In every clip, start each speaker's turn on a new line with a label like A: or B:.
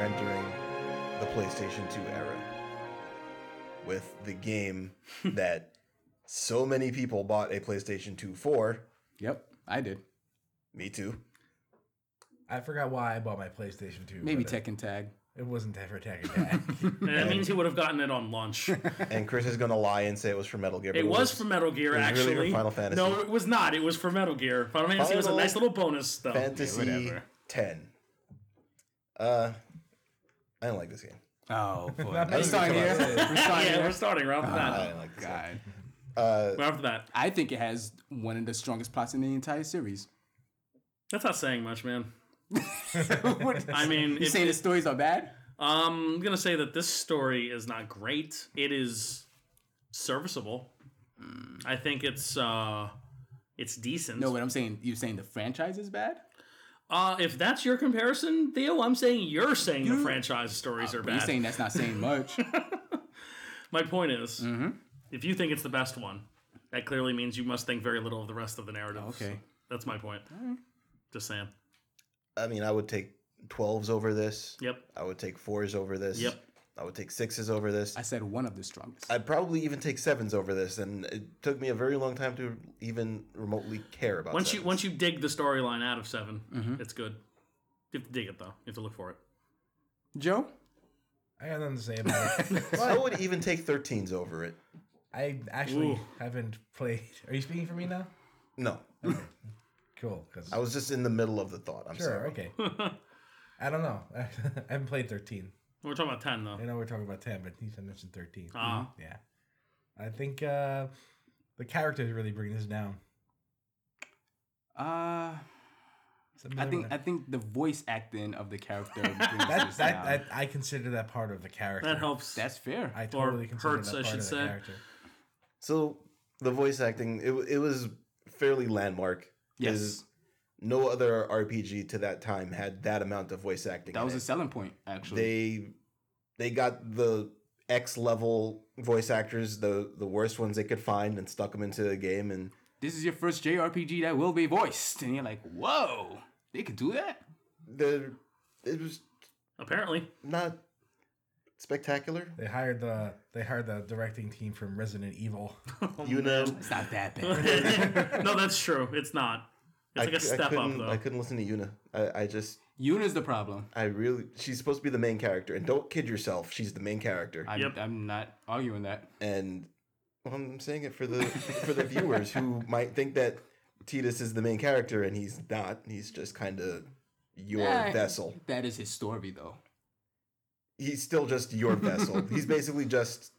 A: entering the PlayStation 2 era with the game that so many people bought a PlayStation 2 for.
B: Yep, I did.
A: Me too.
C: I forgot why I bought my PlayStation 2.
B: Maybe
C: but it-
B: Tech and Tag.
C: It wasn't Tech for Tech again.
D: That means he would have gotten it on launch.
A: And Chris is going to lie and say it was for Metal Gear. but
D: It was for Metal Gear,
A: it was really
D: actually.
A: for Final Fantasy.
D: No, it was not. It was for Metal Gear. Final Fantasy was a
A: Final
D: nice little bonus, though.
A: Fantasy
B: whatever.
A: 10. Uh, I don't like this game.
B: Oh boy,
C: That
B: we're
C: makes
B: starting
C: me
B: here.
C: come out.
B: We're starting
D: yeah,
B: here.
D: we're starting right off the
A: I
D: bat.
A: didn't like this game.
B: God,
D: Right off the bat.
B: I think it has one of the strongest plots in the entire series.
D: That's not saying much, man.
B: What-
D: I mean,
B: you
D: if-
B: saying the stories are bad?
D: um, I'm gonna say that this story is not great. It is serviceable. I think it's uh, it's decent.
B: No, what I'm saying, you're saying the franchise is bad.
D: Uh, if that's your comparison, Theo, I'm saying you're saying the franchise stories are
B: Uh, But you're
D: bad.
B: saying that's not saying much.
D: My point is,
A: Mm-hmm.
D: if you think it's the best one, that clearly means you must think very little of the rest of the narrative.
B: okay.
D: that's my point. Just saying.
A: I mean, I would take 12s over this.
D: Yep.
A: I would take 4s over this.
D: Yep.
A: I would take 6s over this.
B: I said one of the strongest.
A: I'd probably even take sevens over this, and it took me a very long time to even remotely care about.
D: Once you
A: sevens.
D: once you dig the storyline out of 7
A: Mm-hmm.
D: it's good. You have to dig it though. You have to look for it.
B: Joe,
C: I got nothing to say about it.
A: I would even take thirteens over it.
C: I actually
D: Ooh.
C: haven't played. Are you speaking for me now?
A: No,
C: Cool. Cause,
A: I was just in the middle of the thought. I'm
C: sure,
A: sorry.
C: okay. I don't know. I haven't played 13.
D: We're talking about ten
A: Mm-hmm.
D: though.
C: I know we're talking about 10, but he said mentioned 13.
D: Ah.
C: Yeah. I think uh, the characters really bring this down.
B: uh,
C: Something
B: I think
C: like
B: I
C: that.
B: think the voice acting of the character. brings
C: that,
B: this
C: that,
B: down.
C: that- I consider that part of the character.
D: That helps.
B: that's fair.
C: I totally consider
D: hurts,
C: that
D: I
C: part
D: should
C: of the
D: say.
C: character.
A: So the voice acting, it, it was fairly landmark.
B: yes,
A: 'cause No other RPG to that time had that amount of voice acting.
B: that
A: in
B: was a
A: it.
B: selling point actually.
A: they they got the X level voice actors, the the worst ones they could find, and stuck them into the game. And
B: this is your first JRPG that will be voiced, and you're like, whoa, they could do that.
A: the it was
D: Apparently,
A: not spectacular.
C: They hired the they hired the directing team from Resident Evil.
A: You know,
B: It's not that bad.
D: no, that's true. It's not. It's like a
A: c-
D: step up
A: couldn't,
D: though.
A: I couldn't listen to Yuna. I, I just,
B: Yuna's the problem.
A: I really, she's supposed to be the main character, and don't kid yourself, she's the main character.
B: I'm,
D: Yep.
B: I'm not arguing that.
A: and well, I'm saying it for the for the viewers who might think that Titus is the main character, and he's not. He's just kind of your
B: Yeah.
A: vessel.
B: That is his story, though.
A: He's still just your vessel. he's basically just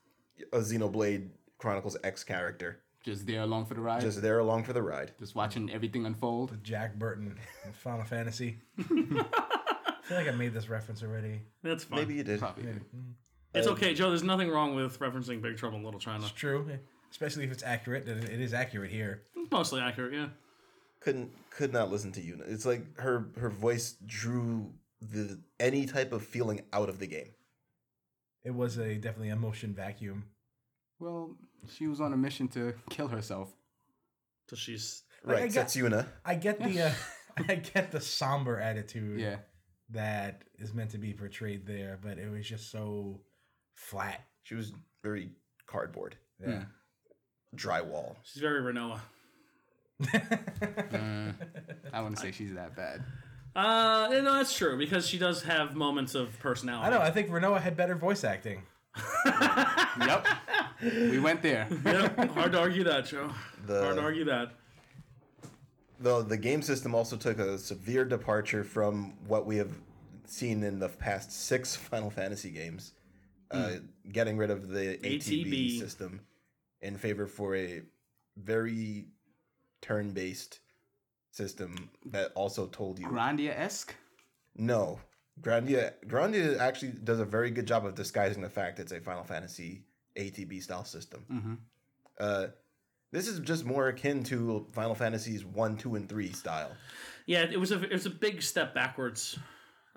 A: a Xenoblade Chronicles X character,
B: Just there along for the ride, just,
A: just there along for the ride.
B: watching everything unfold.
C: Jack Burton in Final Fantasy. I feel like I made this reference already.
D: that's fine.
A: Maybe you did.
B: Probably.
D: It's okay, Joe. There's nothing wrong with referencing Big Trouble in Little China.
C: It's true, especially if it's accurate. and It is accurate here.
D: It's mostly accurate, yeah.
A: couldn't could not listen to Yuna. It's like her her voice drew the any type of feeling out of the game.
C: It was a definitely emotion vacuum.
B: Well, she was on a mission to kill herself.
D: So she's
C: Like, I
A: Right,
C: got-
A: that's Yuna.
C: I get the uh, I get the somber attitude
B: Yeah.
C: that is meant to be portrayed there, but it was just so flat.
A: She was very cardboard,
C: Yeah.
A: drywall.
D: she's very Renoa.
B: Mm. I wouldn't say she's that bad.
D: Uh, no, that's true because she does have moments of
C: I
D: personality.
C: know. I think Renoa had better voice acting.
B: yep. We went there.
D: yeah, hard to argue that, Joe. hard to
A: The
D: argue that.
A: the the game system also took a severe departure from what we have seen in the past six Final Fantasy games, uh,
C: Hmm.
A: getting rid of the ATB,
D: ATB.
A: system in favor for a very turn based system that also told you
B: Grandia esque.
A: No. Grandia Grandia actually does a very good job of disguising the fact it's a Final Fantasy ATB style system.
D: Mm-hmm.
A: Uh, this is just more akin to Final Fantasies one, two, and three style.
D: Yeah, it was a it was a big step backwards.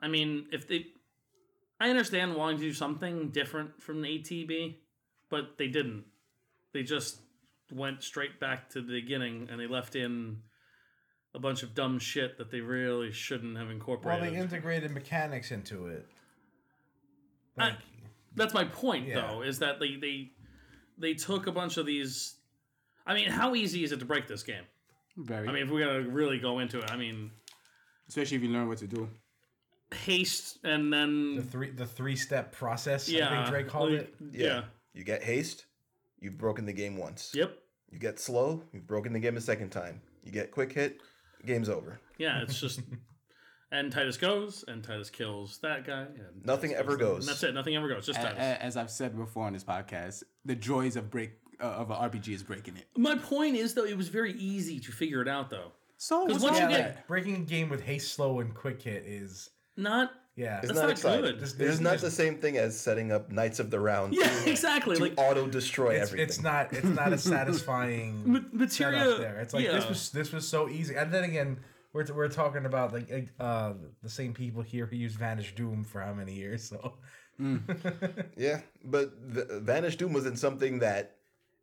D: I mean, if they, I understand wanting to do something different from the ATB, but they didn't. They just went straight back to the beginning, and they left in a bunch of dumb shit that they really shouldn't have
C: Well,
D: incorporated.
C: they integrated mechanics into it. Thank
D: I-
C: you.
D: That's my point,
C: Yeah.
D: though, is that they they they took a bunch of these. I mean, how easy is it to break this game?
B: Very.
D: I mean, if we're gonna really go into it, I mean,
B: especially if you learn what to do.
D: haste and then
C: The three the three step process.
D: yeah,
C: I think Drake called
D: like,
C: it.
D: Yeah.
A: You get haste, you've broken the game once.
D: Yep.
A: You get slow, you've broken the game a second time. You get quick hit, game's over.
D: Yeah, it's just and Titus goes and Titus kills that guy. And
A: Nothing
D: Titus
A: ever
D: And
A: goes. Uh,
D: that's it. Nothing ever goes. Just
B: A-
D: Titus.
B: a- as I've said before on this podcast, the joys of break uh, of an RPG is breaking it.
D: My point is though, it was very easy to figure it out though.
B: So what's
D: once
B: wrong
D: you
B: with
D: get-
B: that?
C: Breaking a game with haste, slow, and quick hit is
D: Not
C: yeah.
A: It's
D: That's
A: not
D: not
A: exciting.
D: good.
A: This
D: This-
A: is
C: this-
A: not
C: this-
A: the same thing as setting up Knights of the Round
D: yeah, exactly.
A: to
D: Like
A: auto destroy
C: It's,
A: everything.
C: it's not it's not a satisfying
D: Ma- material-
C: setup there. It's like this
D: yeah.
C: was this was so easy. And then again, we're, t- we're talking about like uh the same people here who used Vanish Doom for how many years? So
A: Yeah, but the, Vanish Doom wasn't something that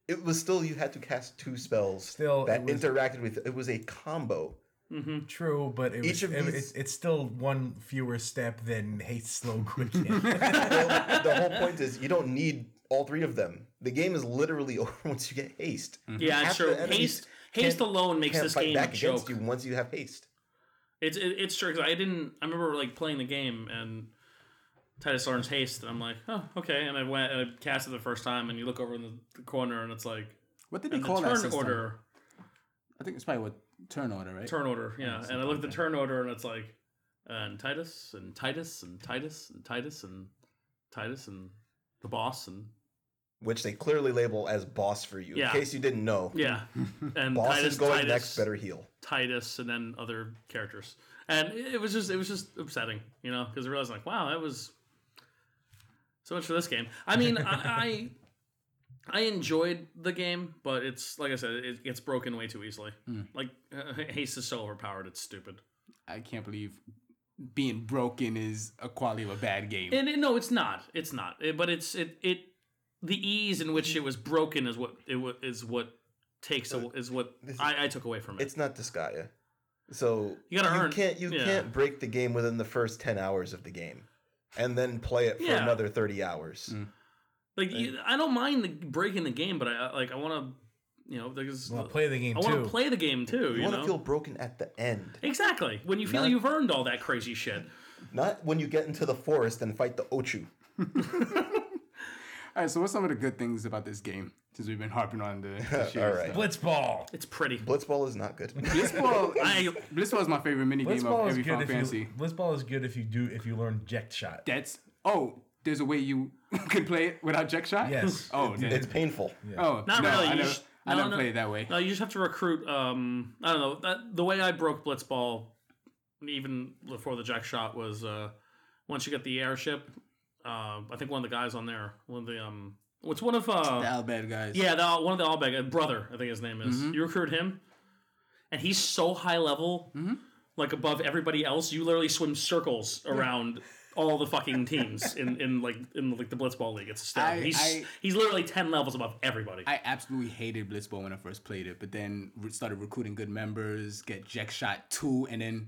A: it was still you had to cast two spells
C: Still,
A: that
C: it was-
A: interacted with it was a combo.
C: true, but it was,
A: Each of
C: it-
A: these-
C: it's, it's still one fewer step than haste, slow, quick hit.
A: Well, the whole point is you don't need all three of them. The game is literally over once you get haste.
D: yeah,
A: Half
D: sure.
A: the enemies
D: Haste haste alone Mm-hmm. makes
A: Can't
D: this
A: fight
D: game a
A: back
D: joke.
A: against you once you have haste.
D: It's it, it's true 'cause I didn't. I remember like playing the game and Titus learns haste, and I'm like, oh, okay. And I went and I cast it the first time, and you look over in the, the corner, and it's like
B: What did they
D: and the
B: call that
D: turn
B: system?
D: order,
B: I think it's probably what turn order, right?
D: turn order, yeah.
B: something
D: And I look at the
B: like
D: turn order, and it's like, and Titus and Titus and Titus and Titus and Titus and the boss and
A: Which they clearly label as boss for you.
D: Yeah.
A: In case you didn't know,
D: yeah, and
A: boss
D: Titus
A: is going
D: Titus
A: next. Better heal.
D: Titus, and then other characters. And it it was just it was just upsetting, you know, because I realized like, wow, that was so much for this game. I mean, I, I I enjoyed the game, but it's like I said, it gets broken way too easily. Like uh, haste is so overpowered; it's stupid.
B: I can't believe being broken is a quality of a bad game.
D: And it, no, it's not. It's not. It- but it's it it the ease in which it was broken is what it wa- is what takes a, is what
A: This is-
D: I, I took away from it.
A: It's not Disgaea. So
D: You gotta earn-
A: can't you
D: yeah.
A: can't break the game within the first ten hours of the game, and then play it for
D: Yeah. Mm-hmm.
A: another thirty hours.
D: Like you, I don't mind the, breaking the game, but I I- like I want to, you know, because
C: Well, play the game
D: I
C: too.
D: want to play the game too.
A: You
D: You,
A: want
D: know
A: to feel broken at the end,
D: exactly when you feel
A: Not-
D: you've earned all that crazy shit.
A: not when you get into the forest and fight the Ochu.
B: All right, so what's some of the good things about this game since we've been harping on the
A: All right,
C: Blitzball.
D: It's pretty.
A: Blitzball is not good.
B: Blitzball, I,
D: I-
B: Blitzball is my favorite mini game
C: Blitzball
B: of
C: is
B: every
C: good
B: Final
C: if
B: Fantasy.
C: you Blitzball is good if you do if you learn Ject Shot.
B: That's oh, there's a way you can play it without check shot.
C: Yes.
B: Oh, then-
A: it's painful.
B: oh,
D: Not
B: no,
D: really.
B: I
D: you
B: never,
D: just-
B: I
D: no,
B: never
D: no.
B: played it that way.
D: No, uh, you just have to recruit. Um, I don't know. That, the way I broke Blitzball, even before the jack shot, was uh, once you get the airship. Uh, I think one of the guys on there, one of the um, what's one of uh,
B: The Albed guys.
D: Yeah, the, one of the Allback, uh, brother, I think his name is.
B: Mm-hmm.
D: You recruit him, and he's so high level,
B: Mm-hmm.
D: like above everybody else. You literally swim circles around all the fucking teams in, in like in like the Blitzball League. It's hysterical.
B: I-
D: he's
B: I-
D: he's literally ten levels above everybody.
B: I absolutely hated Blitzball when I first played it, but then re- started recruiting good members, get Jack Shot two, and then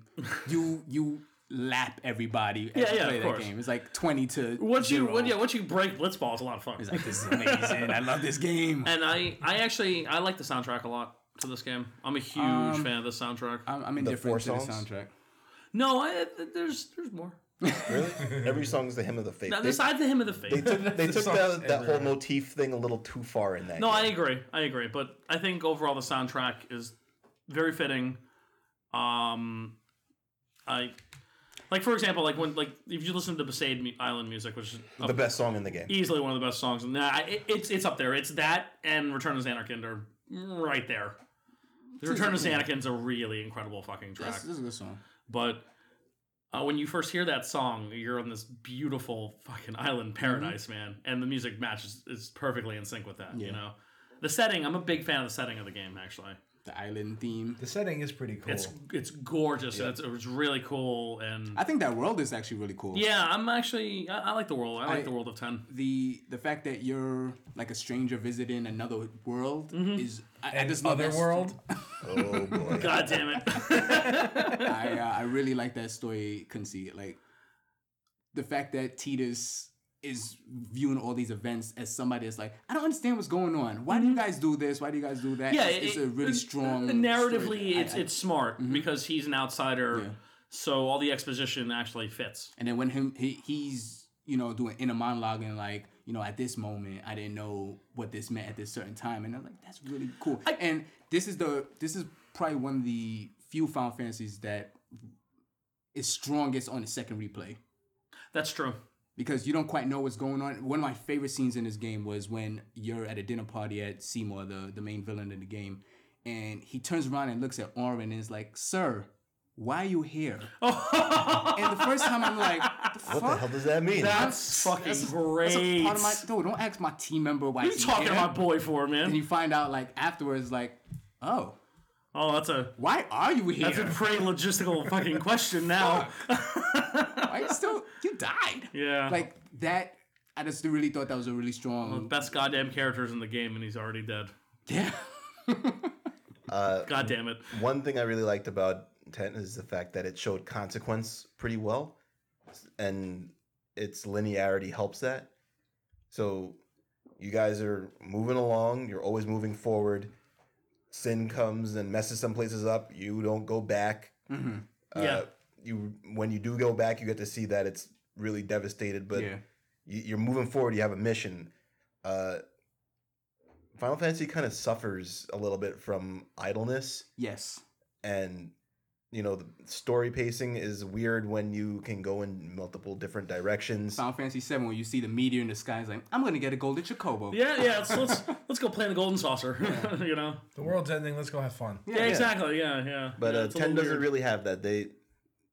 B: you you lap everybody as
D: Yeah,
B: you
D: yeah,
B: play
D: of
B: that
D: course.
B: game. It's like twenty to
D: once you
B: zero.
D: when, yeah, once you break Blitzball, it's a lot of fun.
B: It's like this is amazing. I love this game.
D: And I I actually I like the soundtrack a lot to this game. I'm a huge
B: Um,
D: fan of the soundtrack.
B: I'm, I'm indifferent to
A: four
B: the
A: songs?
B: soundtrack.
D: no, I, there's there's more.
A: Really, every song's the hymn of the faith.
D: Now,
A: They,
D: besides the hymn of the faith,
A: they took, they
C: The
A: took
C: songs
A: that, that whole
C: everywhere.
A: motif thing a little too far in that.
D: No, I
A: game.
D: agree. I agree. But I think overall the soundtrack is very fitting. Um, I like, for example, like when like if you listen to Besaid mu- Island music, which is up-
A: the best song in the game.
D: easily one of the best songs, and that I- it, it's it's up there. It's that and Return of Anakin are right there. The Return of Anakin's a really incredible fucking track.
B: This, this is a good song.
D: But uh, when you first hear that song, you're on this beautiful fucking island
B: Mm-hmm.
D: paradise, man, and the music matches is perfectly in sync with that.
B: Yeah.
D: You know, the setting. I'm a big fan of the setting of the game. Actually,
B: The island theme.
C: The setting is pretty cool.
D: it's it's gorgeous. And it's, it was really cool, and
B: I think that world is actually really cool.
D: yeah, I'm actually I, I like the world. I like
B: I-
D: the world of ten.
B: The the fact that you're like a stranger visiting another world
D: Mm-hmm.
B: is I, I
C: and
B: just love
C: other
B: that
C: world,
A: Oh boy.
D: God damn it!
B: I uh, I really like that story conceit. Like the fact that Titus is viewing all these events as somebody that's like, I don't understand what's going on. Why do you guys do this? Why do you guys do that?
D: Mm-hmm. yeah,
B: it's, it's
D: it-
B: a really
D: it-
B: strong.
D: Narratively,
B: story. I-
D: it's
B: I-
D: it's smart because he's an outsider,
B: Yeah.
D: so all the exposition actually fits.
B: And then when him he, he's you know doing inner monologue and like you know at this moment I didn't know what this meant at this certain time and I'm like that's really cool. and this is the this is probably one of the few Final Fantasies that is strongest on the second replay
D: That's true.
B: because you don't quite know what's going on. One of my favorite scenes in this game was when you're at a dinner party at Seymour, the, the main villain in the game, and he turns around and looks at Orin and is like, Sir, why are you here? and the first time I'm like, the
A: What
B: fuck?
A: the hell does that mean?
D: That's, fucking great.
B: That's a part of my, no, don't ask my team member why
D: what are you
B: he's
D: talking
B: here.
D: about boy for,
B: And
D: man?
B: you find out like afterwards, like, oh,
D: Oh, that's a
B: why are you here?
D: that's a pretty logistical fucking question now.
B: why you still you died?
D: Yeah.
B: Like that I just really thought that was a really strong
D: Best goddamn characters in the game, and he's already dead.
B: Yeah.
D: God damn it.
A: One thing I really liked about Ten is the fact that it showed consequence pretty well, and its linearity helps that. So you guys are moving along. You're always moving forward. Sin comes and messes some places up. You don't go back. Uh,
D: Yeah.
A: You when you do go back, you get to see that it's really devastated. But
B: yeah.
A: you, you're moving forward. You have a mission. Uh, Final Fantasy kind of suffers a little bit from idleness
B: Yes.
A: and you know the story pacing is weird when you can go in multiple different directions
B: Final Fantasy Seven when you see the meteor in the sky, it's like, I'm gonna get a golden Chocobo.
D: Yeah, yeah. Let's let's, let's go play in the golden saucer. you know.
C: The world's ending. Let's go have fun.
D: Yeah, exactly. Yeah, yeah.
A: but
D: yeah,
A: uh,
D: it's a
A: 10
D: little
A: doesn't
D: weird.
A: really have that they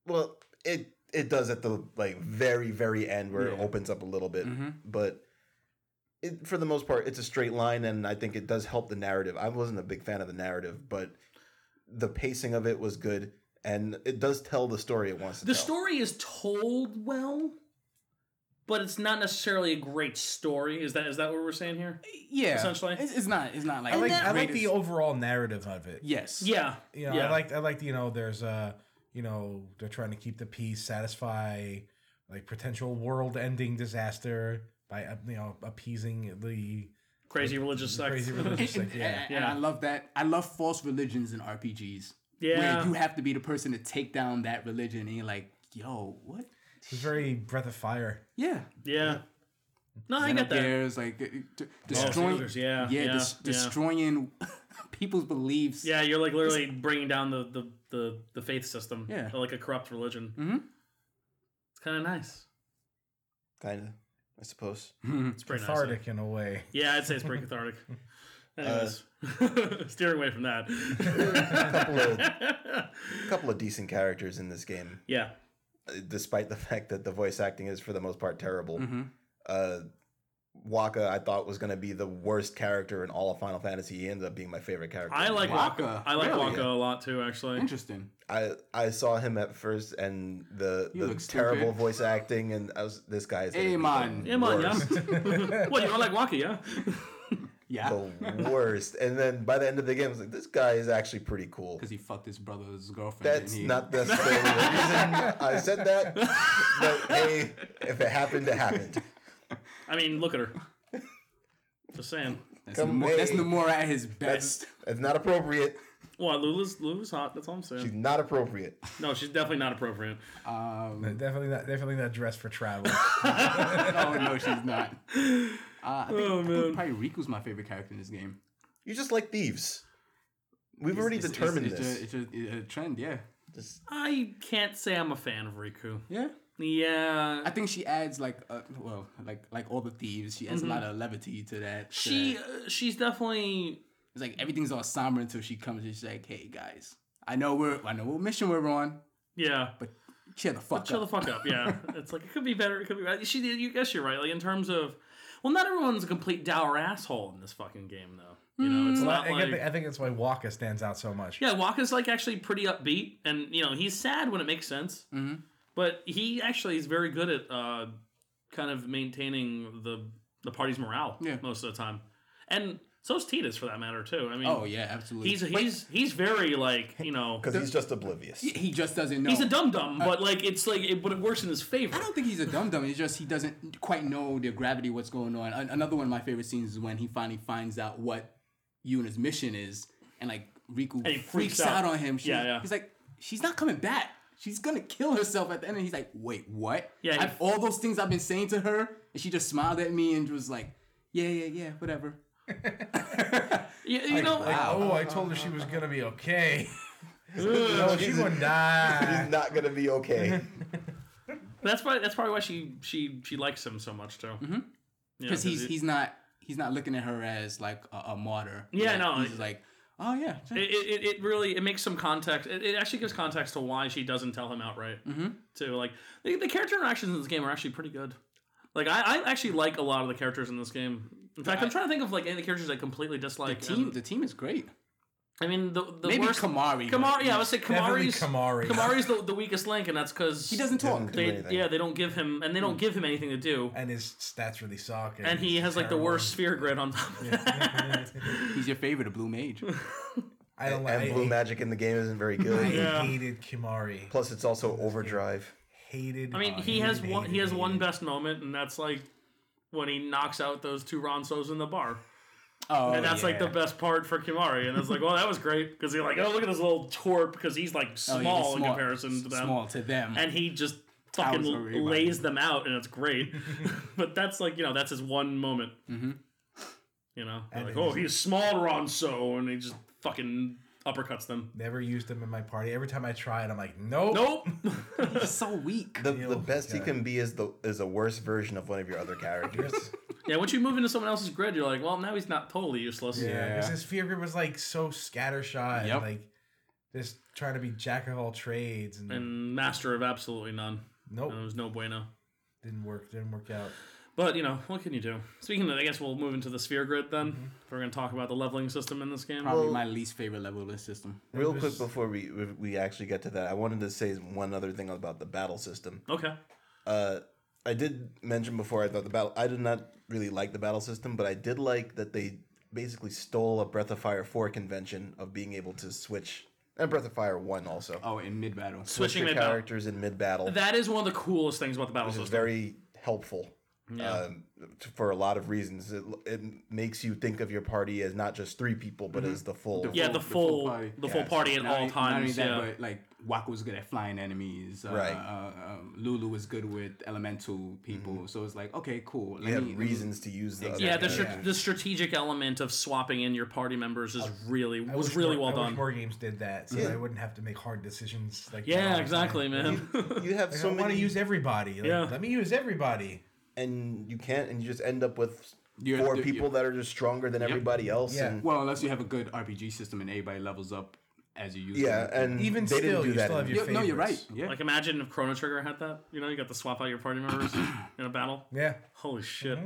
A: well it it does at the like very very end where it
B: Yeah.
A: opens up a little bit
D: Mm-hmm.
A: but it, for the most part it's a straight line and i think it does help the narrative i wasn't a big fan of the narrative but the pacing of it was good and it does tell the story it wants to
D: The
A: tell
D: story is told well, but it's not necessarily a great story. Is that is that what we're saying here?
B: Yeah.
D: Essentially.
B: It's, it's not it's not like
C: I like,
B: the
C: I like the
B: greatest-
C: overall narrative of it.
B: Yes.
D: Yeah.
C: You know,
D: yeah.
C: I like I like you know there's uh you know they're trying to keep the peace, satisfy like potential world-ending disaster by uh, you know appeasing the
D: crazy religious sex.
C: crazy religious.
B: And,
C: like, yeah.
B: and- and I
D: Yeah.
B: love that. I love false religions in RPGs.
D: Yeah.
B: Where you have to be the person to take down that religion and you're like, yo, what?
C: It's very breath of fire.
B: Yeah.
D: yeah. No, I
B: And
D: get
B: up
D: that.
B: there is like uh, d- destroying
D: Caesars, yeah, yeah,
B: des-
D: yeah.
B: destroying people's beliefs.
D: Yeah, you're like literally bringing down the the the, the faith system.
B: Yeah.
D: Or, like a corrupt religion.
B: Mhm.
D: It's kind of nice.
A: kind of i suppose
B: Mm-hmm.
D: It's pretty nice.
C: Cathartic in a way.
D: Yeah, I'd say it's pretty cathartic. Anyways,
B: Uh.
D: steering away from
A: couple of
D: that.
A: couple of decent characters in this game
D: yeah.
A: despite the fact that the voice acting is for the most part terrible.
D: Mm-hmm.
B: Mhm.
A: Uh, Waka, I thought was going to be the worst character in all of Final Fantasy. He ended up being my favorite character.
D: I like Waka.
B: Waka,
D: I like
B: really?
D: Waka a lot too, actually.
B: Interesting.
A: I I saw him at first, and the
B: You
A: the
B: look
A: terrible
B: stupid.
A: voice acting, and I was this guy is gonna be
B: Amon.
A: the
D: Yeah, man,
A: worst.
D: yeah. well, you don't like Waka, yeah?
B: Yeah.
A: the worst. And then by the end of the game, I was like, this guy is actually pretty cool.
B: Because he fucked his brother's girlfriend.
A: That's
B: and he,
A: not necessarily the reason I said that, but hey, if it happened, it happened.
D: I mean, look at her. Just saying.
B: That's,
A: Come
B: Nomura, that's
A: on.
B: Nomura at his best.
A: It's not appropriate.
D: Well, Lulu's Lulu's hot. That's all I'm
A: She's
D: saying.
A: not appropriate.
D: No, she's definitely not appropriate.
B: Um,
C: Definitely not. Definitely not dressed for travel.
B: oh no, she's not. Uh,
D: Oh,
B: I think, I think probably Riku's my favorite character in this game.
A: You just like thieves. We've
B: It's-
A: already
B: it's- it's-
A: determined
B: it's,
A: this.
B: A, it's, a, it's a trend, yeah.
A: Just-
D: I can't say I'm a fan of Riku.
B: Yeah.
D: Yeah.
B: I think she adds like, uh, well, like like all the thieves. She adds
D: Mm-hmm.
B: a lot of levity to that. to
D: She
B: that.
D: uh, she's definitely
B: it's like everything's all somber until she comes and she's like, "Hey guys, I know we're I know what mission we're on,
D: yeah.
B: but chill the fuck
D: Chill the
B: up."
D: fuck up. Yeah. it's like it could be better. It could be better. She did. You guess you're right. Like in terms of, well, not everyone's a complete dour asshole in this fucking game though. You know,
B: Mm,
D: it's
C: Well,
D: not
C: I,
D: like.
C: think- I think that's why Waka stands out so much.
D: Yeah, Waka's like actually pretty upbeat, and you know he's sad when it makes sense.
B: Mhm.
D: But he actually is very good at uh, kind of maintaining the the party's morale
B: Yeah.
D: most of the time, and So's Titus for that matter too. I mean,
B: Oh yeah, absolutely.
D: he's he's he's very like you know
A: because he's just oblivious.
B: he just doesn't know.
D: he's a dum dum, but like it's like it, but it works in his favor.
B: I don't think he's a dum dum. It's just he doesn't quite know the gravity of what's going on. An- Another one of my favorite scenes is when he finally finds out what Yuna's mission is, and like Riku
D: he
B: freaks,
D: freaks
B: out.
D: out.
B: on him. She,
D: Yeah, yeah.
B: He's like, she's not coming back. She's gonna kill herself at the end. And he's like, wait, what?
D: Yeah, he-
B: I've, all those things I've been saying to her, and she just smiled at me and was like, yeah, yeah, yeah, whatever.
D: You, you know,
C: Like, oh, I told her she was gonna be okay. no, she
A: Jesus.
C: would die.
A: He's not gonna be okay.
D: that's why that's probably why she she she likes him so much too. Mm-hmm.
B: because he's he's not he's not looking at her as like a, a martyr.
D: Yeah,
B: Like,
D: no,
B: he's
D: it-
B: like, oh yeah,
D: It, it, it- it really it makes some context. It, it actually gives context to why she doesn't tell him outright. Mm-hmm. Too like the, the character interactions in this game are actually pretty good. Like I, I actually like a lot of the characters in this game. In fact, I, am trying to think of like any of the characters I completely dislike.
B: the team
D: and-
B: the team is great.
D: I mean the the
B: Maybe
D: worst
B: Kamari.
D: Kamari. Yeah, I would say
C: Definitely
D: Kamari's
C: Kamari.
D: Kamari's the, the weakest link, and that's because
B: he doesn't talk. Hmm.
A: Didn't do
D: They,
A: anything.
D: yeah, they don't give him and they don't give him anything to do.
C: And his stats really suck.
D: and he
C: he's
D: has like the
C: terrible.
D: worst sphere grid on top of that.
B: He's your favorite, a blue mage.
C: I don't like. I,
A: and blue
C: hate-
A: magic in the game isn't very
C: I
A: good.
D: Yeah.
C: hated Kimari.
A: Plus, it's also overdrive.
C: Hated.
D: I mean, he
C: hated,
D: has one. He
C: hated,
D: has one
C: hated.
D: best moment, and that's like when he knocks out those two Ronsos in the bar,
B: Oh,
D: and that's like the
B: yeah.
D: best part for Kimari. And it's like, well, that was great because you're like, oh, look at this little twerp because he's like
B: Oh,
D: small,
B: yeah, he's
D: in comparison
B: s-
D: to them,
B: Small to them.
D: and he just
B: Towers
D: fucking
B: over everybody.
D: lays them out, and it's great. but that's like you know that's his one moment.
B: Mm-hmm.
D: You know, They're
C: And
D: like
C: it
D: oh,
C: is-
D: he's small Ronso, and he just fucking uppercuts them.
C: Never used him in my party. Every time I tried, I'm like, nope.
D: Nope.
B: He's so weak.
A: The, the
C: Ew.
A: best he
C: Yeah.
A: can be is the is a worse version of one of your other characters.
D: Yeah, once you move into someone else's grid, you're like, well, now he's not totally useless.
C: Yeah, because
B: Yeah.
C: his fear grid was like so scattershot,
B: Yep.
C: and, like just trying to be jack of all trades, and,
D: And uh, master of absolutely none.
C: nope,
D: And it was no bueno.
C: didn't work. Didn't work out.
D: But, you know, what can you do? Speaking of, I guess we'll move into the sphere grid then. If we're going to talk about the leveling system in this game.
B: Probably my least favorite level of this system.
A: Real quick before we we- we actually get to that, I wanted to say one other thing about the battle system.
D: okay.
A: Uh, I did mention before I thought the battle. I did not really like the battle system, but I did like that they basically stole a Breath of Fire four convention of being able to switch and Breath of Fire one also
B: Oh, in mid battle.
A: switch
D: Switching
A: your
D: mid battle.
A: characters in mid battle.
D: That is one of the coolest things about the battle
A: which is
D: system.
A: very helpful um, t- for a lot of reasons. It, it makes you think of your party as not just three people, but as the full.
D: Mm-hmm. yeah, the
B: the full
D: full,
B: party.
D: the full
A: Yeah,
D: party at
B: Not
D: all
B: only- Not only
D: times.
B: that,
D: yeah.
B: but like Waka was good at flying enemies. Uh,
A: Right.
B: Uh, um, Lulu was good with elemental people. So it's like, okay, cool. Let
A: You
B: me-
A: have
C: Mm-hmm.
B: let me-
A: reasons to use the.
B: Exactly.
A: other
D: yeah, the,
A: characters.
D: str- the strategic element of swapping in your party members is really
C: I
D: was
C: wish
D: really
C: more-
D: well
C: I
D: done.
C: Wish more games did that, so
A: Yeah.
C: I wouldn't have to make hard decisions. Like that all
D: yeah,
C: the
D: exactly,
C: time.
D: man.
A: you have
C: Like,
A: so
C: I want
A: many,
C: to use everybody. Like,
D: Yeah.
C: let me use everybody.
A: and you can't, and you just end up with
B: You're-
A: four
B: you're-
A: people that are just stronger than everybody else.
C: Yeah.
A: and
B: Well, unless you have a good RPG system and everybody levels up as you use
A: yeah,
B: them.
A: and
C: Even
A: they didn't
C: still,
A: do
C: you
A: that.
C: still
A: in-
C: have your
B: Yeah, no, you're right.
C: favorites.
B: Yeah.
D: Like imagine if Chrono Trigger had that. You know, you got to swap out your party members in a battle.
C: Yeah,
D: Holy shit!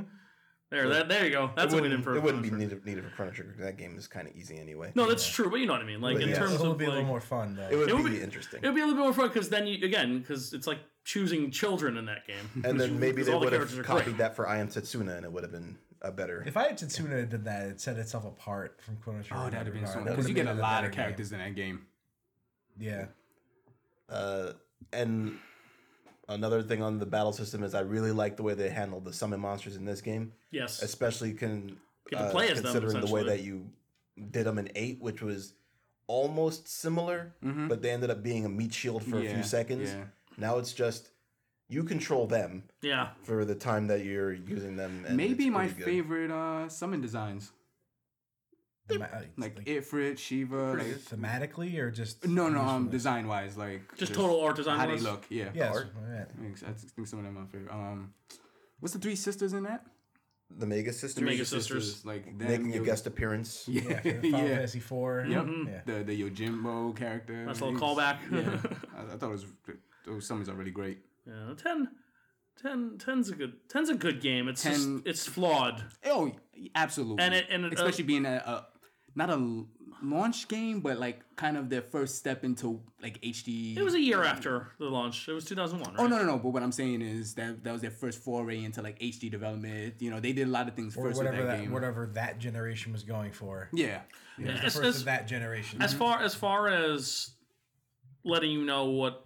D: There, that, there you go. That's
A: Mm-hmm.
D: a
A: it
D: win in
A: wouldn't,
D: for
A: it wouldn't be
D: Chrono Trigger.
A: needed, needed for Chrono Trigger. 'cause That game is kind of easy anyway.
D: No, that's true, but you know what I mean. Like in
A: yeah,
D: terms
C: it'll
D: of
C: be a
D: like,
C: little more fun though.
A: it would
D: it
A: be
D: would be-
A: interesting.
D: it'd be a little bit more fun because then you again because it's like choosing children in that game.
A: and then maybe
D: 'Cause
A: they
D: all the
A: would
D: characters are
A: have
D: great.
A: copied that for I Am Setsuna, and it would have been a better.
C: if I had Tetsuna that did that, it set itself apart from Chrono Trigger.
B: Oh,
C: in
B: that'd have
C: that
B: been so
C: regard.
B: Because
C: That
B: you
C: would've
B: get a
C: made it
B: lot
C: better
B: of
C: game.
B: characters in that game.
C: Yeah,
A: Uh, and another thing on the battle system is I really like the way they handled the summon monsters in this game,
D: Yes,
A: especially can
D: Get to play as them,
A: considering the way
D: essentially.
A: that you did them in eight, which was almost similar,
D: Mm-hmm.
A: but they ended up being a meat shield for a
B: Yeah,
A: few seconds.
B: yeah.
A: Now it's just you control them
D: yeah.
A: for the time that you're using them. And
B: Maybe
A: it's
B: my
A: pretty good.
B: favorite uh, summon designs,
C: Thema- like,
B: like, Ifrit, Shiva. Like,
C: thematically or just
B: no, no, um, design wise, like
D: Just total art design
B: How they
D: wise?
B: look, yeah.
C: Yes,
A: art.
C: alright.
B: I think- I think some of them are my favorite. Um, what's the three sisters in that?
A: The Mega Sisters
D: Mega Sisters.
B: like them,
A: making a
B: Yo-
A: guest appearance.
C: Yeah,
B: Yeah,
C: Final
B: yeah.
C: Fantasy Four.
B: Yep.
C: Yeah.
B: The the Yojimbo character.
D: Nice little
B: He's-
D: callback.
B: Yeah, I, I thought it was those summons are really great.
D: Yeah, ten. 10, 10's a good ten's a good game. It's just
B: Ten-
D: it's flawed.
B: Oh, absolutely.
D: And it- uh, and it-
B: especially being a, a not a l- launch game, but like kind of their first step into like HD.
D: It was a year after the launch. It was 2001. Right?
B: Oh no, no, no! But what I'm saying is that that was their first foray into like HD development. You know, they did a lot of things
C: or
B: first with
C: whatever
B: that,
C: that,
B: game.
C: whatever that generation was going for.
B: Yeah,
C: It was the
D: As-
C: first
D: as-
C: of that generation.
B: Mm-hmm.
D: As far as far as letting you know what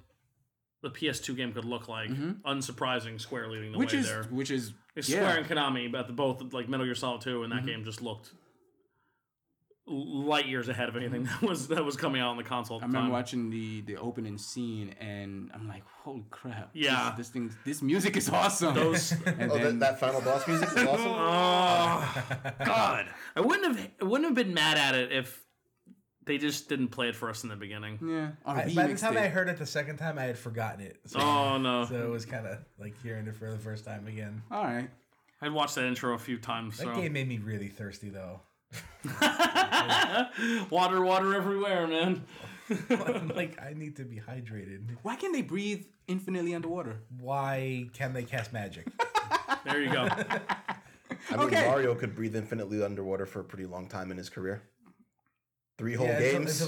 D: the PS2 game could look like, unsurprising, Square leading the
B: Mm-hmm. which
D: way
B: is
D: there.
B: which is
D: It's
B: yeah. Mm-hmm.
D: Square and Konami, but the both like Metal Gear Solid 2 and that game just looked l- light years ahead of anything that was that was coming out on the console. At
B: I
D: the time.
B: remember watching the the opening scene, and I'm like, holy crap! this-
D: Yeah.
B: this, thing, this music is awesome.
D: Those-
B: and
A: Oh,
B: then,
A: that, that final boss music is awesome.
D: Oh God! I wouldn't have I wouldn't have been mad at it if they just didn't play it for us in the beginning.
B: yeah, or
C: I- by the
B: remixed
C: time I
B: it.
C: heard it the second time, I had forgotten it. So,
D: Oh no!
C: so it was kind of like hearing it for the first time again.
B: all right,
D: I'd watched that intro a few times.
C: That
D: So.
C: game made me really thirsty though.
D: water, water everywhere, man.
C: I'm like, I need to be hydrated.
B: why can't they breathe infinitely underwater?
C: Why can they cast magic?
D: There you go.
A: I mean,
B: Okay.
A: Mario could breathe infinitely underwater for a pretty long time in his career. Three whole
C: Yeah, until,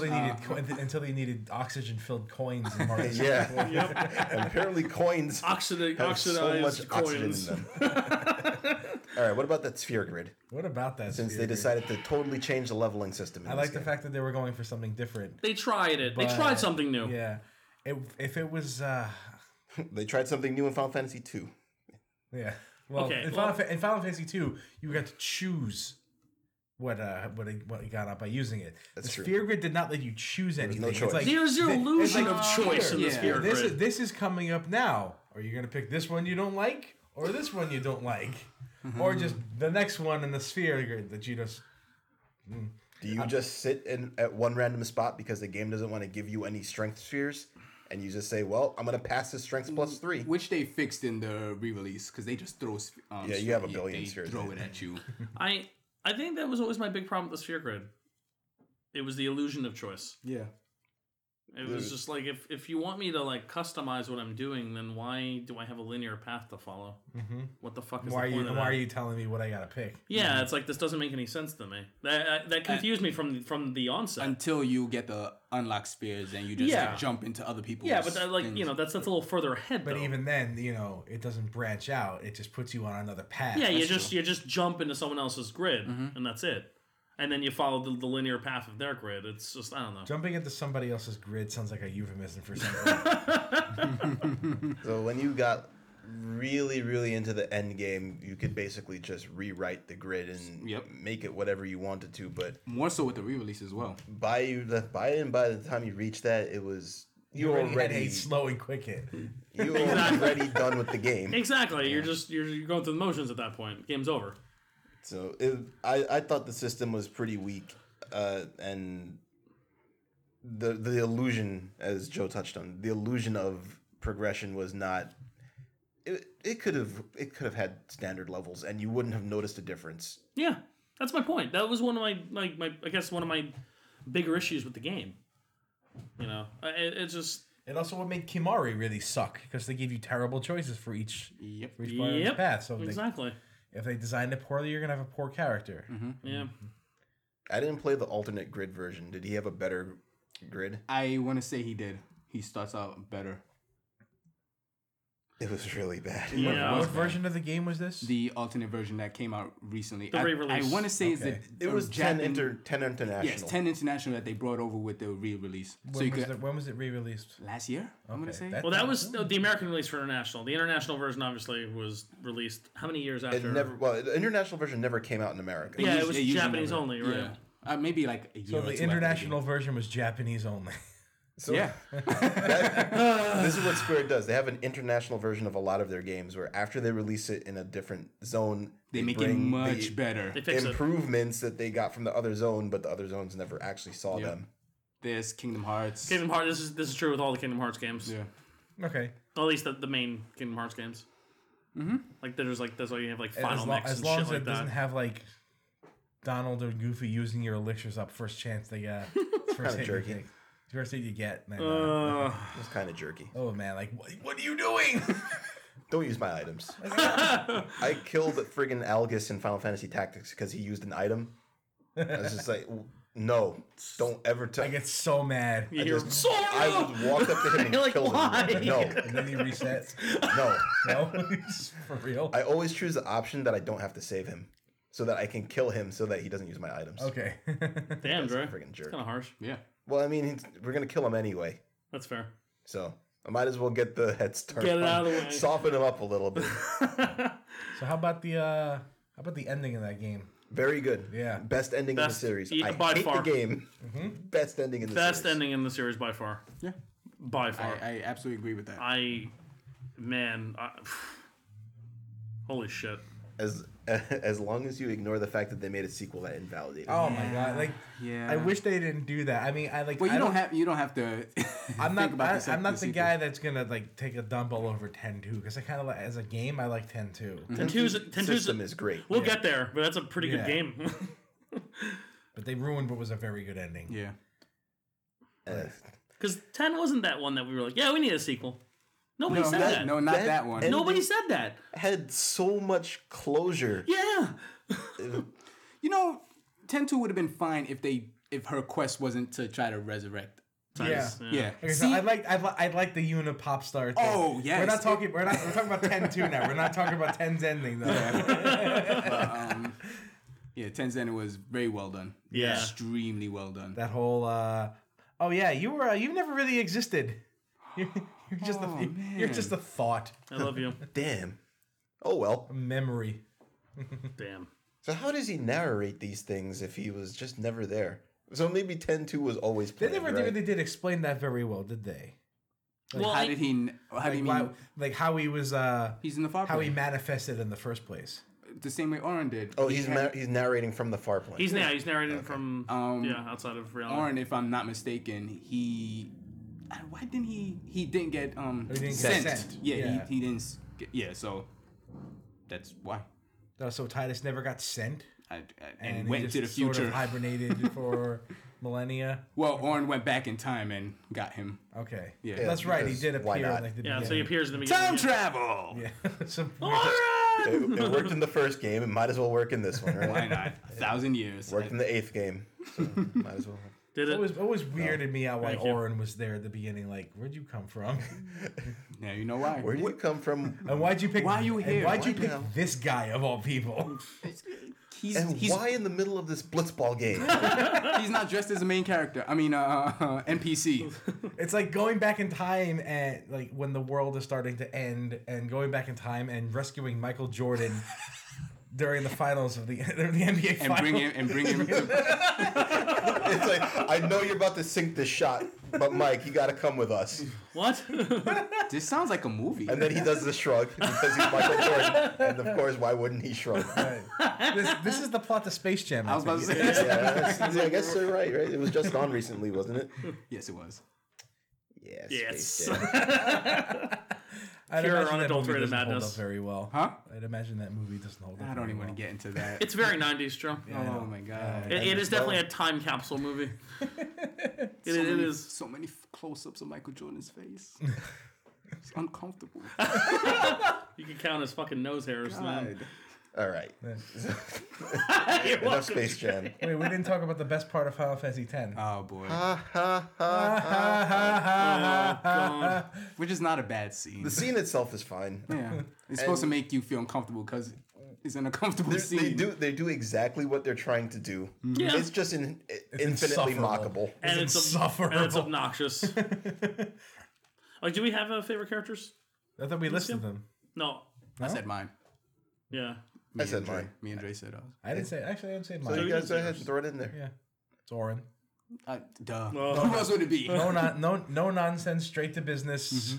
A: games. Ah.
C: until they needed co- until they needed oxygen filled coins. In Mario
A: yeah.
C: 64.
A: And apparently coins
D: Oxida-
A: have so
D: oxidized
A: much oxygen in
D: coins.
A: them. All right, what about that sphere grid?
C: What about that?
A: Since they
C: theory?
A: decided to totally change the leveling system. In
C: I
A: this
C: like the
A: game.
C: fact that they were going for something different.
D: They tried it. they
C: But-
D: tried something new.
C: Yeah. It, if it was, uh,
A: they tried something new in Final Fantasy II.
C: yeah. Well,
D: Okay,
C: in,
D: well-
C: Final Fa- in Final Fantasy two, you got to choose what uh what it- what you got up by using it.
A: That's
C: the
A: true.
C: Sphere Grid did not let you choose anything.
A: no
C: It's
A: choice.
C: like,
D: There's the
C: thi- it's
D: illusion
C: like,
D: of choice in
B: yeah.
D: the spirit
C: this
D: grid.
C: is this is coming up now. Are you gonna pick this one you don't like, or this one you don't like,
A: Mm-hmm.
C: or just the next one in the Sphere Grid that you just
A: Do you just sit in at one random spot because the game doesn't want to give you any strength spheres, and you just say, "Well, I'm gonna pass this strength plus three.
B: Which they fixed in the re-release because they just throw. sp- Um,
A: Yeah, you have a
B: they-
A: billion
B: they
A: spheres,
B: Throw
A: dude.
B: it at you.
D: I I think that was always my big problem with the sphere grid. It was the illusion of choice.
B: yeah.
D: It
A: Mm.
D: was just like if if you want me to like customize what I'm doing, then why do I have a linear path to follow? Mm-hmm. What the fuck is
C: why are
D: the
C: you
D: point of that?
C: why are you telling me what I gotta pick?
D: yeah, it's like this doesn't make any sense to me. That that- that confused me from from the onset.
B: Until you get the unlock spears and you just
D: Yeah.
B: like, jump into other people's.
D: yeah, but that, like you
B: things.
D: know, that's that's a little further ahead.
C: But
D: though.
C: even then, you know, it doesn't branch out. It just puts you on another path.
D: Yeah, you just you just jump into someone else's grid, and that's it. And then you follow the, the linear path of their grid. It's just I don't know.
C: Jumping into somebody else's grid sounds like a euphemism for something.
A: So when you got really, really into the end game, you could basically just rewrite the grid and
B: Yep.
A: make it whatever you wanted to. But
B: more so with the re-release as well.
A: by you the by and by the time you reached that, it was you,
C: you already had
A: already
C: a slow and quick hit.
A: you already done with the game.
D: Exactly. You're just you're, you're going through the motions at that point. Game's over.
A: So it, I I thought the system was pretty weak, uh, and the the illusion, as Joe touched on, the illusion of progression was not. It, it could have it could have had standard levels, and you wouldn't have noticed a difference.
D: Yeah, that's my point. That was one of my like my I guess one of my bigger issues with the game. You know, I- it, it's just
C: It also would make Kimari really suck because they give you terrible choices for each
B: Yep.
C: for each part of the
D: yep,
C: path. So if they-
D: exactly.
C: if they designed it poorly, you're gonna have a poor character.
D: Yeah,
A: I didn't play the alternate grid version. Did he have a better grid?
B: I want to say he did. He starts out better.
A: It was really bad.
D: yeah.
C: What version of the game was this?
B: The alternate version that came out recently.
D: The
B: I-
D: re-release.
B: I, want to say is that
C: Okay.
A: It was ten
B: Japan-
A: inter ten international.
B: Yes, ten international that they brought over with the re-release.
C: when,
B: So you
C: was
B: could
C: it when was it re-released?
B: last year. I'm gonna
C: Okay,
B: say.
C: that-
D: Well, that was the American release for international. The international version obviously was released how many years after?
A: It never well, the international version never came out in America.
B: They
D: yeah, it was
B: usually- they usually
D: Japanese
B: never-
D: only, right?
B: Yeah. Uh, maybe like a year.
C: So
B: or two after
C: the
B: game.
C: international version was Japanese only.
A: So
B: Yeah.
A: this is what Square does. They have an international version of a lot of their games where after they release it in a different zone,
B: They make it
A: bring
B: much
A: the
B: better.
D: They fixed it.
A: improvements that they got from the other zone, but the other zones never actually saw them.
B: There's Kingdom Hearts.
D: Kingdom Hearts. This is this is true with all the Kingdom Hearts games.
B: Yeah.
C: okay.
D: At least the, the main Kingdom Hearts games. Mm-hmm. Like there's like that's why you have like final
C: as, lo-
D: mix
C: as
D: and
C: long
D: shit
C: as
D: like
C: it doesn't
D: that.
C: have like Donald or Goofy using your elixirs up first chance they got. first hit you
A: jerky.
C: take. First hit you get. man.
D: Uh,
A: It was kind of jerky.
C: oh man, like what, what are you doing?
A: Don't use my items. I killed friggin' Algus in Final Fantasy Tactics because he used an item. I was just like, No, don't ever tell.
C: I get so mad.
D: You hear
A: just-
D: Sora!
A: I would walk up to him and
D: You're like,
A: kill
D: "Why?"
A: him. No,
C: And then he resets.
A: no.
C: No, for real.
A: I always choose the option that I don't have to save him, so that I can kill him, so that he doesn't use my items.
C: Okay.
D: Damn, bro.
A: Friggin' jerk.
D: Kind of harsh.
B: Yeah.
A: Well, I mean, he's, we're gonna kill him anyway,
D: That's fair.
A: so I might as well get the head start.
D: Get it
A: on-
D: out of the way.
A: Soften him up a little bit.
C: so how about the uh how about the ending of that game?
A: Very good.
C: Yeah. Mm-hmm.
A: Best ending
D: Best-
A: in the series.
D: yeah,
A: I
D: by
A: hate
D: far.
A: the game. Best ending in the
D: Best
A: series.
D: ending in the series by far.
B: Yeah.
D: By
B: I,
D: far.
B: I absolutely agree with that.
D: I, man, I, holy shit.
A: As as long as you ignore the fact that they made a sequel that invalidated.
C: Oh my god! Like,
B: yeah.
C: I wish they didn't do that. I mean, I like.
B: Well, you
C: I
B: don't, have you don't have to.
C: I'm not.
B: Think about
C: I,
B: this
C: I'm
B: after
C: not the
B: sequel.
C: guy that's gonna like take a dump all over ten two because I kind of like as a game I like ten two.
D: And two's, and two's,
A: system is great.
D: we'll get there, but that's a pretty
C: Yeah.
D: good game.
C: But they ruined what was a very good ending.
B: Yeah.
A: Uh,
D: Because 10 wasn't that one that we were like, yeah, we need a sequel. Nobody
B: No,
D: said
B: that-
D: that.
B: no, not that,
A: That-
B: one.
A: and-
D: Nobody said that.
A: had so much closure.
D: Yeah.
B: You know, Tentu would have been fine if they if her quest wasn't to try to resurrect.
D: Nice,
C: Yeah.
B: Yeah.
C: Okay, so
B: See,
C: I like I, li- I like the Unipop star. Thing.
B: Oh, yes.
C: We're not talking. We're not. We're talking about ten two now. We're not talking about 10's ending though.
B: yeah, Tenzin was very well done.
D: Yeah.
B: Extremely well done.
C: that whole. uh Oh yeah, you were. Uh, you've never really existed. You're, you're just
B: Oh,
C: a. You're
B: man.
C: just a thought,
D: I love you.
A: Damn. Oh well.
C: a memory.
D: Damn.
A: So how does he narrate these things if he was just never there? So maybe 10-2 was always
C: They
A: played,
C: never
A: right?
C: really did explain that very well, did they?
D: well,
B: how
D: I-
B: did he? kn- How do
C: Like,
B: you mean?
C: why, like how he was. uh
B: He's in the far
C: How he
B: plane.
C: manifested in the first place.
B: the same way Orin did.
A: Oh, he's na- he's narrating from the far plane.
D: He's, yeah, he's narrating from,
B: Um,
D: yeah, outside of reality.
B: Orin, if I'm not mistaken, he. I- Why didn't he? He didn't get um
C: Oh, didn't get
B: sent.
C: sent.
B: Yeah,
C: Yeah.
B: He, he didn't. s- Get, yeah, so that's why.
C: Uh, So Titus never got sent
B: I, I, and,
C: he
B: went
C: just
B: to the
C: sort
B: future.
C: of hibernated for millennia.
B: well, Orin went back in time and got him.
C: Okay,
B: Yeah.
C: that's right. He
A: because
C: did
A: why
C: appear.
A: not?
C: in, Like, the
D: yeah, so he
C: beginning.
D: appears in the beginning.
B: Time
D: again.
B: travel.
C: Yeah. Some
A: It, it worked in the first game. It might as well work in this one, right?
B: Why not? A thousand years.
A: Worked in the eighth game. So might as well.
D: Did
C: It
D: it?
C: was always weirded me out why
D: Thank you.
C: Oren was there at the beginning. Like, where'd you come from?
B: Now you know why.
A: Where do you come from?
C: And why'd you pick?
B: Why are you
C: and
B: here?
C: why'd you
A: Why
C: pick
A: now?
C: this guy of all people?
B: He's
A: And
B: he's,
A: why in the middle of this blitzball game?
B: he's not dressed as a main character. I mean, uh, uh, NPC.
C: It's like going back in time and like when the world is starting to end, and going back in time and rescuing Michael Jordan during the finals of the, of the NBA
B: and
C: finals.
B: bring him and bring him. To,
A: It's like I know you're about to sink this shot, but Mike, you got to come with us.
D: what?
B: this sounds like a movie.
A: And then he does the shrug because he's Michael Jordan, and of course, why wouldn't he shrug? Yeah,
C: this, this is the plot to Space Jam.
B: I was about to say.
A: that's- I guess they're right, right? It was just on recently, wasn't it?
B: Yes, it was.
A: Yes.
D: yes.
A: Space Jam.
C: I'd imagine
D: Pure
C: that movie
D: unadulterated
C: doesn't Hold
D: madness.
C: up very well.
B: Huh?
C: I'd imagine that movie doesn't hold up.
B: I don't
C: very
B: even want
C: well.
B: to get into that.
D: It's very 90s, Joe.
B: oh my god.
D: It, it is definitely a time capsule movie. It,
B: so
D: it
B: many,
D: is.
B: so many f- close-ups of Michael Jordan's face. it's uncomfortable.
D: You can count his fucking nose hairs. Man.
B: God.
A: All right.
D: You're welcome.
A: Enough Space Jam.
C: Wait, we didn't talk about the best part of Final Fantasy X.
D: Uh,
B: Oh boy.
A: Ha, ha, ha, ha.
D: Oh, God.
B: Which is not a bad scene.
A: The scene itself is fine.
B: Yeah. It's supposed to make you feel uncomfortable because it's an uncomfortable scene.
A: They do they do exactly what they're trying to do.
D: Yeah.
A: It's just in, infinitely mockable.
C: insufferable.
D: and
C: It's
D: it's, ob- and it's
C: insufferable.
D: obnoxious. like, do we have uh, favorite characters?
C: I thought we listed them.
D: No.
B: I said mine.
D: Yeah.
B: Me
A: I said
B: and Dre-
A: mine.
B: Me and Dre said ours.
C: I didn't say. Actually, I didn't say
A: So
C: mine.
A: you guys go ahead and throw it in there.
C: yeah, it's Oren.
B: Uh, duh.
D: Well-
B: Who else would it be?
C: No, non, no, no nonsense. Straight to business.
D: Mm-hmm.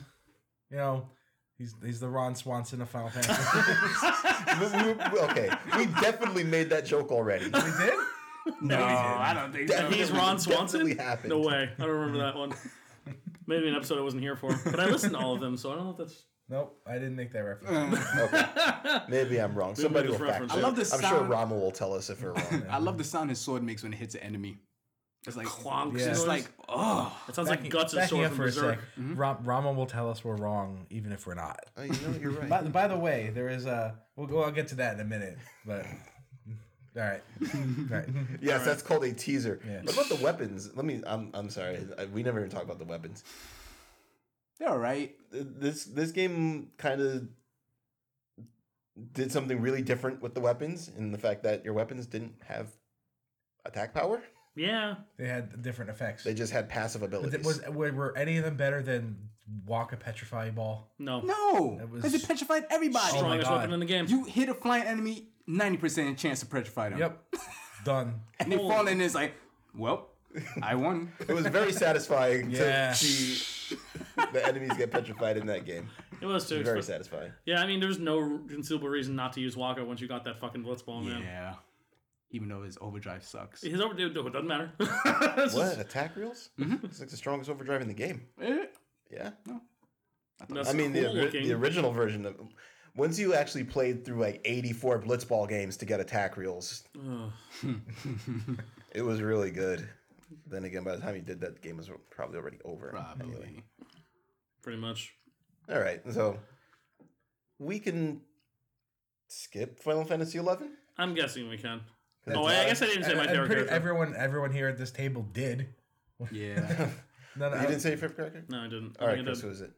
C: You know, he's he's the Ron Swanson of Final Fantasy.
A: We- we- okay, we definitely made that joke already.
C: we did.
B: No, I don't think so.
D: He's
A: Definitely-
D: Ron Swanson?
A: definitely happened.
D: No way. I don't remember that one. Maybe an episode I wasn't here for. But I listened to all of them, so I don't know if that's.
C: Nope, I didn't make that reference.
D: Uh,
A: Maybe I'm wrong. Somebody will
D: just
A: fact
D: reference
A: check.
D: it. I
B: love the
A: I'm sure
B: sound.
A: Rama will tell us if we're wrong.
B: I love the sound his sword makes when it hits an enemy. It's like
D: Clonks.
C: Yeah.
B: It's
D: noise.
B: like oh.
D: It sounds like guts and
C: Backing
D: sword
C: up
D: from
C: for a
D: Berserk. Mm-hmm.
C: sec, Ra- Rama will tell us we're wrong, even if we're not.
A: Oh, you know, you're right.
C: By, by the way, there is a. We'll go. I'll get to that in a minute. But All right. All right.
A: Yes, that's called a teaser.
C: Yeah.
A: What about the weapons? Let me. I'm. I'm sorry. I- We never even talk about the weapons.
B: They're all right.
A: Th- This this game kind of did something really different with the weapons, in the fact that your weapons didn't have attack power.
D: Yeah.
C: They had different effects.
A: They just had passive
C: But
A: abilities.
C: th- was were, were any of them better than walk a petrify ball?
D: No.
B: No,
C: That was-
B: because it petrified everybody.
C: Oh my
D: Strongest weapon
C: God.
D: in the game.
B: You hit a flying enemy, ninety percent chance to petrify them.
C: Yep. Done.
B: and they fall in. It's like, well, I won.
A: it was very satisfying
C: Yeah.
A: to see the enemies get petrified in that game.
D: it was too.
A: Very
D: expen-
A: satisfying.
D: Yeah, I mean, there's no conceivable reason not to use Waka once you got that fucking blitzball, man.
B: yeah, even though his overdrive sucks.
D: His overdue, no, it doesn't matter. It's just-
A: What attack reels? It's like the strongest overdrive in the game.
B: Eh,
A: Yeah.
D: that's
A: I mean, the,
D: cool
A: ori-
D: looking.
A: the original version of. Once you actually played through like 84 Blitzball games to get attack reels,
D: Ugh.
A: it was really good. Then again, by the time you did that, the game was probably already over.
B: Probably.
D: pretty much.
A: All right, so we can skip Final Fantasy 11.
D: I'm guessing we can.
A: That's
D: oh, I,
A: not-
D: guess I didn't say
C: And-
D: my
C: and
D: favorite
C: pretty-
D: character.
C: everyone, everyone here at this table did.
B: Yeah.
C: No, no,
A: You
C: I-
A: didn't say your favorite character?
D: No, I didn't.
A: All
D: I
A: right,
D: think I
A: Chris, who
D: did.
A: is it?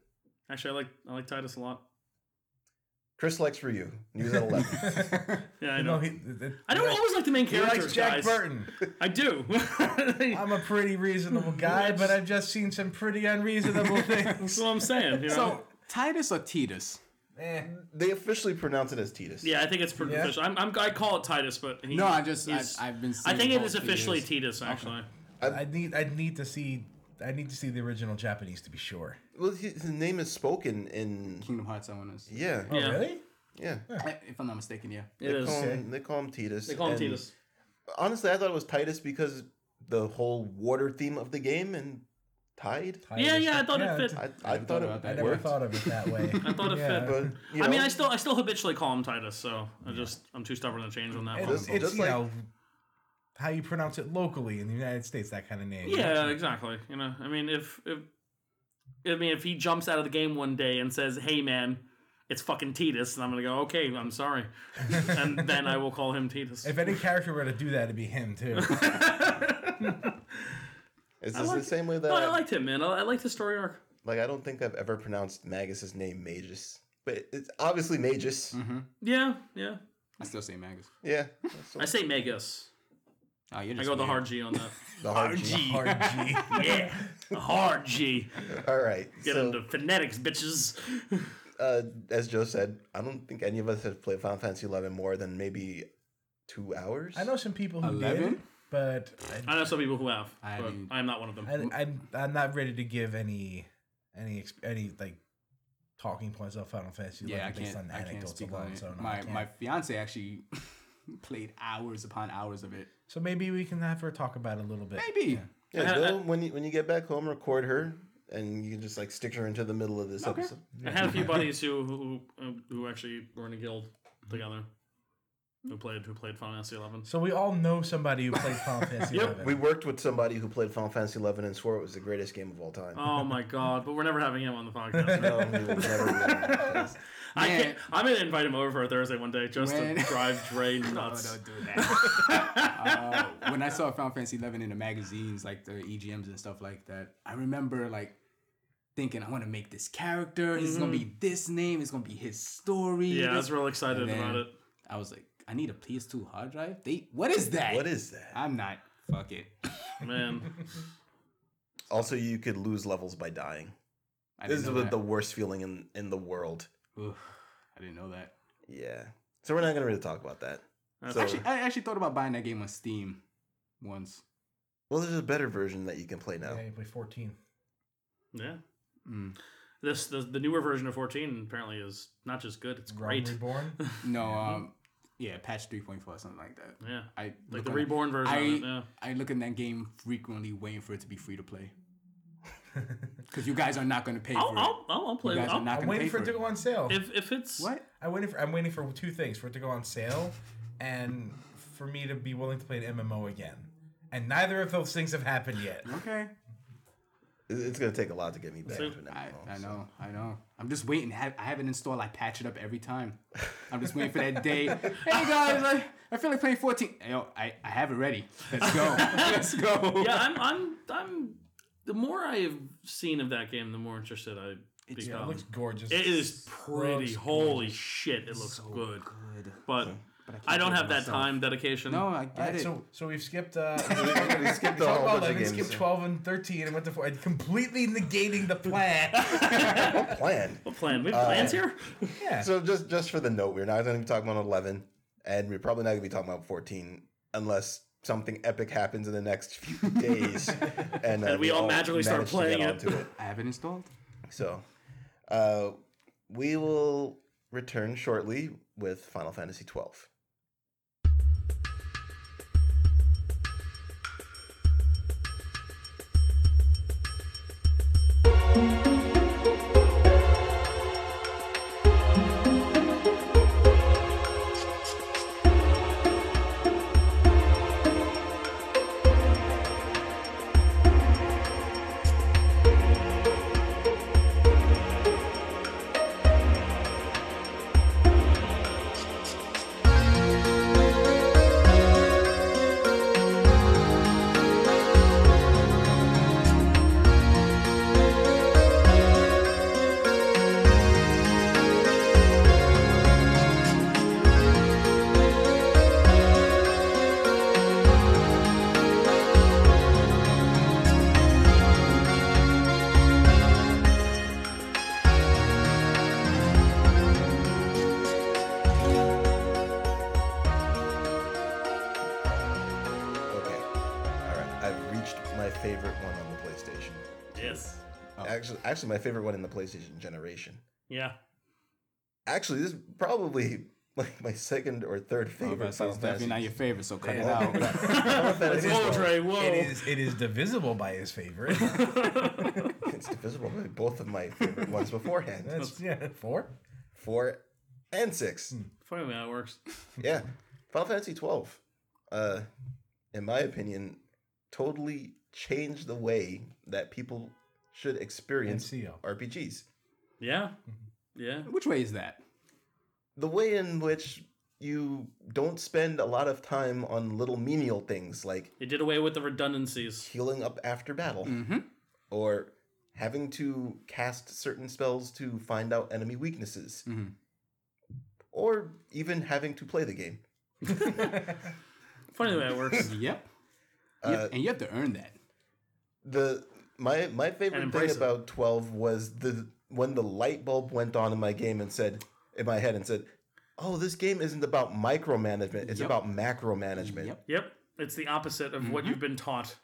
D: Actually, I like I like Titus a lot.
A: Chris likes Ryu. He was at 11.
D: Yeah, I know.
C: no, he, th- th-
D: I don't
C: he
D: always like the main
C: likes- He
D: characters,
C: likes Jack
D: guys.
C: Burton.
D: I do. That's
C: I'm a pretty reasonable guy, but I've just seen some pretty unreasonable things.
D: what I'm saying. You know?
B: so Titus or Titus?
C: Eh.
A: they officially pronounce it as Titus.
D: yeah, I think it's pretty
C: Yeah.
D: official. I'm, I'm, I call it Titus, but he,
B: No, I just I,
D: he's-
B: I've been.
D: I
B: seeing
D: think it
B: both
D: is officially
B: Titus.
D: Titus. Actually,
C: I need, I need to see, I need to see the original Japanese to be sure.
A: Well, his his name is spoken in.
B: Kingdom Hearts. I want to. see.
A: Yeah.
D: Yeah.
C: Oh, Really?
A: Yeah.
B: If I'm not mistaken, yeah.
D: it is.
A: Call him- they call him Titus.
D: They call him
A: and-
D: Titus.
A: honestly, I thought it was Titus because the whole water theme of the game and Tide.
D: Yeah, yeah, I thought it fit.
A: I, I, thought,
B: about
A: it
B: that.
C: I never
A: worked,
C: thought of it that way. I
D: thought it fit.
A: but you know,
D: I mean, I still I still habitually call him Titus, so I just I'm too stubborn to change on that one.
C: It's,
A: Just-
C: it's
A: just
C: you
A: like-
C: know how you pronounce it locally in the United States, that kind of name.
D: Yeah, exactly. You know, I mean, if if I mean, if he jumps out of the game one day and says, "Hey, man, it's fucking Titus," and I'm gonna go, "Okay, I'm sorry," and then I will call him Titus.
C: If any character were to do that, it'd be him too.
A: it's just the
D: liked-
A: same way that
D: No, I
A: I- like,
D: liked him, man. I, I liked his story arc.
A: I don't think I've ever pronounced Magus's name Magus, but it's obviously Magus.
C: Mm-hmm.
D: Yeah, yeah.
B: I still say Magus.
A: Yeah, that's
D: I say Magus.
B: Oh, you're
D: I
B: just
D: go the
B: weird.
D: hard G on that.
A: the hard G.
C: Hard G.
D: yeah, the hard G.
A: All right,
D: Get
A: so
D: into phonetics, bitches.
A: uh, as Joe said, I don't think any of us have played Final Fantasy Eleven more than maybe two hours.
C: I know some people who did,
B: Eleven?
C: but
D: I know some people who have,
B: I
D: but
B: mean-
D: I'm not one of them.
C: I, I, I'm, I'm not ready to give any any exp- any like talking points of Final Fantasy
B: Yeah,
C: 11
B: I
C: based
B: can't.
C: on
B: I can't
C: anecdotes
B: speak on
C: alone.
B: it.
C: So, no, I
B: my
C: can't.
B: my fiance actually played hours upon hours of it.
C: so maybe we can have her talk about it a little bit.
B: Maybe.
A: Yeah,
D: I-
A: Joe, when you when you get back home, record her, and you can just like stick her into the middle of this episode.
D: I had a few buddies who who who- who actually were in a guild together, who played who played Final Fantasy Eleven.
C: So we all know somebody who played Final Fantasy
D: Yep.
C: 11.
A: We worked with somebody who played Final Fantasy Eleven and swore it was the greatest game of all time.
D: Oh my god! But we're never having him on the podcast.
A: No, we will never be on that.
D: I
B: Man.
D: can't, I'm gonna invite him over for a Thursday one day just
B: When-
D: to drive Dre
B: Oh,
D: nuts.
B: don't do that. uh, when I saw Final Fantasy Eleven in the magazines, like the EGMs and stuff like that, I remember like thinking, I want to make this character. He's gonna be
A: Mm-hmm.
B: this name. It's gonna be his story.
D: yeah, I
B: this-
D: was real excited
B: And then
D: about it.
B: I was like, I need a PS2 hard drive. They, what is that?
A: What is that?
B: I'm not. Fuck it.
D: Man,
A: Also, you could lose levels by dying.
B: I
A: This
B: didn't
A: is
B: know
A: the,
B: that.
A: the worst feeling in, in the world.
B: Oof, I didn't know that.
A: Yeah. So we're not gonna really talk about that.
D: That's
A: So-
B: Actually, I actually thought about buying that game on Steam once.
A: Well, there's a better version that you can play now.
C: Yeah, you play 14.
D: yeah.
B: Mm.
A: Mm-hmm.
D: This the, the newer version of 14 apparently is not just good; it's
C: Rome
D: great.
C: Reborn.
B: No, um, yeah, patch 3.4 or something like that.
D: Yeah,
B: I
D: like
B: look
D: the
B: on-
D: reborn version.
B: I-
D: of it, yeah.
B: I look in that game frequently, waiting for it to be free to play. Because you guys are not going to pay
D: I'll,
B: for
D: I'll,
B: it.
D: I'll, I'll play.
B: You guys are
D: I'll,
B: not going
C: I'm
B: to
C: waiting
B: pay
C: for it to go on sale.
D: if if it's
B: What?
C: I waiting for, I'm waiting for two things for it to go on sale, and for me to be willing to play an MMO again. And neither of those things have happened yet.
B: Okay.
A: It- It's gonna take a lot to get me back into an
B: I,
A: MMO.
B: I
A: so-
B: know. I know. I'm just waiting. Have, I have it installed. I patch it up every time. I'm just waiting for that day. Hey guys, I, I feel like playing 14. Yo, I, I have it ready. Let's go. Let's go.
D: Yeah, I'm. I'm. I'm. The more I have seen of that game, the more interested I become.
C: Yeah, it looks gorgeous.
D: It is
C: Looks
D: pretty. Holy shit! It looks good. But
B: can't
D: I don't
B: do it
D: have that
B: myself.
D: time dedication.
B: No, I
C: All
B: get
C: right,
B: it.
C: so so we've skipped. Uh,
A: We skipped a
C: Talk
A: whole
C: about
A: bunch
C: like
A: of
C: we
A: games.
C: skipped 12 and 13 and went to 4 and completely negating the plan.
A: What plan?
D: What plan? We have plans here.
C: yeah.
A: So just just for the note, we're not going to be talking about eleven, and we're probably not going to be talking about fourteen unless something epic happens in the next few days, and, uh,
D: And we all magically start
A: manage to get
D: playing it.
A: onto
B: I have it installed.
A: So, uh, we will return shortly with Final Fantasy twelve. Okay, all right. I've reached my favorite one on the PlayStation.
D: Yes.
B: Oh.
A: Actually, actually, my favorite one in the PlayStation generation.
D: Yeah.
A: Actually, this is probably like my second or third
B: Oh,
A: favorite
B: but
A: Final
B: so it's definitely
A: Fantasy. Oh,
B: not your favorite, so cut
A: Yeah.
B: it out.
A: Final Fantasy
D: Whoa,
A: 12.
D: Trey. Whoa.
C: It is it is divisible by his favorite.
A: It's divisible by both of my favorite ones beforehand.
C: That's yeah, four.
A: Four and six.
D: Funny how it works.
A: Yeah. Final Fantasy twelve. Uh in my opinion, totally changed the way that people should experience
C: NCO.
A: RPGs.
D: Yeah. Yeah.
B: Which way is that?
A: The way in which you don't spend a lot of time on little menial things like
D: It did away with the redundancies.
A: healing up after battle
B: Mm-hmm.
A: or having to cast certain spells to find out enemy weaknesses
B: Mm-hmm.
A: or even having to play the game
D: Funny the way it works.
B: Yep. Yep, and you have to earn that.
A: the my my favorite thing
D: embrace it.
A: about 12 was the when the light bulb went on in my game and said in my head and said oh this game isn't about micromanagement it's
B: Yep.
A: about macro management
B: Yep.
D: Yep. It's the opposite of what you've been taught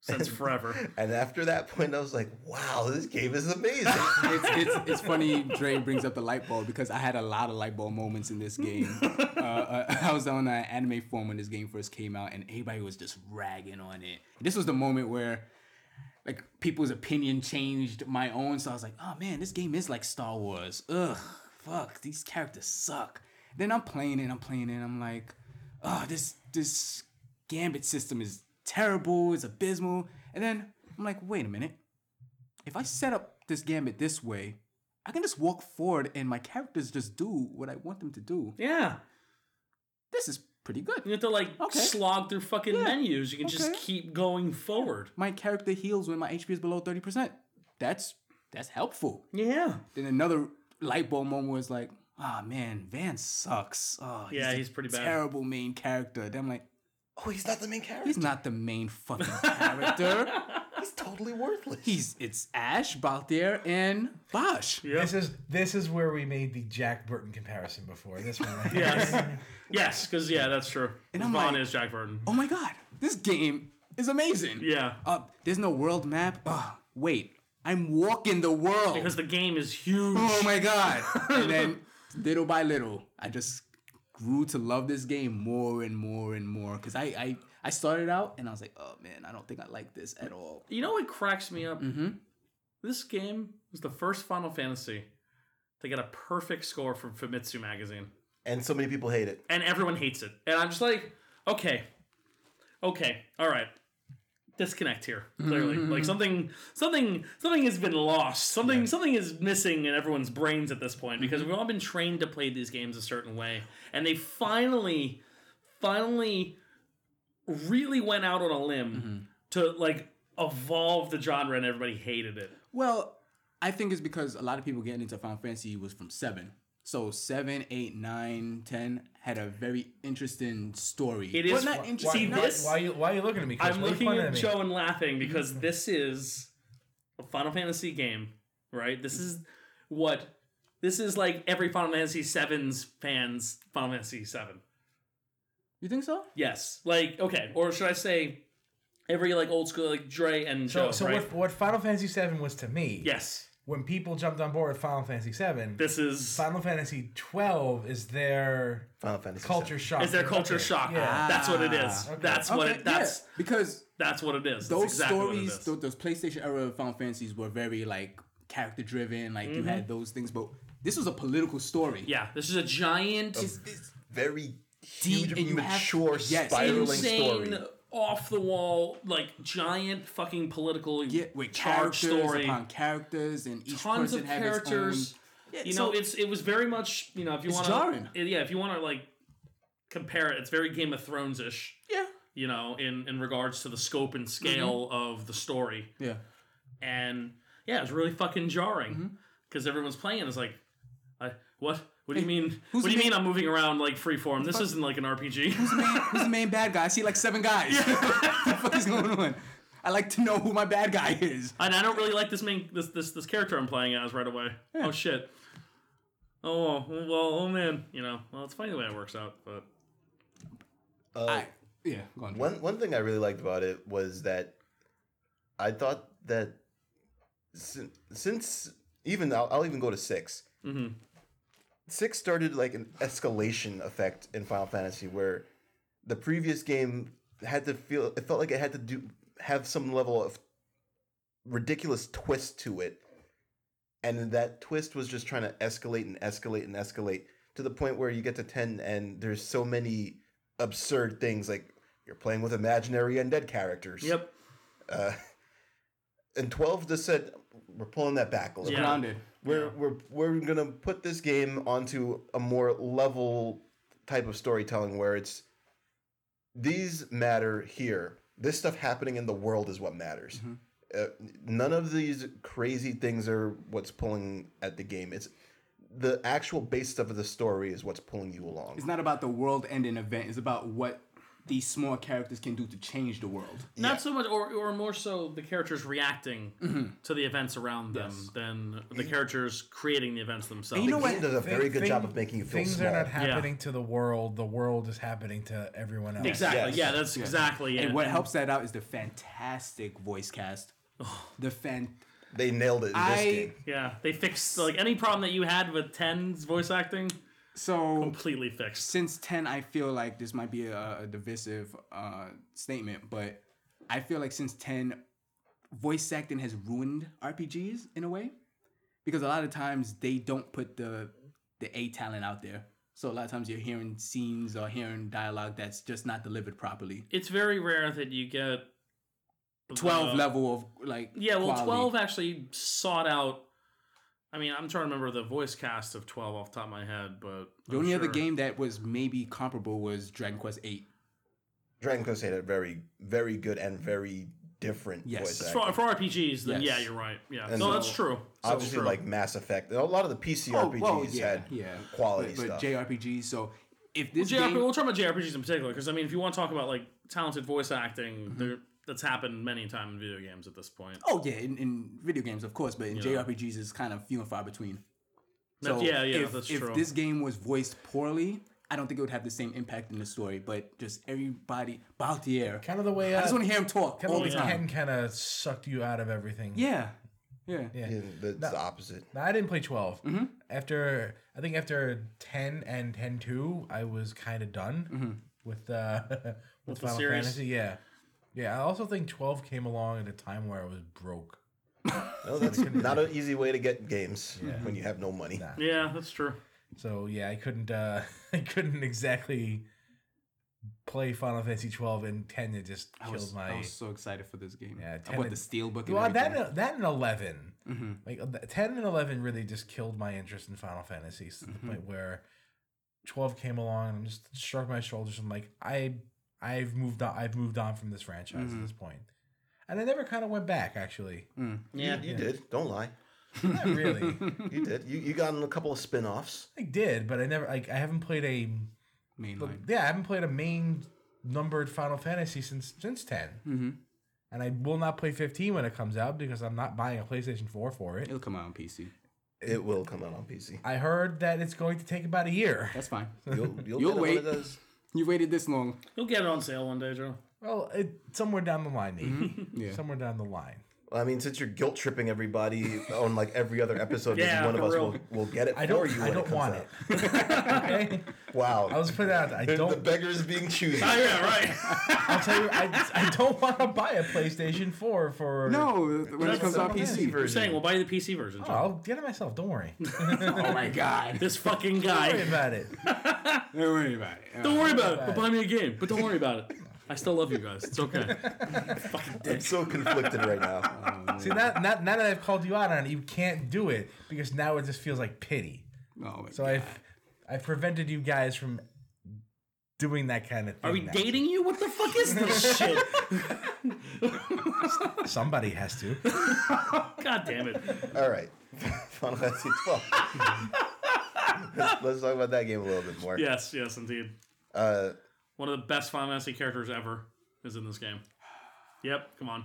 D: since forever.
A: and after that point i was like wow this game is amazing Oh,
B: It's, it's, it's funny Dre brings up the light bulb because I had a lot of light bulb moments in this game. Uh, uh, I was on an anime forum when this game first came out, and everybody was just ragging on it. This was the moment where like people's opinion changed my own, so I was like, oh man, this game is like Star Wars. Ugh, fuck, these characters suck. Then I'm playing it, I'm playing it, and I'm like, oh, this this gambit system is terrible, it's abysmal. And then I'm like, wait a minute if I set up this gambit this way, I can just walk forward and my characters just do what I want them to do.
D: Yeah.
B: This is pretty
D: You
B: good.
D: have to like
B: Okay.
D: slog through fucking menus. You can just
B: Okay.
D: keep going forward.
B: My character heals when my HP is below 30%. That's that's helpful.
D: Yeah.
B: Then another light bulb moment was like, ah man, Van sucks. Oh,
D: Yeah,
B: a
D: he's pretty bad.
B: Terrible main character. Then I'm like,
A: oh he's not the main character
B: he's not the main fucking character.
A: he's totally worthless
B: He's it's Ash, Balthier, and Bosch.
D: Yep.
C: This is this is where we made the Jack Burton comparison before. This one. right here.
D: Yes. yes, because yeah, that's true.
B: I'm
D: Vaughn
B: like-
D: is Jack Burton.
B: Oh my god, this game is amazing.
D: Yeah.
B: Uh, there's no world map. Ugh, wait, I'm walking the world.
D: Because the game is huge.
B: oh my god! and then little by little, I just grew to love this game more and more and more. Cause I I, I started out and I was like, oh man, I don't think I like this at all.
D: You know what cracks me up? Mm-hmm. This game was the first Final Fantasy to get a perfect score from Famitsu magazine,
A: and so many people hate it
D: and everyone hates it. And I'm just like, okay, okay, all right. disconnect here clearly like something something something has been lost something something is missing in everyone's brains at this point because we've all been trained to play these games a certain way and they finally finally really went out on a limb to like evolve the genre and everybody hated it
B: Well, I think it's because a lot of people getting into Final Fantasy was from seven. So seven, eight, nine, ten had a very interesting story.
D: It is
B: Well,
D: why-
B: not
D: See,
B: interesting.
C: why,
B: not-
D: this-
C: Why, why, you- why are you looking at me? Chris?
D: I'm
C: What are you
D: looking
C: pointing
D: at
C: me?
D: Joe and laughing
C: Mm.
D: because this is a Final Fantasy game, right? This is what this is like every Final Fantasy VII's fans Final Fantasy VII.
B: you think so?
D: Yes, like okay, or should I say every like old school like Dre and
C: So,
D: Joe,
C: so
D: right?
C: what, what Final Fantasy VII was to me,
D: yes,
C: when people jumped on board with Final Fantasy VII,
D: this is
C: Final Fantasy XII is their
A: Final Fantasy.
C: culture shock.
D: is their culture
C: Okay.
D: shock.
C: Yeah. Ah,
D: That's what it is. That's what
B: yeah,
D: it, that's
B: because
D: that's what it is.
B: those
D: that's exactly
B: stories,
D: what it is.
B: tho- those PlayStation era Final Fantasies were very like character driven. Like you had those things, but this was a political story.
D: Mm-hmm. yeah, this is a giant
A: Very
B: Deep
A: huge,
B: and you have-
A: mature,
B: yes.
A: spiraling
D: insane,
A: story.
D: off the wall, like giant fucking political
B: Yeah, with
D: charge
B: characters
D: story.
B: upon characters, and each
D: Tons
B: person
D: of
B: had its own-
D: characters.
B: Yeah,
D: You
B: so-
D: know, it's it was very much you know if you want
B: jarring.
D: to yeah if you want to like compare it, it's very Game of Thrones ish.
B: yeah,
D: You know, in in regards to the scope and scale
B: Mm-hmm.
D: of the story,
B: yeah.
D: and yeah, it's really fucking
B: Mm-hmm.
D: jarring because everyone's playing is like, I, what? What do you mean?
B: who's
D: What do you
B: the
D: mean?
B: main-
D: I'm moving around like freeform. This isn't like an RPG.
B: Who's the main bad guy? I see like seven guys. what the fuck is going on? I like to know who my bad guy is.
D: And I don't really like this main this this this character I'm playing as right away. Oh shit. Oh well, oh man, you know. Well, it's funny the way it works out, but
A: Uh,
B: I, yeah, go on.
A: One one thing I really liked about it was that I thought that since, since even I'll, I'll even go to 6 Six started like an escalation effect in Final Fantasy where the previous game had to feel it felt like it had to do have some level of ridiculous twist to it, and that twist was just trying to escalate and escalate and escalate to the point where you get to ten and there's so many absurd things like you're playing with imaginary undead characters.
D: yep.
A: And 12 just said, we're pulling that back a little.
D: Yeah.
B: Grounded.
A: We're, we're, we're going to put this game onto a more level type of storytelling where it's these matter here. This stuff happening in the world is what matters.
B: Mm-hmm.
A: Uh, none of these crazy things are what's pulling at the game. It's the actual base stuff of the story is what's pulling you along.
B: It's not about the world ending event. It's about what these small characters can do to change the world.
D: Not so much, or or more so, the characters reacting
B: Mm-hmm.
D: to the events around them than the characters creating the events themselves.
B: you know
A: the
B: what?
A: game does a
C: Thing-
A: very good
C: thing-
A: job of making you feel
C: Things
A: small.
C: are not happening to the world. The world is happening to everyone else.
D: Exactly.
A: Yes.
D: Yeah, that's exactly it.
B: And what helps that out is the fantastic voice cast. The fan.
A: they nailed it in this
B: I-
A: game.
D: Yeah, they fixed like any problem that you had with 10's voice acting,
B: So
D: completely fixed.
B: since 10 i feel like this might be a, a divisive uh, statement but i feel like since 10 voice acting has ruined rpgs in a way because a lot of times they don't put the the a talent out there so a lot of times you're hearing scenes or hearing dialogue that's just not delivered properly
D: It's very rare that you get
B: 12
D: uh,
B: level of like
D: Yeah, well,
B: quality.
D: twelve actually sought out. I mean, I'm trying to remember the voice cast of twelve off the top of my head, but
B: the only other game that was maybe comparable was dragon quest 8
A: Dragon Quest had a very, very good and very different
B: Yes.
A: voice
B: That's
A: acting.
D: for, for RPGs. Then
B: Yes.
D: yeah, you're right. Yeah,
A: And
D: no,
A: so-
D: that's true. That's
A: Obviously,
D: true.
A: like Mass Effect, a lot of the PC RPGs
B: Oh, well,
A: had quality
B: but, but
A: stuff.
B: jrpgs so if this
D: JRP,
B: game,
D: we'll talk about JRPGs in particular because I mean, if you want to talk about like talented voice acting,
B: Mm-hmm.
D: there, that's happened many times in video games at this point.
B: Oh yeah, in, in video games, of course, but in JRPGs, it's kind of few and far between.
D: That- yeah, yeah,
B: if,
D: that's
B: if
D: true.
B: this game was voiced poorly, I don't think it would have the same impact in the story. But just everybody, Baltier,
C: Kind of the way. Uh,
B: I just want to hear him talk
C: kind
B: all
C: of
B: the
C: the way
B: time.
C: Ken kind of sucked you out of everything.
B: Yeah, yeah,
C: Yeah.
A: Yeah, that's the opposite.
C: No, I didn't play 12.
B: Mm-hmm.
C: After I think after 10 and 10 2, I was kind of done
B: Mm-hmm.
C: with uh with, Final
D: series?
C: Fantasy. Yeah. Yeah, I also think 12 came along at a time where I was broke.
A: No, that's not an easy way to get games when you have no money.
D: Yeah, that's true.
C: So, yeah, I couldn't uh I couldn't exactly play Final Fantasy 12 and 10 it just
B: I
C: killed
B: was,
C: my
B: I was so excited for this game. I
C: Yeah,
B: bought the
C: Tenet-
B: steel book. And
C: Well,
B: everything.
C: that uh, that and 11
B: Mhm.
C: like uh, th- 10 and 11 really just killed my interest in final fantasies to the point where 12 came along and i'm just shrugged my shoulders i'm like i i've moved on i've moved on from this franchise at this point and i never kind of went back actually
D: Yeah.
A: You did. Don't lie.
C: not really
A: You did. You you got in a couple of spin-offs.
C: i did but i never like i haven't played a
B: Mainline.
C: yeah i haven't played a main numbered final fantasy since since 10
B: Mhm.
C: and i will not play 15 when it comes out because i'm not buying a playstation 4 for it
B: It'll come out on PC.
A: It will come out on PC.
C: i heard that it's going to take about a year
B: That's fine.
A: You'll you'll,
B: You'll
A: get wait.
B: wait.
A: one of those.
B: You waited this long.
D: You'll get it on sale one day, Joe.
C: Well, it, somewhere down the line, maybe.
B: Yeah.
C: Somewhere down the line.
A: I mean, since you're guilt tripping everybody on like every other episode, maybe
D: Yeah,
A: one of
D: for
A: us
D: real.
A: will, will get it
C: I don't.
A: for you.
C: I
A: when
C: don't
A: comes
C: want
A: out.
C: it. okay.
A: Wow.
C: I was putting out. I
A: the
C: don't.
A: beggars being choosy.
D: Oh, yeah, right.
C: I'll tell you. I, I don't want to buy a PlayStation Four for.
B: No, when it
D: That's
B: comes out on
C: the
B: PC.
D: You're saying we'll buy the PC version,
C: Oh,
D: Joe.
C: I'll get it myself. Don't worry. Don't
B: Oh my god.
D: This fucking
C: worry
D: guy.
C: about it.
B: Don't worry about it.
D: Don't worry about it. But buy me a game. But don't worry about it. I still love you guys. It's okay.
A: I'm so conflicted right now.
C: See, now, now, now that I've called you out on it, you can't do it because now it just feels like pity.
B: Oh my
C: So
B: god.
C: I've I've prevented you guys from doing that kind of thing.
D: Are we
C: now.
D: dating you? What the fuck is this shit?
C: Somebody has to.
D: God damn it.
A: All right, Final Fantasy 12. let's, let's talk about that game a little bit more.
D: Yes, yes, indeed.
A: Uh,
D: One of the best Final Fantasy characters ever is in this game. Yep, come on.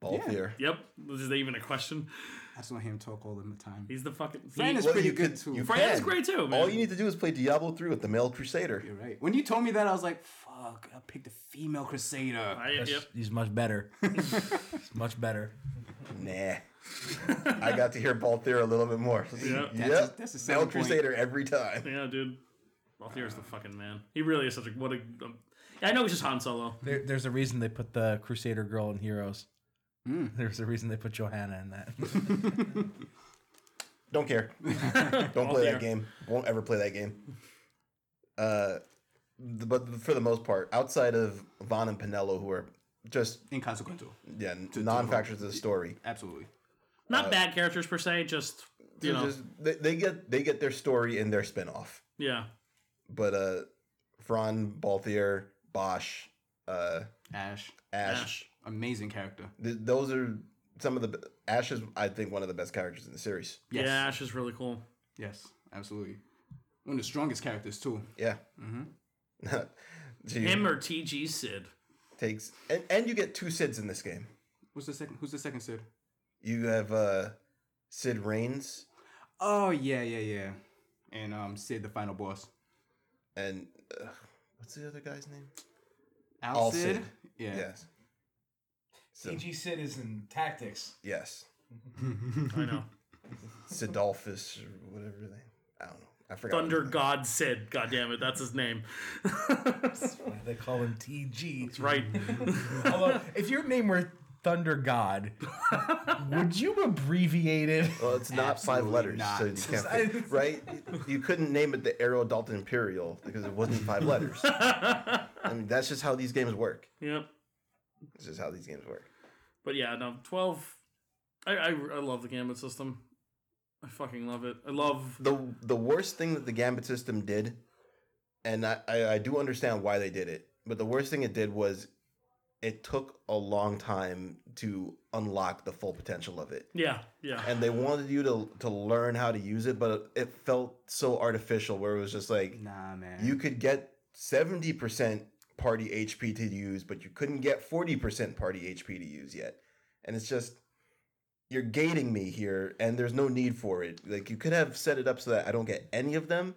A: Ball Fear.
D: Yep. Is that even a question?
B: I just want him to talk all the time.
D: He's the fucking.
B: Fran
D: he-
B: is
A: Well,
B: pretty
A: you
B: good
A: could-
B: too.
A: you
D: Fran is
A: can.
D: great too, man.
A: All you need to do is play Diablo 3 with the male Crusader.
B: You're right. When you told me that, I was like, "Fuck!" I picked a female crusader.
D: I, yep.
C: He's much better. He's much better.
A: Nah. I got to hear Ball Fear a little bit more.
D: Yeah.
A: Yep.
B: That's a, that's a
A: Male
B: selling point.
A: Crusader every time.
D: Yeah, dude. Balthier's the fucking man. He really is such a what a. Um, I know he's just Han Solo.
C: There, there's a reason they put the Crusader girl in Heroes.
D: Hmm.
C: There's a reason they put Johanna in that.
A: Don't care. Don't play
D: Fear.
A: that game. Won't ever play that game. Uh, th- but for the most part, outside of Von and Pinello, who are just
B: Inconsequential.
A: yeah non factors of the story,
B: Absolutely.
D: Not bad characters per se, just you
A: Uh, they're
D: know,
A: just, they, they get they get their story in their spinoff.
D: yeah,
A: But uh, Fran, Balthier, Bosch, uh,
B: Ash,
A: Ash,
D: Ash.
B: amazing character.
A: th- those are some of the b- Ash is I think one of the best characters in the series.
B: Yes.
D: yeah. Ash is really cool.
B: Yes. Absolutely. One of the strongest characters too.
A: Yeah. so you
D: Mm-hmm. Him or TG Sid.
A: takes and, and you get two Sids in this game.
B: What's the second? Who's the second Sid?
A: You have uh Sid Reigns
B: Oh yeah, yeah, yeah. And um, Sid, the final boss.
A: and uh, what's the other guy's name?
B: Al,
A: Al
B: Sid.
A: Sid.
B: Yeah.
A: Yes. So,
C: Citizen Tactics.
A: yes.
D: I know.
A: Sidolphus or whatever they I don't know. I forgot.
D: Thunder God Sid. God damn it, that's his name.
C: They call him TG.
D: right.
C: Although, if your name were Thunder God, would you abbreviate it?
A: Well, it's not
B: Absolutely
A: five letters,
B: not.
A: so you can't fit, right? You couldn't name it the Aero Dalton Imperial because it wasn't five letters. I mean, that's just how these games work.
D: Yep.
A: This is how these games work.
D: But yeah, no, twelve. I, I I love the gambit system. I fucking love it. I love.
A: the the worst thing that the gambit system did, and I, I, I do understand why they did it, but the worst thing it did was it took a long time to unlock the full potential of it.
D: Yeah, yeah.
A: And they wanted you to to learn how to use it, but it felt so artificial where it was just like
B: Nah, man.
A: you could get 70% party HP to use, but you couldn't get 40% party HP to use yet. And it's just you're gating me here and there's no need for it. Like you could have set it up so that I don't get any of them,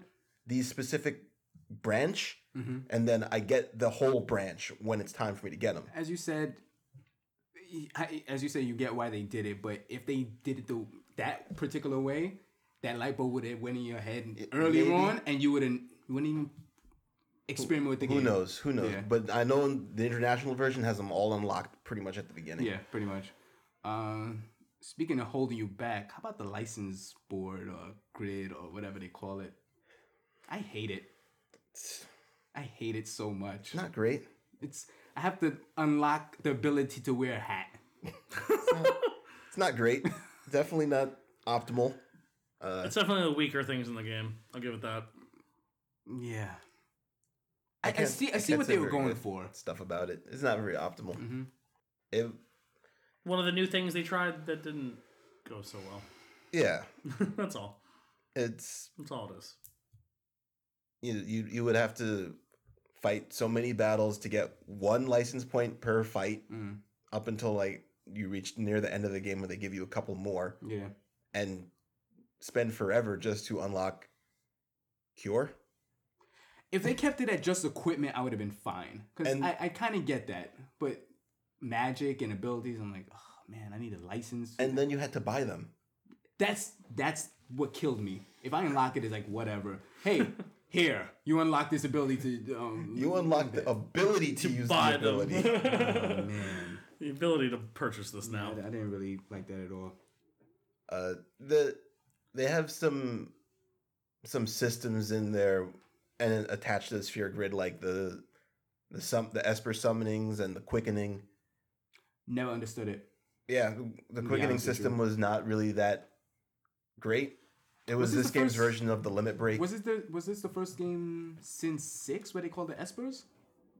A: the specific branch,
B: Mhm.
A: and then I get the whole branch when it's time for me to get them.
B: as you said, I- as you said, you get why they did it. But if they did it the that particular way, that light bulb would have went in your head earlier
A: maybe.
B: on, and you wouldn't you wouldn't even experiment with the
A: Who
B: game.
A: knows? Who knows?
B: Yeah.
A: But I know the international version has them all unlocked pretty much at the beginning.
B: Yeah, pretty much. Um, speaking of holding you back, how about the license board or grid or whatever they call it? I hate it. I I hate it so much.
A: Not great.
B: It's I have to unlock the ability to wear a hat.
A: It's not great. Definitely not optimal. uh,
D: It's definitely the weaker things in the game. I'll give it that.
B: Yeah. I, I,
A: can't-
B: see. I, see
A: can't
B: what
A: say
B: they were
A: very
B: going
A: good
B: for.
A: Stuff about it. It's not very optimal. It,
D: One of the new things they tried that didn't go so well.
A: yeah.
D: That's all.
A: It's
D: That's all it is.
A: you, you you would have to fight so many battles to get one license point per fight
B: Mm,
A: up until like you reach near the end of the game where they give you a couple more
B: yeah.
A: and spend forever just to unlock cure.
B: If they kept it at just equipment, I would have been fine. Because
A: And-
B: I, I kind of get that. But magic and abilities, I'm like, oh man, I need a license.
A: And then you had to buy them.
B: that's that's what killed me. If I unlock it, it's like whatever. Hey, here you unlock this ability to. Um,
A: You unlock the ability to, use
D: Buy
A: the ability.
D: them.
B: Oh, man,
D: the ability to purchase this now.
B: I, I didn't really like that at all.
A: uh the they have some some systems in there and attached to the sphere grid like the the sum the esper summonings and the quickening
B: Never understood it.
A: yeah the
B: Yeah,
A: quickening
B: that's
A: system was not really that great it was,
B: Was this
A: this
B: the
A: game's
B: first-
A: version of the limit break
B: Was this the was this the first game since six where they called the Espers?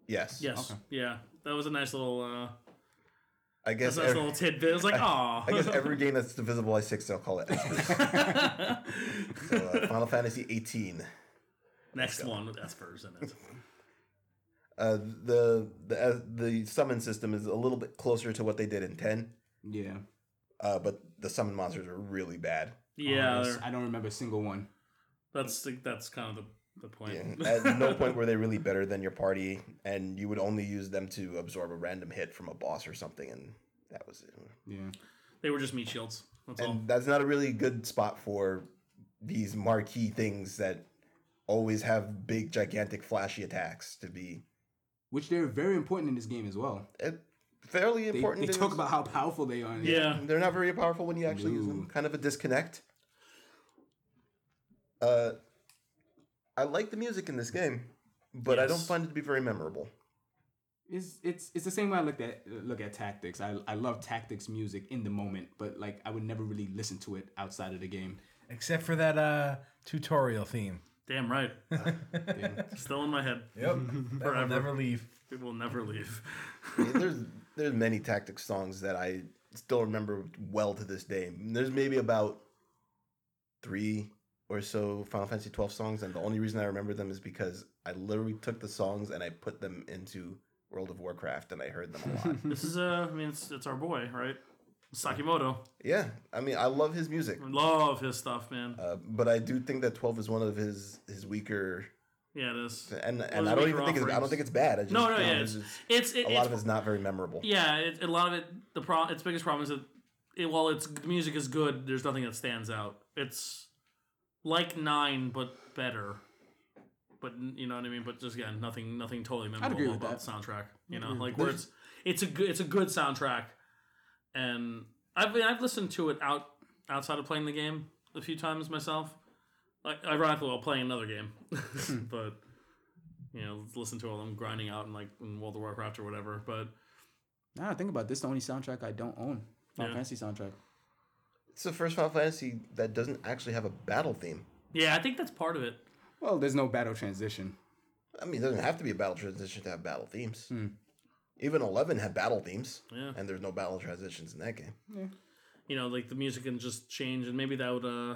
A: yes
D: Yes.
B: Okay.
D: Yeah. That was a nice little uh
A: i
D: that's
A: guess
D: a nice
A: every,
D: little tidbit. It was like, aw.
A: i guess every game that's divisible by six they'll call it Esper. so, uh, final fantasy 18
D: Next one with Espers in it.
A: Oh, uh the the uh, the summon system is a little bit closer to what they did in 10
B: Yeah.
A: uh, but the summon monsters are really bad.
D: Yeah.
B: Honest,
D: they're-
B: Oh, I don't remember a single one.
D: That's the- that's kind of the, the point.
B: Mm.
A: And At no point were they really better than your party, and you would only use them to absorb a random hit from a boss or something, and that was it.
B: Yeah.
D: They were just meat shields. That's all.
B: Oh.
A: And that's not a really good spot for these marquee things that always have big, gigantic, flashy attacks to be
B: Which they're very important in this game as well.
A: eh, fairly
B: They,
A: important.
B: they
A: things.
B: talk about how powerful they are.
D: Yeah.
A: They're not very powerful when you actually use them.
B: No.
A: Kind of a disconnect. Uh, I like the music in this game, but I don't
D: Yes.
A: find it to be very memorable.
B: It's it's it's the same way I looked at look at tactics. I I love tactics music in the moment, but like I would never really listen to it outside of the game.
C: Except for that uh tutorial theme.
D: Damn right. Still in my head.
C: Yep. That'll never leave.
D: It will never leave.
A: Yeah, there's there's many tactics songs that I still remember well to this day. There's maybe about three or so Final Fantasy twelve songs, and the only reason I remember them is because I literally took the songs and I put them into World of Warcraft and I heard them a lot.
D: This is uh I mean it's it's our boy, right? Sakimoto.
A: yeah, I mean I love his music,
D: Love his stuff, man.
A: uh, but I do think that twelve is one of his his weaker,
D: Yeah, it is.
A: and
D: of
A: and I
D: the
A: don't
D: weaker
A: even think it's, I don't
D: offerings.
A: think it's bad. I just,
D: No, no,
A: um,
D: yeah.
A: it's
D: It's
A: just-
D: it's it,
A: a lot of it's not very memorable.
D: Yeah, it, a lot of it. The pro, its biggest problem is that it, while its the music is good, there's nothing that stands out. It's like nine, but better. But you know what I mean. But just again, nothing, nothing totally memorable
B: agree with that.
D: about the soundtrack. You know, like where it's it's a good it's a good soundtrack, and I've I've listened to it out outside of playing the game a few times myself. Like ironically, while playing another game, but you know, listen to all them grinding out in like in World of Warcraft or whatever. But
B: Now I think about this, the only soundtrack I don't own, Final
D: Yeah.
B: Fantasy soundtrack.
A: It's the first Final Fantasy that doesn't actually have a battle theme.
D: Yeah, I think that's part of it.
B: Well, there's no battle transition.
A: I mean, it doesn't have to be a battle transition to have battle themes. Even Eleven had battle themes,
D: Yeah.
A: and there's no battle transitions in that game.
D: You know, like the music can just change, and maybe that would uh,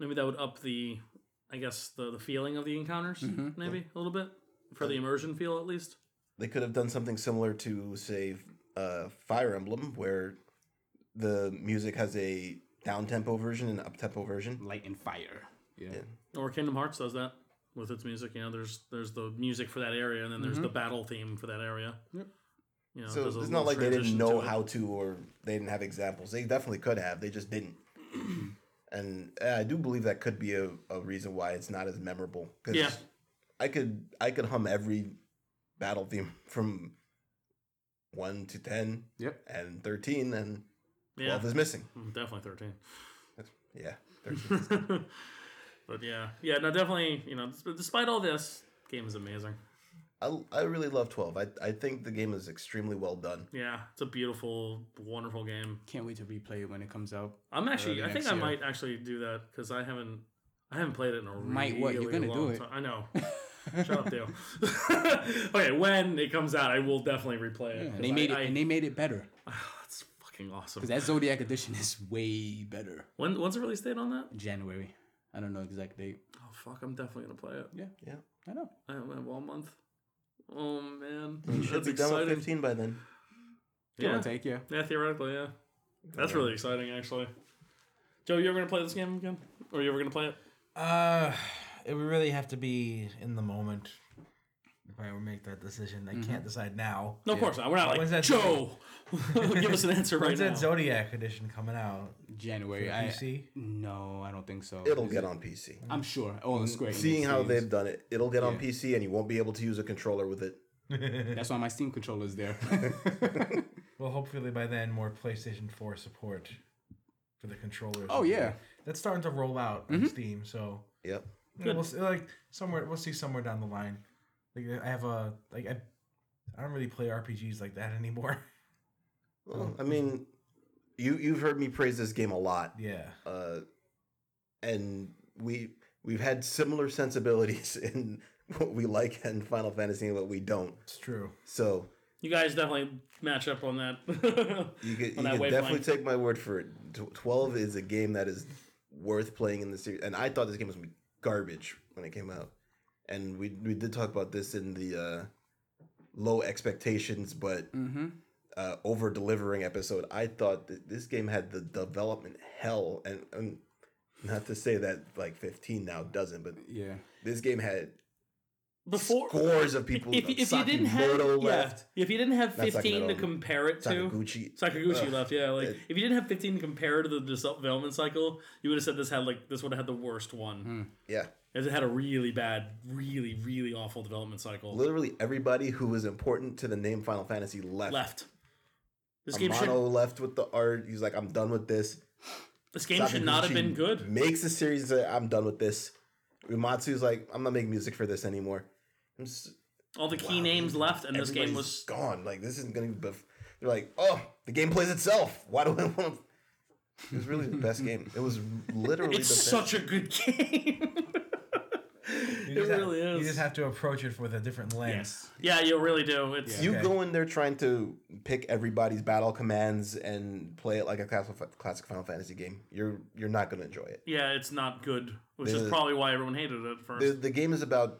D: maybe that would up the, I guess the the feeling of the encounters,
A: Mm-hmm.
D: maybe a little bit for the immersion feel at least.
A: They could have done something similar to, say, uh, Fire Emblem, where the music has a down tempo version and up tempo version.
B: Light and fire. Yeah.
D: Or Kingdom Hearts does that with its music. You know, there's there's the music for that area, and then there's the battle theme for that area.
B: Yep.
D: You know,
A: Mm-hmm. So
D: there's a
A: it's
D: little
A: not like they didn't
D: transition to
A: know
D: it.
A: how to, or they didn't have examples. They definitely could have. They just didn't. and uh, I do believe that could be a, a reason why it's not as memorable. 'cause
D: Yeah.
A: I could I could hum every battle theme from one to ten
B: Yep.
A: and thirteen and
D: Yeah,
A: twelve is missing.
D: Mm, definitely thirteen.
A: Yeah, 13 is-
D: but yeah, yeah, no, definitely. You know, des- despite all this, Game is amazing.
A: I, I really love 12. I, I think the game is extremely well done.
D: Yeah, it's a beautiful, wonderful game.
B: Can't wait to replay it when it comes out.
D: I'm actually.
B: Early
D: I think
B: next
D: I
B: year.
D: might actually do that because I haven't. I haven't played it in a
B: Might
D: really
B: what? You're gonna do
D: long
B: it.
D: time. I know. Shut up, Dale. okay, when it comes out, I will definitely replay it.
B: And
D: 'cause
B: they made
D: I,
B: it, and they made it better
D: that's fucking awesome.
B: because that Zodiac edition is way better.
D: When when's the release date on that?
B: January. I don't know exact date.
D: Oh fuck! I'm definitely gonna play it.
B: I know.
D: I have well, a month. Oh man,
A: You should
D: that's
A: be done with
D: exciting.
A: 15 by then.
B: Give
D: Yeah.
B: or take, yeah.
D: Yeah, theoretically, yeah. That's really exciting, actually. Joe, you ever gonna play this game again? Or you ever gonna play it?
C: Uh, it would really have to be in the moment if I would make that decision. I
D: Mm-hmm.
C: can't decide now.
D: No, of course not. We're not like
C: When's that-
D: Joe. give us an answer right
C: When's
D: now.
C: that Zodiac edition coming out?
B: January. I,
C: PC?
B: no, I don't think so.
A: It'll
B: Oh, Is
A: get
B: it-
A: on PC.
B: I'm sure. Oh, it's great.
A: Seeing how
B: It's-
A: they've done it, it'll get on
B: Yeah.
A: PC and you won't be able to use a controller with it.
B: That's why my Steam controller's there.
C: Well, hopefully by then more PlayStation 4 support for the controllers.
B: oh yeah. Mm-hmm.
C: that's starting to roll out on Steam. So
A: Yep.
C: you know, we'll see, like somewhere we'll see somewhere down the line. Like I have a like I, I don't really play RPGs like that anymore.
A: Well, I mean, you you've heard me praise this game a lot,
C: yeah,
A: uh, and we we've had similar sensibilities in what we like in Final Fantasy and what we don't.
C: it's true.
A: So
D: You guys definitely match up on that.
A: you could you
D: On that
A: could
D: wavelength.
A: definitely take my word for it. Tw- Twelve is a game that is worth playing in the series, and I thought this game was gonna be garbage when it came out, and we we did talk about this in the uh, low expectations, but.
B: Mm-hmm.
A: uh, over delivering episode, I thought that this game had the development hell, and, and not to say that like 15 now doesn't, but
B: Yeah.
A: this game had
D: Before
A: scores of people.
D: if, if you
A: Saki
D: didn't have
A: Murdo
D: yeah,
A: left,
D: if you didn't have
A: Not
D: 15 to
A: Sakamoto.
D: compare it to
A: Sakaguchi,
D: Sakaguchi
A: Ugh.
D: left, yeah. Like
A: It-
D: if you didn't have 15 to compare to the development cycle, you would have said this had like this would have had the worst one.
A: yeah,
D: As it had a really bad, really, really awful development cycle.
A: literally everybody who was important to the name Final Fantasy left.
D: left. This game
A: Amano
D: should
A: left with the art. He's like, I'm done with this.
D: this game should not have
A: Sakaguchi
D: been good.
A: Makes the series. uh, I'm done with this. Umatsu's like, I'm not making music for this anymore. I'm s-
D: All the key names left, and this game
A: Everybody's
D: was
A: gone. Like this isn't gonna be. Bef- They're like, oh, the game plays itself. Why do I want? to... It was really the best game. It was literally
D: it's
A: the
D: such a good game.
C: You
D: It
C: just have-
D: really
C: You
D: is.
C: just have to approach it with a different lens.
D: yes. Yeah, you really do. It's
A: best. You
C: okay.
A: go in there trying to pick everybody's battle commands and play it like a classic, classic Final Fantasy game. You're you're not gonna enjoy it.
D: yeah, it's not good, which is
A: The-
D: probably why everyone hated it at first.
A: The, the game is about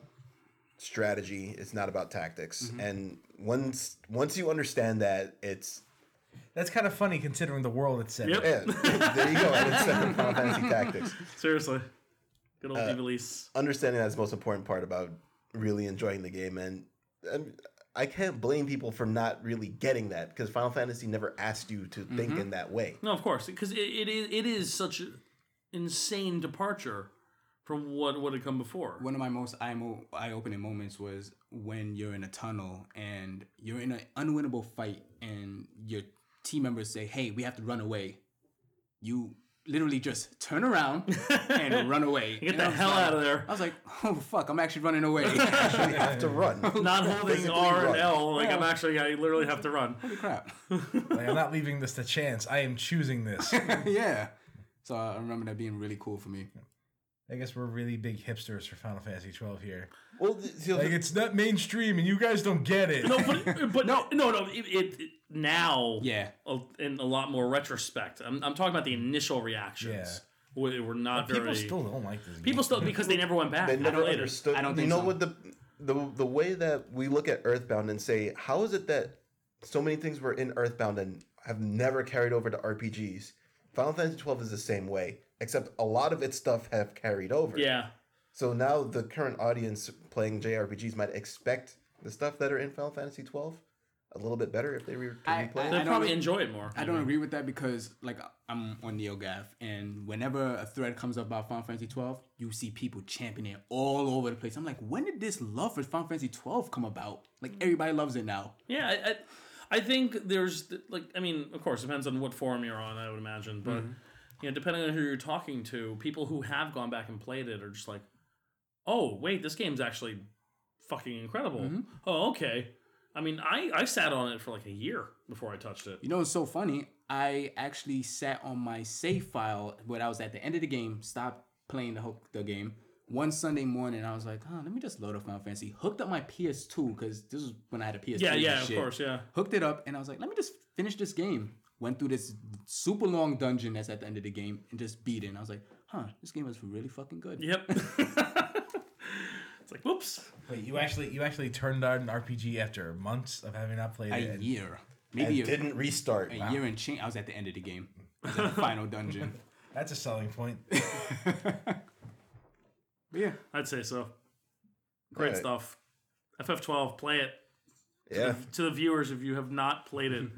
A: strategy. It's not about tactics.
D: Mm-hmm.
A: And once once you understand that, it's
C: That's kind of funny considering the world it's set. in.
D: Yep.
A: yeah, there you go. And it's not Final Fantasy tactics.
D: Seriously, good
A: Uh,
D: old release.
A: understanding that's the most important part about really enjoying the game and, and i can't blame people for not really getting that because final fantasy never asked you to
B: Mm-hmm.
A: think in that way
D: No, of course, because it, it is it is such an insane departure from what would have come before.
B: One of my most eye-mo- eye-opening moments was when you're in a tunnel and you're in an unwinnable fight, and your team members say, "Hey, we have to run away." You literally just turn around and run away.
D: Get
B: And I
D: the
B: was
D: hell
B: like-
D: out of there!
B: I was like, "Oh fuck, I'm actually running away."
A: you have to run
D: Not holding
A: Physically
D: R and
A: run.
D: L. Like I'm
B: Yeah.
D: actually, I literally have to run.
B: Holy crap!
C: Like, I'm not leaving this to chance. I am choosing this.
B: yeah. So I remember that being really cool for me.
C: I guess we're really big hipsters for Final Fantasy 12 here.
A: well th- so
C: Like it's not mainstream, and you guys don't get it.
D: No, but, but no, no, no. It, it, it- now,
B: Yeah.
D: a- in a lot more retrospect. I'm, I'm talking about the initial reactions. We were not
C: People
D: very.
C: still don't like this.
D: people still because they never went back.
A: they never
D: later.
A: understood
B: I don't
A: you
B: think
A: know
B: so.
A: what the, the the way that we look at earthbound and say how is it that so many things were in earthbound and have never carried over to rpgs final fantasy 12 is the same way except a lot of its stuff have carried over
D: Yeah,
A: So now the current audience playing JRPGs might expect the stuff that are in Final Fantasy twelve a little bit better if they were to
B: I-
A: replay
D: they
A: it.
B: I- don't-
D: probably enjoy it more.
B: I don't agree with that because like I'm on NeoGAF and whenever a thread comes up about Final Fantasy 12, you see people championing it all over the place. I'm like, when did this love for Final Fantasy 12 come about? Like everybody loves it now.
D: Yeah, I, I, I think there's th- like I mean, of course, depends on what forum you're on. I would imagine, but
B: Mm-hmm.
D: you know, depending on who you're talking to, people who have gone back and played it are just like, oh wait, this game's actually fucking incredible.
B: Mm-hmm.
D: Oh, okay. I mean, I, I sat on it for like a year before I touched it.
B: You know, it's so funny. I actually sat on my save file when I was at the end of the game, stopped playing the whole, the game. One Sunday morning, I was like, "Huh, let me just load up Final Fantasy." Hooked up my PS2 because this is when I had a PS2.
D: Yeah,
B: and
D: yeah, of
B: shit.
D: course, yeah.
B: Hooked it up, and I was like, "Let me just finish this game." Went through this super long dungeon that's at the end of the game and just beat it. And I was like, "Huh, this game is really fucking good."
D: Yep. it's like, whoops.
C: Wait, you actually you actually turned on an RPG after months of having not played it.
B: A
C: and-
B: year,
A: And
B: maybe a,
A: didn't restart.
B: a year and change. I was at the end of the game, I was at the final dungeon.
C: That's a selling point.
B: But yeah,
D: I'd say so. Great
A: Alright.
D: stuff. FF12, play it.
A: Yeah.
D: To the viewers, if you have not played it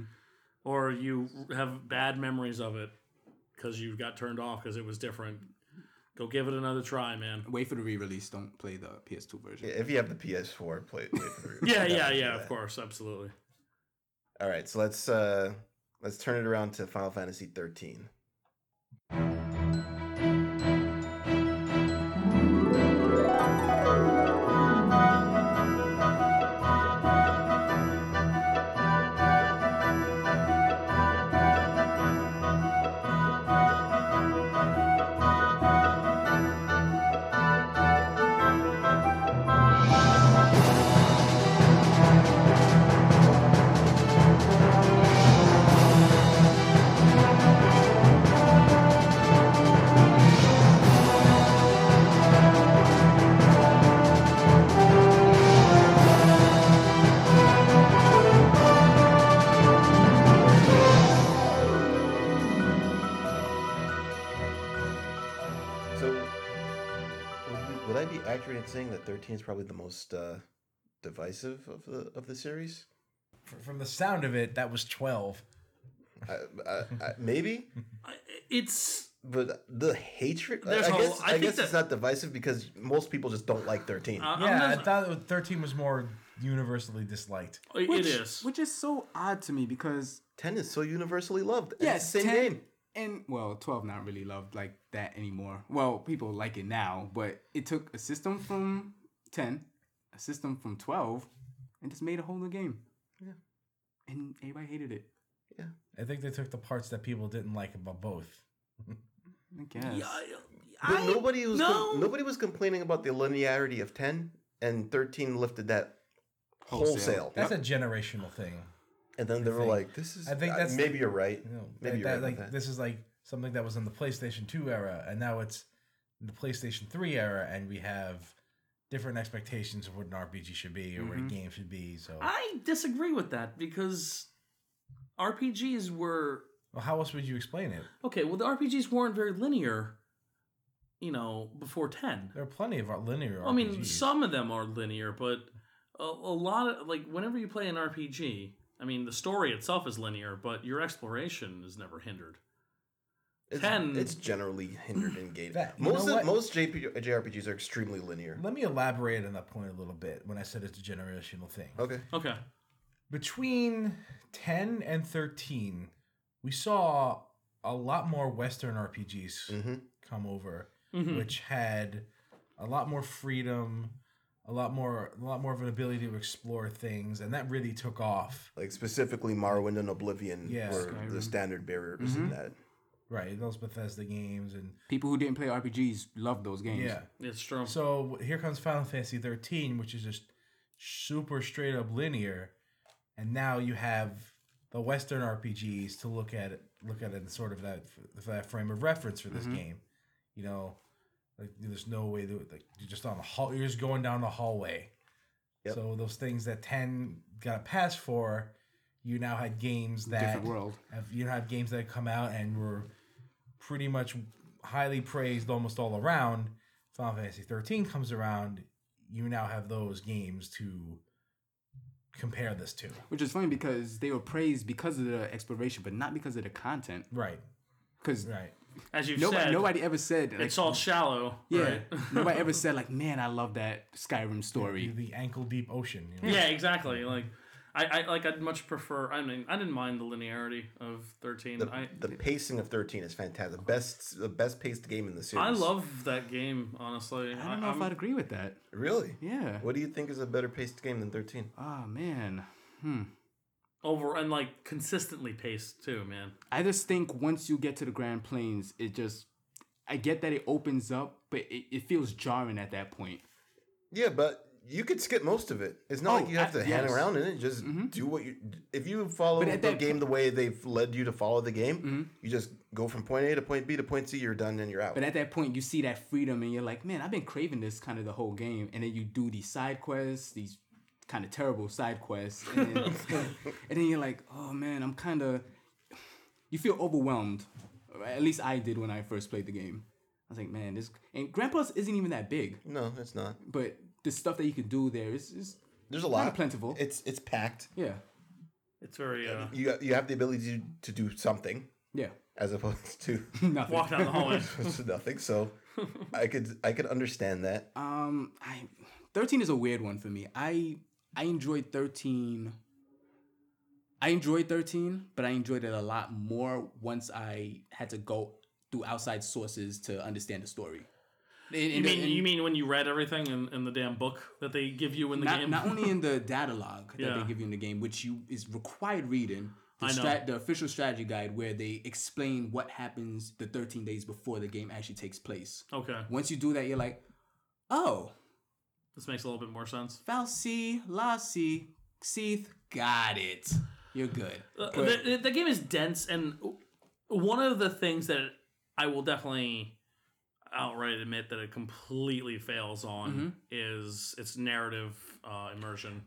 D: or you have bad memories of it because you got turned off because it was different, go give it another try, man.
B: wait for the re-release. Don't play the PS2 version.
A: If you have the PS4, play it.
D: Yeah, yeah, yeah, of course, absolutely.
A: All right, so let's uh let's turn it around to Final Fantasy 13. So would, we- would I be accurate in saying that 13 is probably the most uh divisive of the of the series?
C: F- From the sound of it, that was twelve.
A: I, I, I, Uh, maybe,
D: I- It's
A: but the hatred. I,
D: There's
A: I
D: a-
A: guess,
D: I
A: I
D: think
A: guess it's
D: that-
A: not divisive because most people just don't like 13.
D: I- uh, I'm
C: Yeah, I
D: not-
C: thought it was- thirteen was more universally disliked.
D: it
B: Which,
D: is.
B: Which is so odd to me because
A: 10 is so universally loved. and
B: yes,
A: it's the same
B: 10
A: game.
B: and well, 12 not really loved like that anymore. Well, people like it now, but it took a system from 10, a system from 12 and just made a whole new game.
A: Yeah.
B: And everybody hated it.
C: I think they took the parts that people didn't like about both.
B: I guess.
D: Yeah, I-
A: But
D: I-
A: nobody was com-
D: no.
A: nobody was complaining about the linearity of 10 and 13 lifted that wholesale.
C: That's a generational thing.
A: And then they were
C: think-
A: like, "This is."
C: I think
A: uh,
C: that's the-
A: maybe you're right.
C: You know,
A: Maybe
C: like,
A: you're
C: that,
A: right
C: like
A: about that.
C: this is like something that was in the PlayStation 2 era, and now it's in the PlayStation 3 era, and we have different expectations of what an RPG should be or what a game should be. So,
D: Mm-hmm. I disagree with that because RPGs were
C: well, how else would you explain it?
D: okay. Well, the RPGs weren't very linear, you know, before ten.
C: There are plenty of linear.
D: I mean,
C: RPGs.
D: some of them are linear, but a, a lot of like whenever you play an RPG, I mean, the story itself is linear, but your exploration is never hindered.
A: It's,
D: 10
A: it's generally hindered in game.
C: That- you
A: most
C: know
A: of,
C: what?
A: most JP, JRPGs are extremely linear.
C: Let me elaborate on that point a little bit when I said it's a generational thing.
A: Okay.
D: Okay,
C: Between 10 and 13, we saw a lot more Western RPGs
A: Mm-hmm.
C: come over,
D: Mhm.
C: which had a lot more freedom, a lot more, a lot more of an ability to explore things, and that really took off.
A: Like specifically Morrowind and Oblivion
C: Yeah. Mm-hmm.
A: were the
B: Skyrim.
A: standard bearers in that.
C: Right, those Bethesda games, and
B: People who didn't play RPGs loved those games.
C: yeah.
D: it's true.
C: So here comes Final Fantasy 13, which is just super straight up linear, and now you have the Western RPGs to look at it, look at it in sort of that for that frame of reference for this game. You know, like there's no way that like, you're just on the hall, you're just going down the hallway.
A: Yep.
C: So those things that ten got a pass for, you now had games that
B: Different world.
C: have you know have games that come out and were pretty much highly praised almost all around. Final Fantasy 13 comes around, you now have those games to compare this to.
B: Which is funny because they were praised because of the exploration, but not because of the content.
C: Right,
B: Because
C: right.
D: As you've
B: nobody,
D: said,
B: nobody ever said like,
D: it's all shallow.
B: Yeah.
D: right?
B: Nobody ever said like, "Man, I love that Skyrim story."
C: The ankle deep ocean. You know?
D: yeah, exactly. Like I, I like I'd much prefer. I mean, I didn't mind the linearity of thirteen.
A: The,
D: I
A: the pacing of 13 is fantastic. The best the best paced game in the series.
D: I love that game.
B: I
D: Honestly,
B: don't know if
D: I'm-
B: I'd agree with that.
A: Really?
B: Yeah.
A: What do you think is a better paced game than 13?
B: Oh man. Hmm.
D: over and like consistently paced too, man.
B: I just think once you get to the Grand Plains, it just I get that it opens up, but it, it feels jarring at that point.
A: Yeah, but you could skip most of it. It's not
B: Oh,
A: like you have to
B: uh,
A: hang
B: yes. Mm-hmm.
A: around in it. Just do what you. If you follow
B: But
A: the
B: at that Mm-hmm.
A: game the way they've led you to follow the game, you just go from point A to point B to point C. You're done and you're out.
B: But at that point, you see that freedom, and you're like, man, I've been craving this kind of the whole game. And then you do these side quests, these kind of terrible side quests, and then, and then you're like, oh man, I'm kind of. You feel overwhelmed. Or At least I did when I first played the game. I was like, man, this and Grandpa's isn't even that big,
A: no, it's not.
B: but the stuff that you can do there is, is
A: There's a
B: Kinda
A: lot.
B: plentiful.
A: It's it's packed.
B: yeah,
D: It's very uh,
A: You you have the ability to do something
B: yeah,
A: as opposed to
B: nothing.
D: walk down the hallway.
A: to nothing. So I could I could understand that.
B: Um, I thirteen is a weird one for me. I I enjoyed thirteen. I enjoyed thirteen, but I enjoyed it a lot more once I had to go through outside sources to understand the story. And-
D: You
B: and-
D: mean
B: and
D: you mean when you read everything in, in the damn book that they give you in the
B: not,
D: game?
B: not only in the data log that
D: Yeah.
B: they give you in the game, which you is required reading. The,
D: I know.
B: strat- the official strategy guide where they explain what happens the 13 days before the game actually takes place.
D: okay,
B: Once you do that, you're like, oh,
D: this makes a little bit more sense.
B: Falsi, Lassi, Seath, got it. You're good.
D: Uh,
B: But-
D: the, the- the game is dense, and one of the things that I will definitely outright admit that it completely fails on
B: Mm-hmm.
D: is its narrative uh, immersion.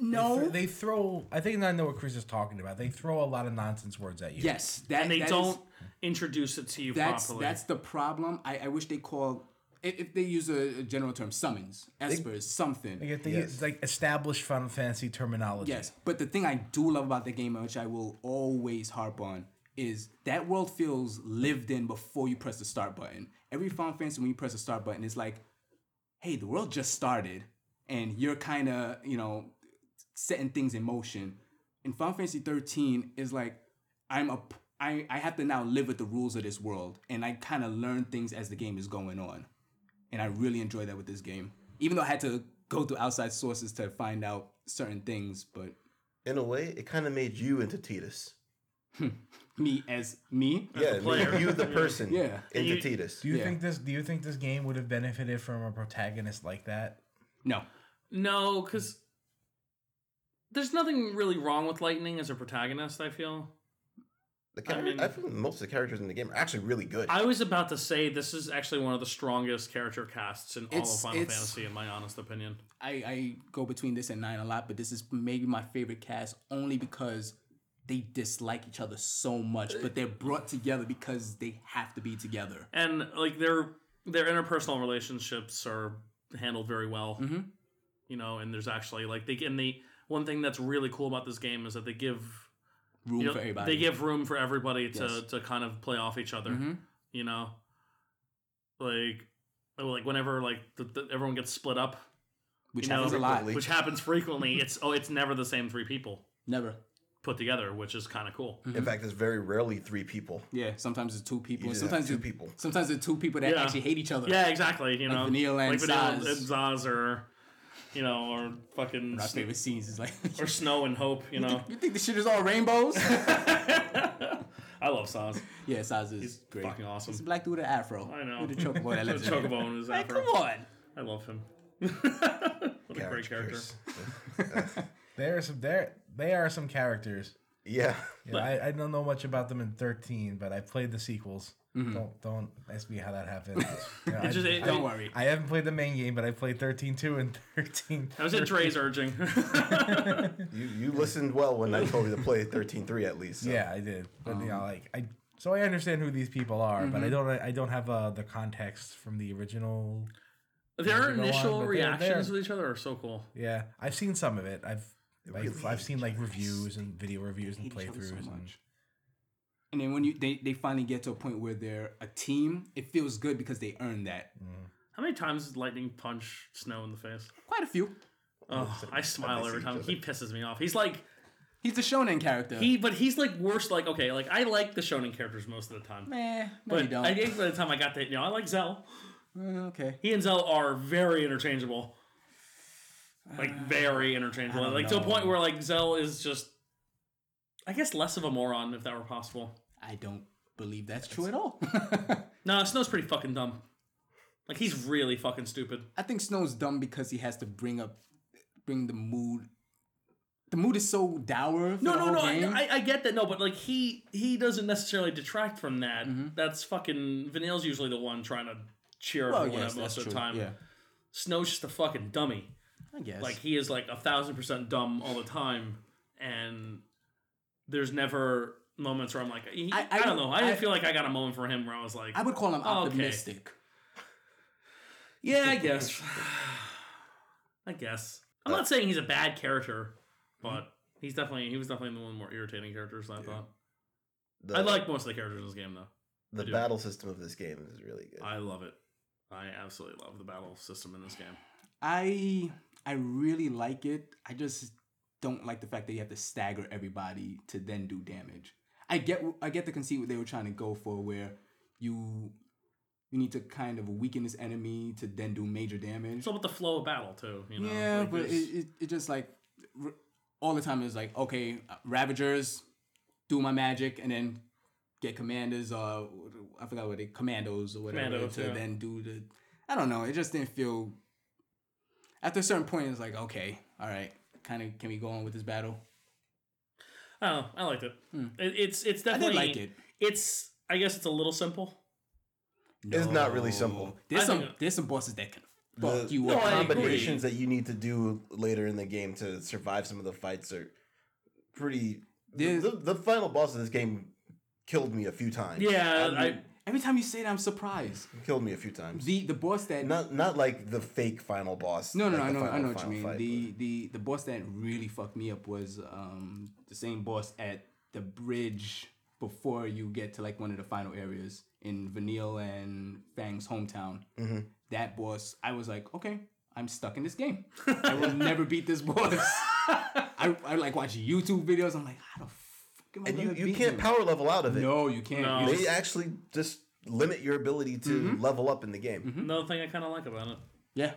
B: no.
C: They throw. I think I know what Chris is talking about. They throw a lot of nonsense words at you.
B: yes, that
D: And they
B: that is-
D: don't introduce it to you
B: that's
D: properly.
B: that's the problem. I, I wish they call if, if they use a, a general term summons, espers, something.
C: Like, if they
A: Yes.
C: like established Final Fantasy terminology.
B: Yes, but the thing I do love about the game, which I will always harp on, is that world feels lived in before you press the start button. Every Final Fantasy, when you press the start button, it's like, hey, the world just started, and you're kind of, you know, setting things in motion. In Final Fantasy 13, is like, I'm a, p- I, I have to now live with the rules of this world, and I kind of learn things as the game is going on and I really enjoy that with this game. Even though I had to go through outside sources to find out certain things, but
A: In a way, it kind of made you into Titus.
B: me as me,
A: Yeah, it made
D: player.
A: you the person.
B: Yeah.
A: into
D: You-
A: Titus.
C: Do you
B: Yeah.
C: think this? Do you think this game would have benefited from a protagonist like that?
B: no,
D: no, because there's nothing really wrong with Lightning as a protagonist. I feel.
A: The char- I,
D: mean-
A: think most of the characters in the game are actually really good.
D: I was about to say this is actually one of the strongest character casts in all
B: It's-
D: of Final
B: it's-
D: Fantasy, in my honest opinion.
B: I, I go between this and nine a lot, but this is maybe my favorite cast only because they dislike each other so much, but they're brought together because they have to be together.
D: and like their their interpersonal relationships are handled very well
B: Mhm.
D: you know and there's actually like they and they one thing that's really cool about this game is that they give
B: Room
D: you know,
B: for everybody.
D: they give room for everybody to
B: Yes.
D: to kind of play off each other
B: Mhm.
D: you know like like whenever like the, the, everyone gets split up
B: which
D: you know,
B: happens a lot.
A: frequently.
D: which happens frequently it's oh it's never the same three people
B: Never.
D: put together which is kind of
B: Mm-hmm.
D: cool
A: in fact, there's very rarely three people.
B: Yeah, sometimes it's two people.
A: You
B: and
A: just have
B: Sometimes
A: two
B: it's
A: people.
B: Sometimes it's two people that
D: Yeah.
B: actually hate each other.
D: yeah exactly you know
B: Vanilla and Zaz.
D: and Zaz or you know or fucking
B: My favorite scenes is like,
D: or snow and hope you know
B: you think this shit is all rainbows?
D: I love Saz.
B: Yeah, Saz is great.
D: Fucking
B: He's a
D: awesome.
B: black dude with an afro.
D: I know.
B: With a chocobo that lives
D: The
B: in there.
D: Chocobo in his
B: Like,
D: afro.
B: come on.
D: I love him. what a great character.
A: Characters.
C: There are some. There they are some characters.
A: Yeah.
C: You know, I, I don't know much about them in thirteen, but I played the sequels. Don't don't ask me how that happened. You know, I,
D: Mm-hmm. Just, it,
B: Don't worry.
C: I haven't played the main game, but I played 13-2 and 13.
D: that was at Dre's urging.
A: You you listened well when I told you to play 13.3 at least. so.
C: Yeah, I did. But you
D: um,
C: know, like I so I understand who these people are, but
D: Mm-hmm.
C: I don't I don't have uh, the context from the original.
D: Their
C: Go on,
D: initial
C: but they're-
D: reactions
C: they're-
D: with each other are so cool.
C: Yeah, I've seen some of it. I've like,
A: really
C: I've seen like
A: hate
C: reviews and video reviews and
B: hate each other so
C: playthroughs. and,
B: much. And then when you they, they finally get to a point where they're a team, it feels good because they earned that.
D: How many times did Lightning punch Snow in the face?
B: Quite a few.
D: Oh, I smile
A: they
D: every
A: see
D: time.
A: each other.
D: He pisses me off. He's like
B: He's the shonen character.
D: he, but he's like worse. Like okay, like I like the shonen characters most of the time.
B: meh, no, you
D: But
B: don't.
D: I think by the time I got that, you know, I like Zell.
B: Mm, okay.
D: He and Zell are very interchangeable. Like very interchangeable.
B: Uh, don't
D: Like to a
B: know.
D: point where like Zell is just I guess less of a moron if that were possible.
B: I don't believe that's true at all.
D: No, Snow's pretty fucking dumb. Like he's really fucking stupid.
B: I think Snow's dumb because he has to bring up, bring the mood. The mood is so dour. For
D: No,
B: the
D: no,
B: whole
D: no. I,
B: Game.
D: I, I get that. No, but like he he doesn't necessarily detract from that.
B: Mm-hmm.
D: That's fucking Vanille's usually the one trying to cheer
B: well,
D: everyone
B: yes,
D: up
B: that's
D: most of the
B: true.
D: time.
B: Yeah,
D: Snow's just a fucking dummy.
B: I guess.
D: Like he is like a thousand percent dumb all the time, and there's never moments where I'm like, he- I,
B: I- I
D: don't know. I didn't
B: I-
D: feel like I got a moment for him where I was like,
B: I would call him optimistic.
D: yeah, I guess, I guess. I'm
B: Uh,
D: not saying he's a bad character,
B: mm-hmm.
D: but he's definitely he was definitely one of the more irritating characters I thought.
A: The,
D: I like most of the characters in this game though.
A: the
D: do.
A: battle system of this game is really good.
D: I love it. I absolutely love the battle system in this game.
B: I I really like it. I just don't like the fact that you have to stagger everybody to then do damage. I get I get the conceit what they were trying to go for, where you you need to kind of weaken this enemy to then do major damage.
D: It's all about the flow of battle too. You know,
B: yeah,
D: Like,
B: but it,
D: there's-
B: it, it just like r- all the time is like okay, uh, Ravagers, do my magic, and then get commanders or I forgot what they commandos or whatever
D: Commandos,
B: to
D: yeah.
B: then do the. I don't know. It just didn't feel. After a certain point, it's like okay, all right, kind of can we go on with this battle?
D: I don't know. I liked it. it it's it's
B: Hmm. I did
D: definitely
B: like it.
D: It's I guess it's a little simple.
A: It's not really simple.
B: No. There's
D: I
B: some
D: think- uh,
B: theys some bosses that can
A: The-
B: fuck you
A: the
D: No, I
B: up.
D: agree.
A: combinations that you need to do later in the game to survive some of the fights are pretty. The,
B: There's-
A: the, the final boss of this game killed me a few times.
D: Yeah, I,
B: Every time you say that, I'm surprised.
A: killed me a few times.
B: The the boss that
A: Not not like the fake final boss.
B: No, no,
A: like
B: I
A: the
B: know, I
A: final-
B: know what you
A: final
B: mean.
A: fight,
B: the the the boss that really fucked me up was um the same boss at the bridge before you get to like one of the final areas in Vanille and Fang's hometown.
A: Mm-hmm.
B: That boss, I was like, okay, I'm stuck in this game. I will never beat this boss. I, I like watch YouTube videos. I'm like, how the fuck am I
A: but- and
B: gonna
A: you, you
B: beat
A: can't
B: him?
A: power level out of it.
B: No, you can't.
D: No.
B: You
A: They
B: just-
A: actually just limit your ability to
B: Mm-hmm.
A: level up in the game.
D: another thing I kind of like about it.
B: yeah.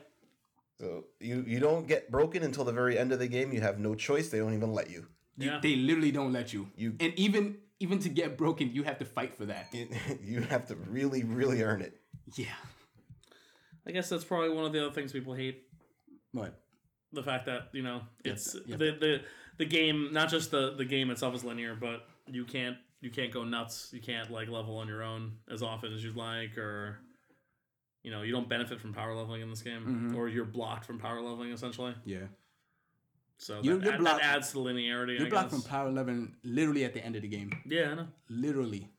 A: So you you don't get broken until the very end of the game. You have no choice. They don't even let you.
B: You-
D: Yeah.
B: they literally don't let you.
A: You-
B: and even even to get broken, you have to fight for that.
A: You, you have to really really earn it.
B: Yeah.
D: I guess that's probably one of the other things people hate
B: But
D: the fact that you know it's
B: yeah.
D: the the the game not just the the game itself is linear, but you can't you can't go nuts. You can't like level on your own as often as you'd like, or you know you don't benefit from power leveling in this game,
B: Mm-hmm.
D: or you're blocked from power leveling essentially.
B: yeah.
D: So
B: You're-
D: that,
B: you're
D: add-
B: blocked-
D: that adds to the linearity.
B: You're
D: I
B: blocked
D: guess.
B: from Power 11 literally at the end of the game.
D: Yeah, I know.
B: Literally.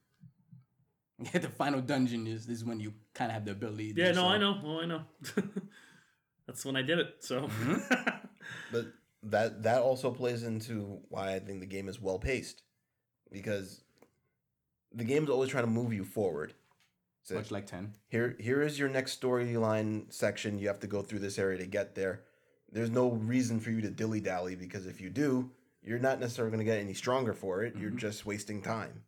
B: the final dungeon is, is when you kind of have the ability. to uh,
D: Yeah,
B: do
D: no,
B: so.
D: I know. Oh, I know. That's when I did it. So
B: Mm-hmm.
A: But that that also plays into why I think the game is well paced, because the game's always trying to move you forward. So
B: Much like 10.
A: here here is your next storyline section. You have to go through this area to get there. There's no reason for you to dilly dally because if you do, you're not necessarily going to get any stronger for it. You're just wasting time.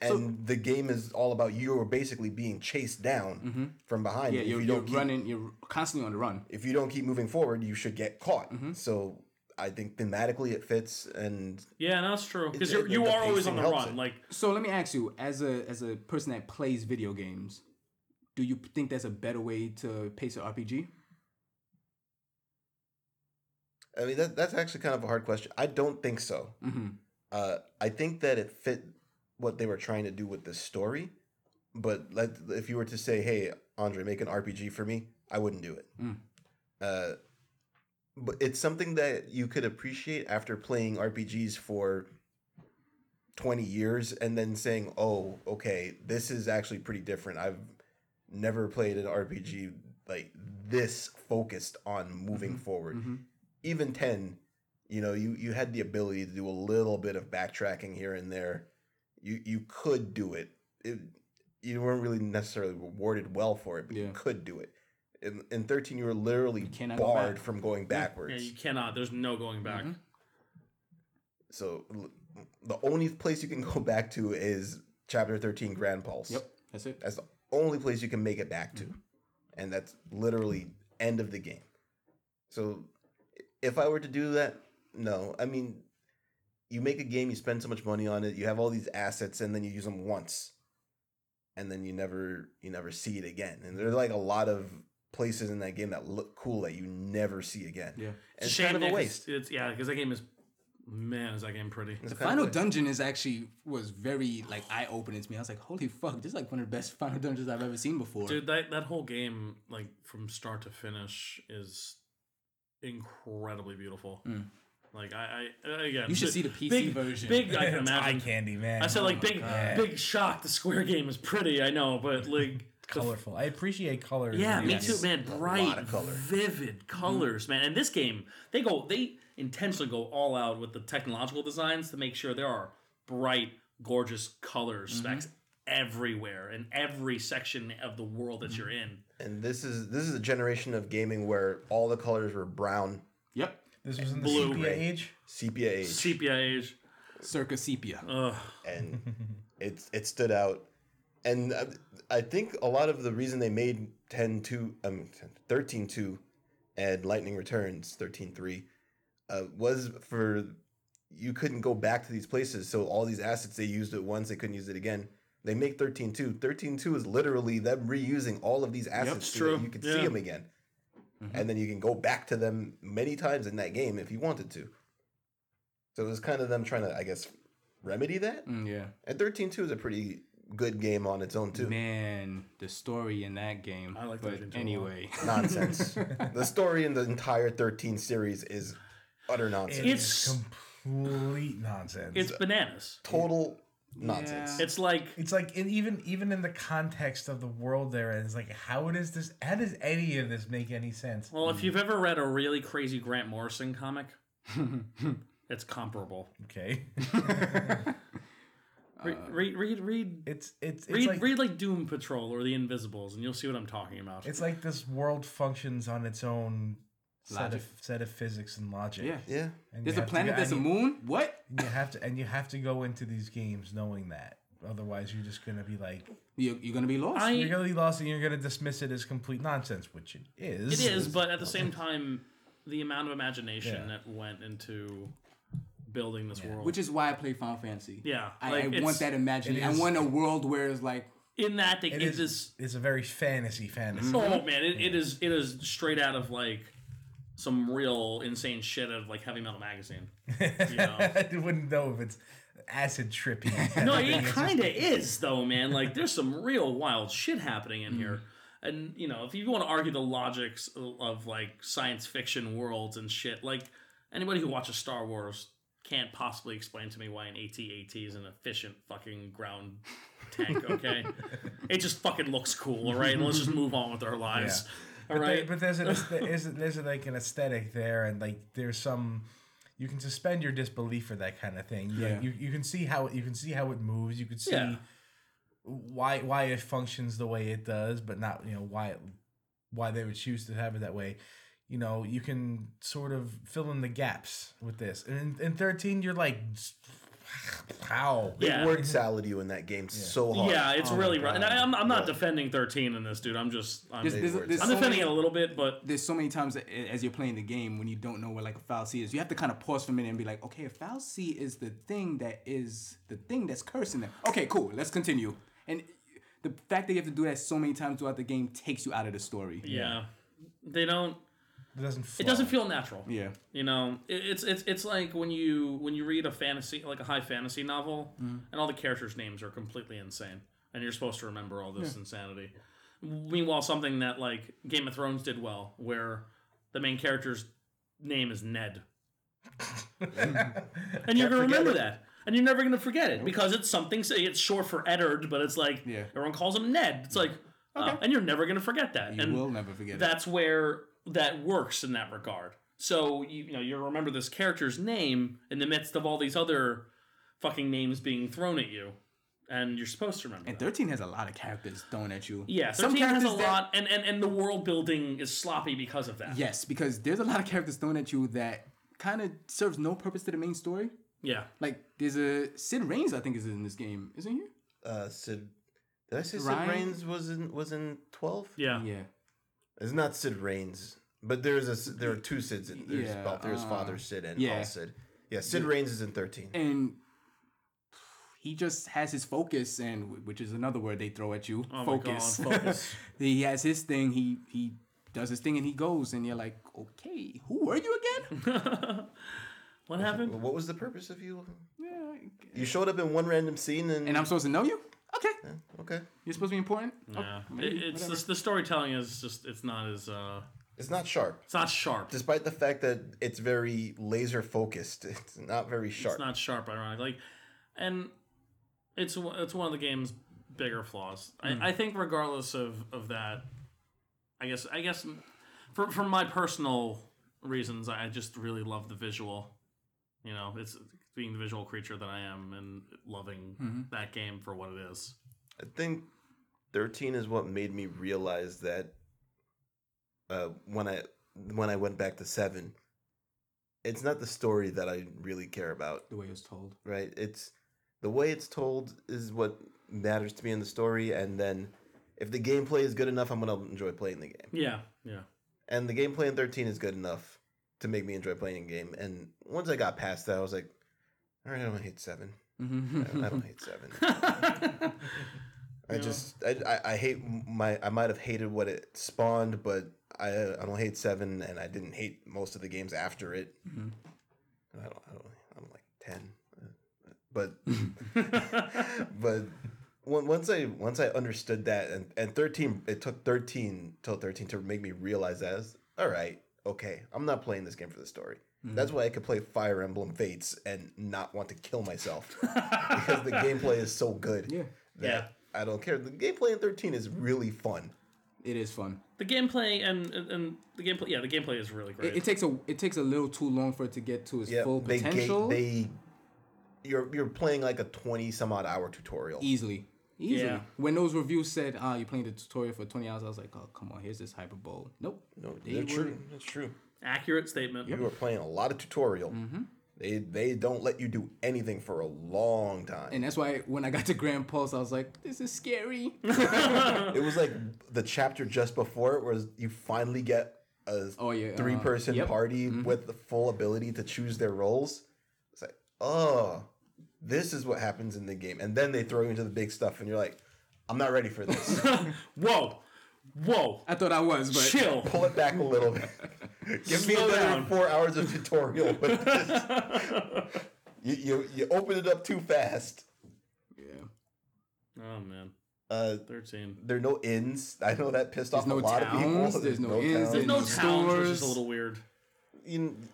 A: And
B: Mm-hmm. So-
A: the game is all about you are basically being chased down from behind.
B: Mm-hmm. Yeah,
A: if
B: you're,
A: you
B: you are
A: don't keep
B: running. You're constantly on the run.
A: if you don't keep moving forward, you should get caught.
B: Mm-hmm.
A: So I think thematically it fits, and
D: yeah, no, that's true. Because
A: It-
D: you
A: it-
D: you
A: the
D: are always on
A: pacing
D: the
A: helps
D: run.
A: it.
D: Like
B: So let me ask you, as a as a person that plays video games, do you think that's a better way to pace an RPG?
A: I mean that that's actually kind of a hard question. I don't think so.
B: Mm-hmm.
A: Uh, I think that it fit what they were trying to do with this story, but like if you were to say, "Hey, Andre, make an RPG for me," I wouldn't do it. Uh, but it's something that you could appreciate after playing RPGs for 20 years and then saying, "Oh, okay, this is actually pretty different. I've never played an RPG like this focused on moving
B: Mm-hmm.
A: forward." Even 10, you know, you you had the ability to do a little bit of backtracking here and there. You you could do it. it you weren't really necessarily rewarded well for it, but you
B: Yeah.
A: could do it. in, in 13 you were literally
B: cannot go
A: barred
B: back.
A: from going backwards Mm-hmm.
D: Yeah, you cannot. There's no going back.
B: Mm-hmm.
A: so l- the only place you can go back to is chapter 13 grand pulse
B: Yep, that's it.
A: that's the only place you can make it back to and that's literally end of the game so if i were to do that no i mean you make a game you spend so much money on it you have all these assets and then you use them once and then you never you never see it again and there's like a lot of places in that game that look cool that you never see again
B: Yeah.
A: and it's
D: Shame
A: kind of
D: that
A: a
D: 'cause
A: waste
D: It's, yeah, because that game is man, is that game pretty?
A: It's
B: The
A: kind of
B: final
A: a waste.
B: dungeon is actually was very like eye opening to me. I was like, holy fuck, this is like one of the best final dungeons I've ever seen before.
D: Dude, that that whole game, like from start to finish, is incredibly beautiful.
A: Mm.
D: Like I, I uh, again,
B: You should
D: big-
B: see the PC
D: big-
B: version.
D: Big, I can
C: It's eye
D: imagine.
C: candy, man.
D: I said
A: Oh
D: like big,
C: God.
D: big shock. The Square game is pretty. I know, but like.
C: colorful. I appreciate color. in
D: Yeah, me
C: games.
D: too, man.
A: lot
D: Bright,
A: of color. Hmm.
D: vivid colors, man. And this game, they go, they intentionally go all out with the technological designs to make sure there are bright, gorgeous color
A: Mm-hmm.
D: specs everywhere in every section of the world that you're in.
A: and this is this is a generation of gaming where all the colors were brown
B: Yep,
C: This was in the
D: Blue.
C: sepia age.
A: sepia age
D: Sepia age.
B: circa sepia.
D: Ugh.
A: and it it stood out. And uh, I think a lot of the reason they made 10 2, um, 13 2 and Lightning Returns 13 3 uh, was for you couldn't go back to these places. So all these assets, they used it once, they couldn't use it again. They make 13 2. 13 2 is literally them reusing all of these assets
D: it's
A: so that
D: true.
A: you can see
D: Yeah. Mm-hmm.
A: them again. And then you can go back to them many times in that game if you wanted to. So it was kind of them trying to, I guess, remedy that.
B: Mm, yeah.
A: And 13 2 is a pretty good game on its own, too.
B: Man, the story in that game.
D: I like that
B: but
D: game too a lot.
B: anyway.
A: Nonsense. the story in the entire 13 series is utter
C: It
A: nonsense.
D: It's-
C: is complete nonsense.
D: It's bananas.
A: Total nonsense.
B: Yeah.
D: It's like
C: It's like, and even even in the context of the world they're in, it's like, how does this? How does any of this make any sense?
D: well, if you've ever read a really crazy Grant Morrison comic, it's comparable.
C: Okay,
A: Uh,
D: Re- read, read, read,
C: it's it's it's
D: read,
C: like
D: read like Doom Patrol or The Invisibles, and you'll see what I'm talking about.
C: it's like this world functions on its own set
B: Logic.
C: of set of physics and logic.
B: yeah.
A: yeah.
C: and
B: There's a
C: you have to
B: planet,
C: go-
B: there's a
C: and
B: moon. What?
C: You, you have to, and you have to go into these games knowing that. Otherwise, you're just gonna be like,
B: You, you're gonna be lost.
D: I-
C: you're gonna be lost, and you're gonna dismiss it as complete nonsense, which it
D: It
C: is.
D: is, but at the same time, the amount of imagination
C: Yeah.
D: that went into building this world.
B: Which is why I play Final Fantasy.
D: Yeah,
B: I,
D: like,
B: I want
D: it's-
B: that imagination.
C: it
B: I
C: is-
B: want a world where it's like,
D: in that they
C: It
D: it
C: is.
D: is
C: It's a very fantasy
B: Mm-hmm.
C: fantasy.
D: oh man, it, it is it is straight out of like some real insane shit of like heavy metal magazine. You know?
C: I wouldn't know if it's acid trippy.
D: no, it kind of is though, man. Like there's some real wild shit happening in here. And you know, if you want to argue the logics o- of like science fiction worlds and shit, like anybody who watches Star Wars can't possibly explain to me why an AT-AT is an efficient fucking ground tank. Okay, it just fucking looks cool. All right, and let's just move on with our lives. All
C: There-
D: right.
C: but there's an aesthe- there's, there's like an aesthetic there, and like there's some you can suspend your disbelief for that kind of thing. You-
B: Yeah.
C: you, you can see how you can see how it moves. You can see
D: Yeah.
C: why why it functions the way it does, but not you know why it, why they would choose to have it that way. You know, you can sort of fill in the gaps with this. And in, in 13, you're like, how?
D: yeah.
A: Word salad you in that game so hard.
D: Yeah, it's really
B: my
D: rough. And I, I'm, I'm not defending 13 in this, dude. I'm just I'm,
B: there's, there's,
A: words.
B: there's
D: I'm
B: so
D: defending
B: many,
D: it a little bit, but
B: there's so many times that, as you're playing the game when you don't know what like a foul C is. You have to kind of pause for a minute and be like, okay, a foul C is the thing that is the thing that's cursing them. Okay, cool. Let's continue. And the fact that you have to do that so many times throughout the game takes you out of the story.
D: yeah, they don't.
C: It doesn't
D: It doesn't feel natural.
B: Yeah.
D: You know, it, it's it's it's like when you when you read a fantasy like a high fantasy novel,
B: Mm-hmm.
D: and all the characters' names are completely insane, and you're supposed to remember all this insanity. Meanwhile, something that like Game of Thrones did well, where the main character's name is Ned, and you're gonna remember that, and you're never gonna forget it because it's something. say It's short for Eddard, but it's like
B: Yeah.
D: everyone calls him Ned. It's like, uh, and you're never gonna forget that.
B: You
D: and
B: will never forget it.
D: that's where that works in that regard. So you, you know you remember this character's name in the midst of all these other fucking names being thrown at you, and you're supposed to remember.
B: And
D: that.
B: thirteen has a lot of characters thrown at you.
D: Yeah, thirteen has a lot, and, and and the world building is sloppy because of that.
B: That, yes, because there's a lot of characters thrown at you that kind of serves no purpose to the main story.
D: yeah.
B: Like there's a Sid Reigns, I think, is in this game, isn't he?
A: Uh, Sid. Did I say
B: Ryan?
A: Sid Reigns was in was in twelve?
D: yeah,
B: Yeah.
A: It's not Sid Reigns, but there's a there are two Sids. In, there's
B: Yeah,
A: well, there's
B: uh,
A: Father Sid and
B: yeah.
A: All Sid. Yeah, Sid Reigns is in thirteen.
B: And he just has his focus, and which is another word they throw at you.
D: Oh my God,
B: focus.
D: focus.
B: he has his thing. He he does his thing, and he goes, and you're like, okay, who were you again?
D: what happened?
A: What was the purpose of you?
B: yeah,
A: You showed up in one random scene and,
B: and I'm supposed to know you. Okay,
A: okay.
B: you're supposed to be important.
D: Yeah,
B: Oh,
D: it,
B: maybe,
D: it's
B: whatever.
D: the, the storytelling is just it's not as uh
A: It's not sharp,
D: it's not sharp.
A: despite the fact that it's very laser focused. It's not very sharp.
D: It's not sharp, ironic. Like, and it's one- it's one of the game's bigger flaws. I, I think, regardless of of that, I guess I guess for for my personal reasons, I just really love the visual. You know, it's being the visual creature that I am, and loving that game for what it is.
A: I think 13 is what made me realize that uh, when I when I went back to 7 it's not the story that I really care about,
B: the way it was told.
A: right? It's the way it's told is what matters to me in the story and then if the gameplay is good enough, I'm going to enjoy playing the game.
D: Yeah, yeah,
A: And the gameplay in 13 is good enough to make me enjoy playing the game. And once I got past that, I was like, all right, I don't hate 7. I don't, I don't hate 7. I
D: Yeah.
A: just I, I, I hate my I might have hated what it spawned, but I uh, I don't hate seven, and I didn't hate most of the games after it.
B: Mhm.
A: And I don't I don't I'm like ten, but uh, but on- once I once I understood that, and and thirteen it took thirteen till thirteen to make me realize that I was, all right, okay, I'm not playing this game for the story. That's why I could play Fire Emblem Fates and not want to kill myself because the gameplay is so good
B: Yeah,
A: that I don't care. The gameplay in 13 is really fun.
B: it is fun.
D: the gameplay and and- and the gameplay. Yeah, the gameplay is really great.
B: It, it takes a it takes a little too long for it to get to its
A: Yeah,
B: full
A: they gate,
B: potential.
A: they you're you're playing like a 20 some odd hour tutorial.
B: easily. Easily.
D: Yeah.
B: When those reviews said, "Ah, you're playing the tutorial for 20 hours," I was like, "Oh, come on, here's this hyperbole." Nope.
A: No,
B: They
A: that's
B: were-
A: true. That's true.
D: Accurate statement.
A: You are playing a lot of tutorial.
B: Mm-hmm.
A: They they don't let you do anything for a long time.
B: And that's why when I got to Grand Pulse, I was like, "This is scary."
A: it was like the chapter just before it was you finally get a
B: Oh, yeah, uh,
A: three person
B: yep. Mm-hmm.
A: party with the full ability to choose their roles. It's like, oh, this is what happens in the game. And then they throw you into the big stuff and you're like, I'm not ready for this.
D: Whoa, whoa,
B: I thought I was, but
D: chill.
A: Pull it back a little bit. Give me
D: Slow
A: another
D: down.
A: four hours of tutorial with this. you, you you open it up too fast.
B: yeah.
D: Oh man,
A: Uh
D: thirteen.
A: there are no inns. I know that pissed off
B: no
A: a lot of
B: towns,
A: people.
B: there's no inns,
A: towns.
D: There's no
B: Stores.
D: towns, which is a little weird.
A: in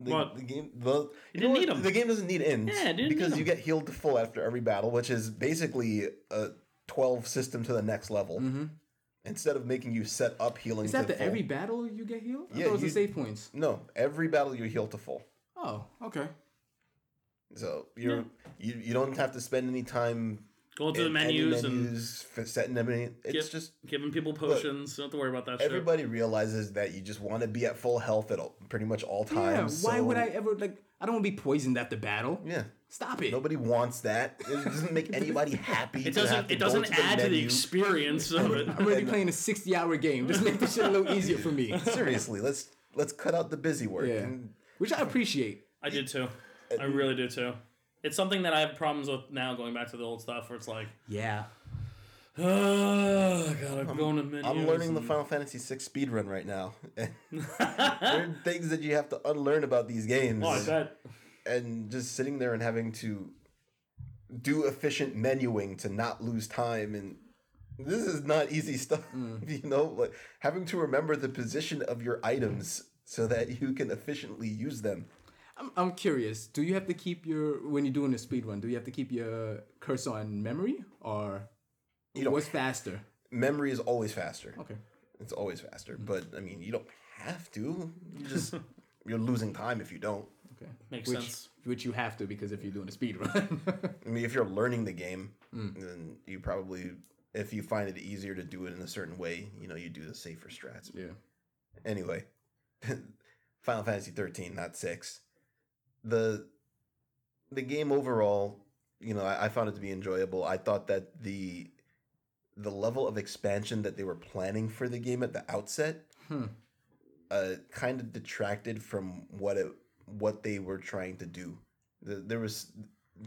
A: the,
D: What?
A: the game the, you
D: didn't
A: know
D: need
A: what?
D: 'em.
A: the game doesn't need ends
D: Yeah, it didn't
A: because
D: need
A: you
D: 'em.
A: get healed to full after every battle which is basically a 12 system to the next level instead of making you set up healing
B: Mm-hmm. Is that
A: to
B: the
A: full.
B: every battle you get healed? I
A: Yeah,
B: thought it was the
A: you-
B: save points.
A: no every battle you heal to full
B: Oh, okay.
A: so you're you, you don't have to spend any time
D: Go to the
A: in any
D: menus and
A: menus, f- setting them in it's
D: Yep.
A: just
D: giving people potions. don't have to worry about that shit.
A: everybody realizes that you just want to be at full health at all, pretty much all
B: Yeah.
A: times
B: Why
A: so-
B: would I ever like? I don't want to be poisoned after battle.
A: yeah
B: Stop it.
A: Nobody wants that. It doesn't make anybody happy.
D: It doesn't. It doesn't add to the experience of it.
B: I'm already playing a 60-hour game. Just make this shit a little easier for me.
A: Seriously, let's let's cut out the busy work.
B: Yeah.
A: And
B: Which I appreciate.
D: I did too. I really do too. It's something that I have problems with now, going back to the old stuff, where it's like,
B: Yeah.
D: oh god, I'm, going to menus.
A: I'm learning the
D: and-
A: Final Fantasy VI speedrun right now. there are things that you have to unlearn about these games,
D: Oh, I bet.
A: and just sitting there and having to do efficient menuing to not lose time and. This is not easy stuff,
B: Mm.
A: you know. Like having to remember the position of your items so that you can efficiently use them.
B: I'm, I'm curious. Do you have to keep your when you're doing a speed run? Do you have to keep your cursor on memory or
A: You don't
B: what's faster?
A: memory is always faster.
B: Okay. Mm.
A: It's always faster, but I mean, you don't have to. You just you're losing time if you don't.
B: Okay.
D: Makes
B: which,
D: sense.
B: Which you have to because if you're doing a speed run.
A: I mean, if you're learning the game,
B: Mm.
A: then you probably, if you find it easier to do it in a certain way, you know, you do the safer strats.
B: yeah.
A: Anyway, Final Fantasy 13, not 6. The the game overall, you know, I, I found it to be enjoyable. I thought that the the level of expansion that they were planning for the game at the outset
B: Hmm.
A: uh, kind of detracted from what it what they were trying to do. The, there was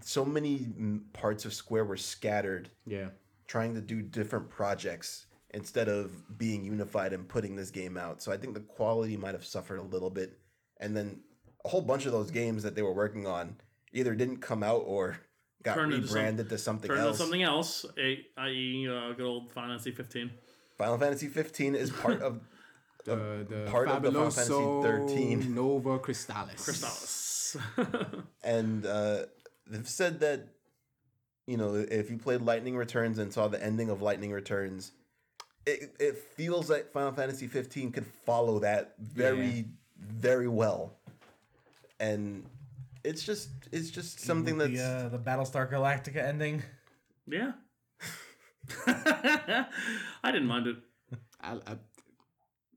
A: so many mm, parts of Square were scattered,
B: Yeah.
A: trying to do different projects instead of being unified and putting this game out. So I think the quality might have suffered a little bit, and then a whole bunch of those games that they were working on either didn't come out or got
D: Turned into some-
A: rebranded to something
D: Turn to
A: else.
D: something else, a- i.e., uh, good old Final Fantasy 15.
A: Final Fantasy 15 is part of
B: The, Uh, the
A: part of the Final Fantasy
B: Fabuloso
A: 13.
B: Nova Crystallis.
D: Crystallis.
A: and uh, they've said that you know if you played Lightning Returns and saw the ending of Lightning Returns, it it feels like Final Fantasy 15 could follow that very
B: Yeah.
A: very well, and it's just it's just something that's
C: the, uh, the Battlestar Galactica ending.
D: yeah. I didn't mind it.
B: I, I,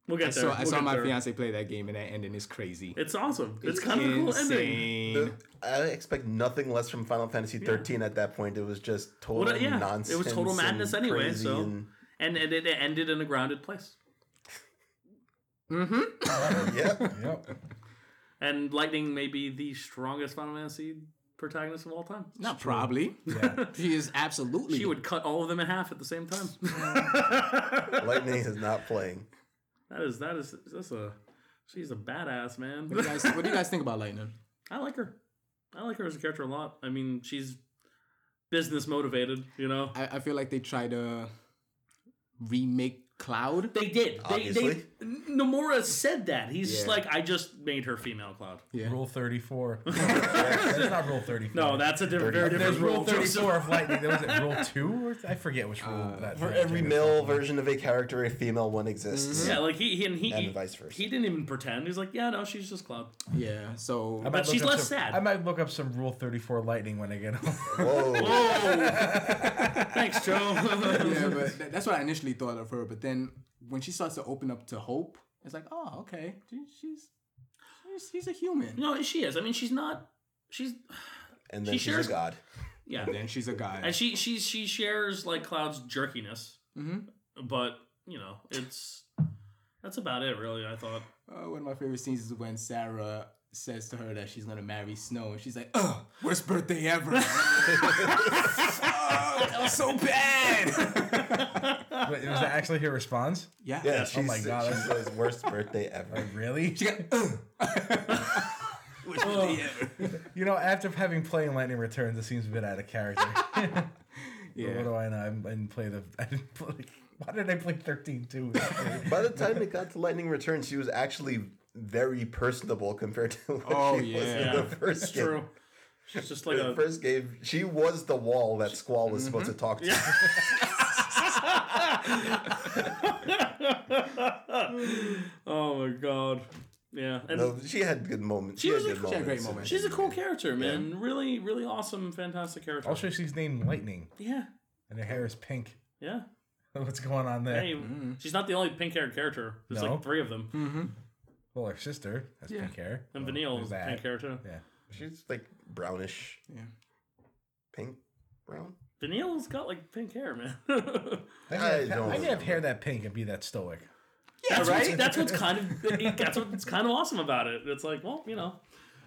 D: We'll
B: I
D: get
B: saw,
D: there.
B: I
D: We'll
B: saw
D: get
B: my
D: there.
B: fiance play that game and that ending is crazy.
D: It's awesome. It's, kind of a cool ending.
A: the- I expect nothing less from Final Fantasy 13 at that point. It was just total
D: Well, yeah, it was
A: nonsense.
D: total
A: and
D: madness anyway,
A: crazy
D: so-
A: and-
D: And, and it ended in a grounded place.
A: yeah,
C: Yep.
D: And Lightning may be the strongest Final Fantasy protagonist of all time.
B: Not probably. she is absolutely.
D: She would cut all of them in half at the same time.
A: Lightning is not playing.
D: that is that is that's a she's a badass man.
B: What do, you guys, what do you guys think about Lightning?
D: I like her. I like her as a character a lot. I mean, she's business motivated, you know.
B: I, I feel like they try to remake Cloud.
D: They did. They, they
A: Obviously.
D: Nomura said that. He's just
B: Yeah.
D: like, I just made her female Cloud.
B: Yeah.
C: Rule 34. That's not Rule 34.
D: No, that's a different, very
C: There's
D: different
C: Rule
D: rule.
C: 34 of Lightning. There was it Rule 2? Or I forget which rule that
A: For every male version of a character, a female one exists.
D: Yeah, like he, he and he,
A: And
D: he-
A: vice versa.
D: He didn't even pretend. He's like, yeah, no, she's just Cloud.
B: Yeah. So
C: I might
D: But
C: look
D: she's
C: up
D: less
C: some-
D: sad.
C: I might look up some Rule 34 Lightning when I get home.
A: Whoa.
D: Oh, thanks, Joe.
B: yeah, but tha- that's what I initially thought of her. But then when she starts to open up to hope, it's like, oh, okay, she- she's she's, she's a human.
D: no, she is. I mean, she's not. She's
A: and then
D: She
A: she's
D: shares-
A: a god.
D: yeah,
B: Then she's a guy.
D: and she she she shares like Cloud's jerkiness, but you know, it's that's about it, really. I thought.
B: Uh, one of my favorite scenes is when Sarah says to her that she's gonna marry Snow, and she's like, "Ugh, worst birthday ever." Fuck, that was so bad.
C: Wait, was that actually her response?
B: yeah.
A: Yeah,
B: she,
A: she's,
C: my God,
A: She says worst birthday ever.
C: Really?
B: got. Ugh. worst birthday ever.
C: You know, after having played Lightning Returns, it seems a bit out of character. What
B: Yeah.
C: do I know? I'm- I didn't play the. I didn't play, why did I play 13 too?
A: By the time it got to Lightning Returns, she was actually very personable compared to what
B: Oh,
A: she was
B: yeah.
A: in the first
D: It's
A: game.
D: true. She's just like
A: The
D: a
A: first game, she was the wall that Squall was supposed to
D: Mm-hmm.
A: talk to.
D: oh my god. Yeah. And
A: No, she had good moments. She,
D: She
A: had
D: was a-
A: good
D: she
A: moments.
B: had great moments.
D: she's a cool character, man. Really, really awesome, fantastic character.
C: also, she's named Lightning,
D: yeah.
C: and her hair is pink.
D: Yeah.
C: What's going on there?
D: Hey,
A: Mm-hmm.
D: she's not the only pink haired character. There's
C: No.
D: like three of them.
A: Mm.
C: Well, her sister has pink hair.
D: And
C: so
D: Vanille
C: there's
D: is a pink character.
C: Yeah.
A: She's like brownish,
B: Yeah.
A: pink, brown.
D: Vanille's got like pink hair, man.
A: I don't.
C: I can have hair that pink and be that stoic.
D: that's, what's, that's what's kind of that's what's kind of awesome about it. It's like, well, you know,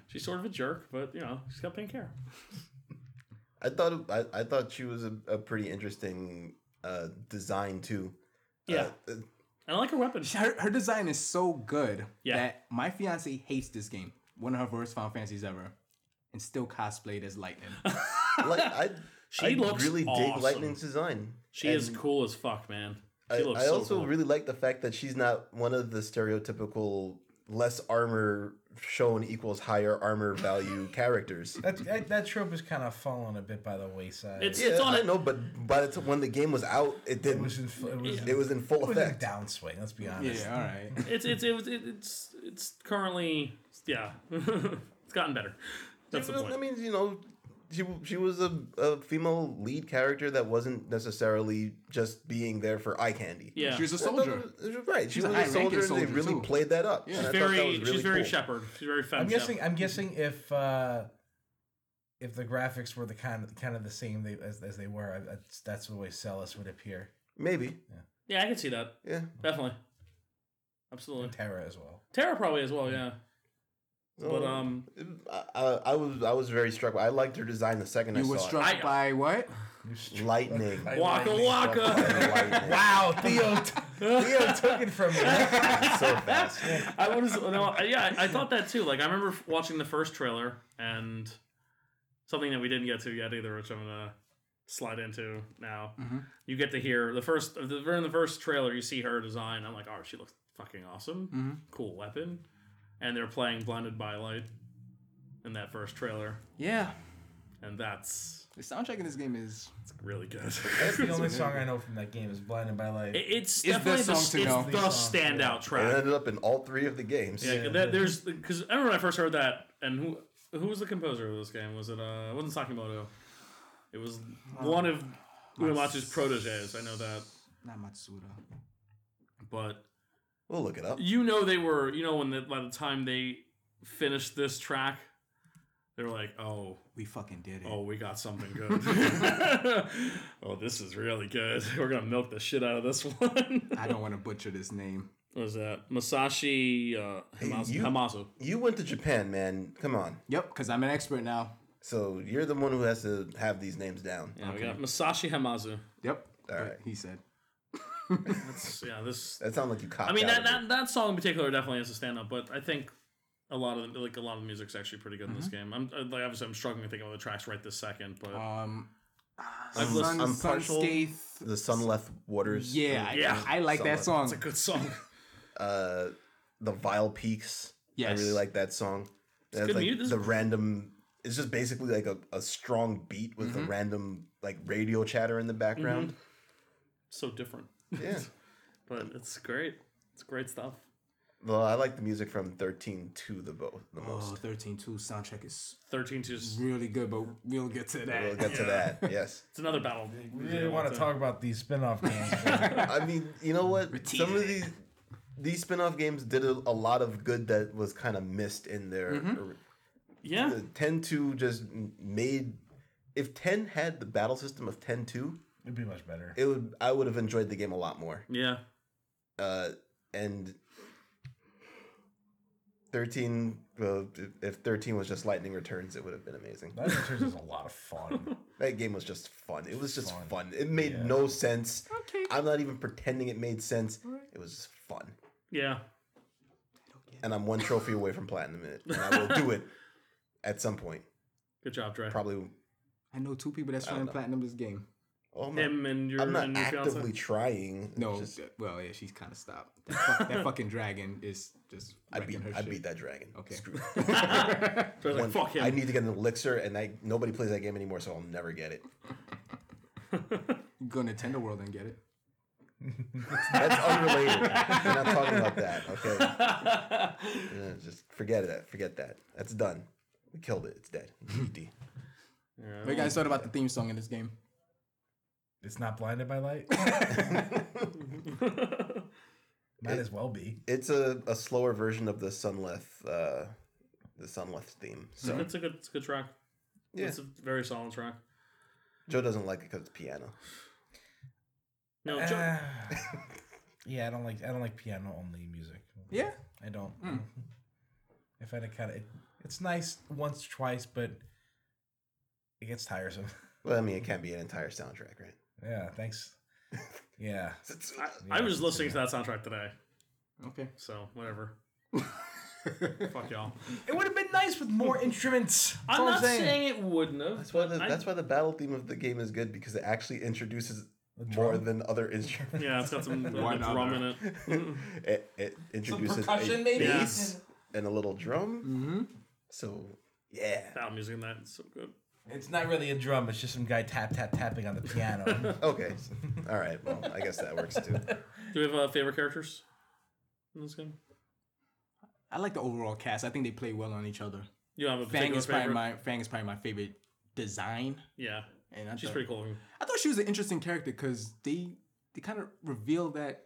D: she's sort of a jerk, but you know, she's got pink hair.
A: I thought I, I thought she was a, a pretty interesting uh, design too.
D: Yeah,
A: Uh,
D: and I like her weapon.
B: Her, her design is so good
D: Yeah.
B: that my fiance hates this game. One of her worst Final Fantasies ever. And still cosplayed as Lightning.
A: uh, like I,
D: She
A: I
D: looks
A: really dig
D: awesome.
A: Lightning's design.
D: She is cool as fuck, man. She
A: I,
D: looks
A: I
D: so
A: also
D: cool.
A: really like the fact that she's not one of the stereotypical less armor shown equals higher armor value characters.
C: That, that, that trope is kind of fallen a bit by the wayside.
D: It's
A: Yeah,
D: it's on
A: I
D: it.
A: know, but by the time when the game was out, it
C: it
A: didn't.
C: was in, it was,
A: It was in full
C: it was in
A: effect.
C: downswing. Let's be honest.
B: yeah, all right.
D: It's it's it was- it- it's it's currently yeah. It's gotten better. That's the
A: Well,
D: point.
A: That means you know, she she was a, a female lead character that wasn't necessarily just being there for eye candy.
D: yeah.
B: She was a
A: That
B: soldier.
A: doesn't- right. She
B: She's a
A: was a
B: high-ranking
A: soldier, and they
B: soldier,
A: really
B: too.
A: played that up.
B: Yeah.
A: And I thought that
D: very,
A: was really
D: she's very
A: cool.
D: shepherd. She's very femme.
C: I'm guessing.
D: shepherd.
C: I'm guessing if uh, if the graphics were the kind of kind of the same they, as as they were, I, that's that's the way Celis would appear.
A: Maybe.
D: Yeah, I can see that.
A: Yeah.
D: Definitely. Absolutely.
C: Terra as well.
D: Terra probably as well, yeah. But
C: Oh,
A: So,
D: um
A: I, I- I was I was very struck. by I liked her design the second I
B: You
A: saw
B: were
A: it.
B: struck
D: I-
B: by what?
C: You str-
A: Lightning.
C: I
D: Waka
C: lightning
D: Waka.
A: Lightning.
C: Wow, Theo, t- Theo took it from me.
A: so fast.
D: I want to no, I- yeah, I thought that too. Like I remember f- watching the first trailer and something that we didn't get to yet either, which I'm gonna slide into now. You get to hear the first the in the first trailer you see her design. I'm like, oh, she looks fucking awesome. Cool weapon. And they're playing Blinded by Light in that first trailer,
B: Yeah.
D: and that's
B: The soundtrack in this game is
D: it's really good.
C: That's the only song I know from that game is "Blinded by Light."
D: It- It's
B: It's
D: definitely
B: the
D: the,
B: song
D: s-
B: to
D: it's
B: know.
D: the
C: The song,
D: standout
A: It
D: track.
A: ended up in all three of the games.
D: Yeah, that, there's because I remember when I first heard that, and who who was the composer of this game? Was it uh? It wasn't Sakimoto. It was one of Uematsu's proteges. I know that,
B: not Matsuda.
D: but
A: We'll look it up.
D: you know they were. You know when the, by the time they finished this track, they were like, oh.
B: We fucking did it.
D: Oh, we got something good. oh, this is really good. We're gonna milk the shit out of this one.
B: I don't want to butcher this name.
D: what was that Masashi uh, Hamazu?
A: you-
D: Hamazu.
A: You went to Japan, man. Come on.
B: Yep, because I'm an expert now.
A: So you're the one who has to have these names down.
D: Yeah, we got Masashi Hamazu.
B: Yep.
A: All right.
B: He said.
D: That's yeah. This
A: That sounds like you copied.
D: I mean that, that that song in particular definitely is a stand up, but I think a lot of the, like a lot of the music's actually pretty good in this
A: Mm-hmm.
D: game. I'm uh, like obviously I'm struggling to think of the tracks right this second, but
A: Uh,
B: Um,
D: I've
B: Sun,
D: listened-
A: I'm partial-
B: Sunskaith.
A: The Sun Left Waters.
B: Yeah,
D: Yeah.
B: I, I like that
A: Solid.
B: song.
D: it's a good song.
A: Uh, the Vile Peaks. I
B: Yes.
A: really like that song. That's
D: good
A: like
D: music.
A: the random. It's just basically like a, a strong beat with a random like radio chatter in the background.
D: so different,
A: Yeah.
D: but it's great. It's great stuff.
A: Well, I like the music from 13 to the both the most.
B: Oh, 13 2 soundtrack is
D: Thirteen to just,
B: really good, but we'll get to that.
A: We'll get to
D: Yeah.
A: that. Yes.
D: it's another battle.
C: We really want
D: uh,
C: to talk about these spin-off games.
A: I mean, you know what? Some of
B: Retain it.
A: these these spin-off games did a, a lot of good that was kind of missed in their or-
D: Yeah,
A: the 10-2 just m- made if 10 had the battle system of 10-2,
C: It'd be much better.
A: it would I would have enjoyed the game a lot more.
D: yeah.
A: Uh and 13 well, if- if 13 was just lightning returns it would have been amazing.
C: That Returns is a lot of fun.
A: That game was just fun. It was just
C: Fun.
A: fun. It made
C: Yeah.
A: no sense. I'm not even pretending it made sense. It was just fun.
D: Yeah,
A: And I'm one trophy away from platinum in it. And I will do it at some point.
D: good job, Dre.
A: Probably.
B: I know two people that's trying to platinum this game.
A: Oh, I'm not,
D: Him and your,
A: I'm not
D: and your
A: actively
D: fiance.
A: trying. It's
B: No,
A: just-
B: th- well, yeah, she's kind of stopped. That, fuck, that fucking dragon is just.
A: I
B: wrecking
A: beat,
B: her
A: I
B: shit.
A: beat that dragon.
B: Okay.
A: Screw it.
D: Dre's like,
A: One-
D: fuck him.
A: I need to get an elixir, and I nobody plays that game anymore, so I'll never get it.
B: Go Nintendo World and get it.
A: That's unrelated. We're not talking about that. Okay. Yeah, just forget it. Forget that. That's done. We killed it. It's dead. GD.
D: Yeah.
B: What you guys thought about the theme song in this game?
C: It's not blinded by light. Might as well be.
A: It's a, a slower version of the Sunleth uh, the Sunleth theme. So
D: It's a good, it's a good track.
A: Yeah.
D: It's a very solid track.
A: Joe doesn't like it because it's piano.
D: No,
C: Uh,
D: Jo-
C: Ah. yeah, I don't like I don't like piano only music.
B: Yeah.
C: I don't. I find it kind of it, it's nice once twice, but it gets tiresome.
A: Well, I mean, it can't be an entire soundtrack, right?
C: yeah, thanks. Yeah,
D: I, I was listening to that soundtrack today,
B: Okay.
D: so whatever. fuck y'all.
C: it would have been nice with more instruments. That's
D: I'm
C: all
D: not saying. it wouldn't have.
A: That's why the,
D: I-
A: that's why the battle theme of the game is good because it actually introduces more than other instruments.
D: Yeah, it's got some like,
B: Why
D: a
B: not?
D: drum in it.
A: It, it introduces
C: percussion,
A: a
C: maybe?
A: bass and a little drum.
B: Mm-hmm.
A: So yeah.
D: That music in that is so good.
C: It's not really a drum. It's just some guy tap tap tapping on the piano.
A: Okay. All right. Well, I guess that works too.
D: Do we have uh, favorite characters in this game?
B: I like the overall cast. I think they play well on each other.
D: You don't have a
B: Fang
D: particular
B: is probably
D: favorite?
B: my Fang is probably my favorite design.
D: yeah,
B: And I
D: she's
B: thought,
D: pretty cool. looking.
B: I thought she was an interesting character because they they kind of reveal that.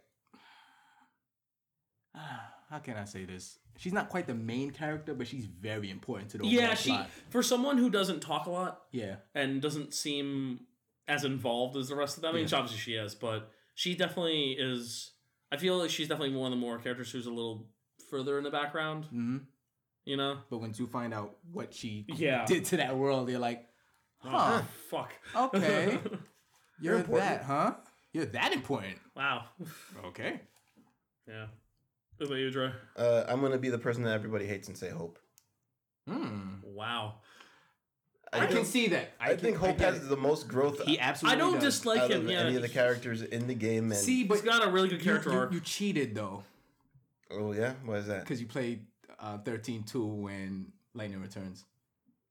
B: How can I say this? She's not quite the main character, but she's very important to the
D: Yeah,
B: overall
D: she
B: plot.
D: for someone who doesn't talk a lot
B: Yeah,
D: and doesn't seem as involved as the rest of them. I mean,
B: Yeah.
D: obviously she is, but she definitely is. I feel like she's definitely one of the more characters who's a little further in the background.
B: hmm
D: You know?
B: but once you find out what she
D: Yeah.
B: did to that world, you're like, huh?
D: Oh, Fuck.
B: Okay, you're
A: important.
B: that, huh? You're that important.
D: wow.
B: Okay.
D: Yeah. What about you, Dre?
A: Uh, I'm gonna be the person that everybody hates and say Hope.
B: Hmm.
D: Wow.
B: I,
A: think-
B: can see that.
A: I, think Hope
B: get
A: has
B: it.
A: the most growth
B: He
D: I
B: absolutely.
D: don't
B: does.
D: dislike
A: out
D: him.
A: of
D: Yeah.
A: any of the characters in the game. And,
B: see, but
D: He's got a really good
B: you-
D: character
B: you,
D: arc.
B: you cheated though.
A: oh yeah, what is that?
B: because you played uh, 13-2 when Lightning Returns.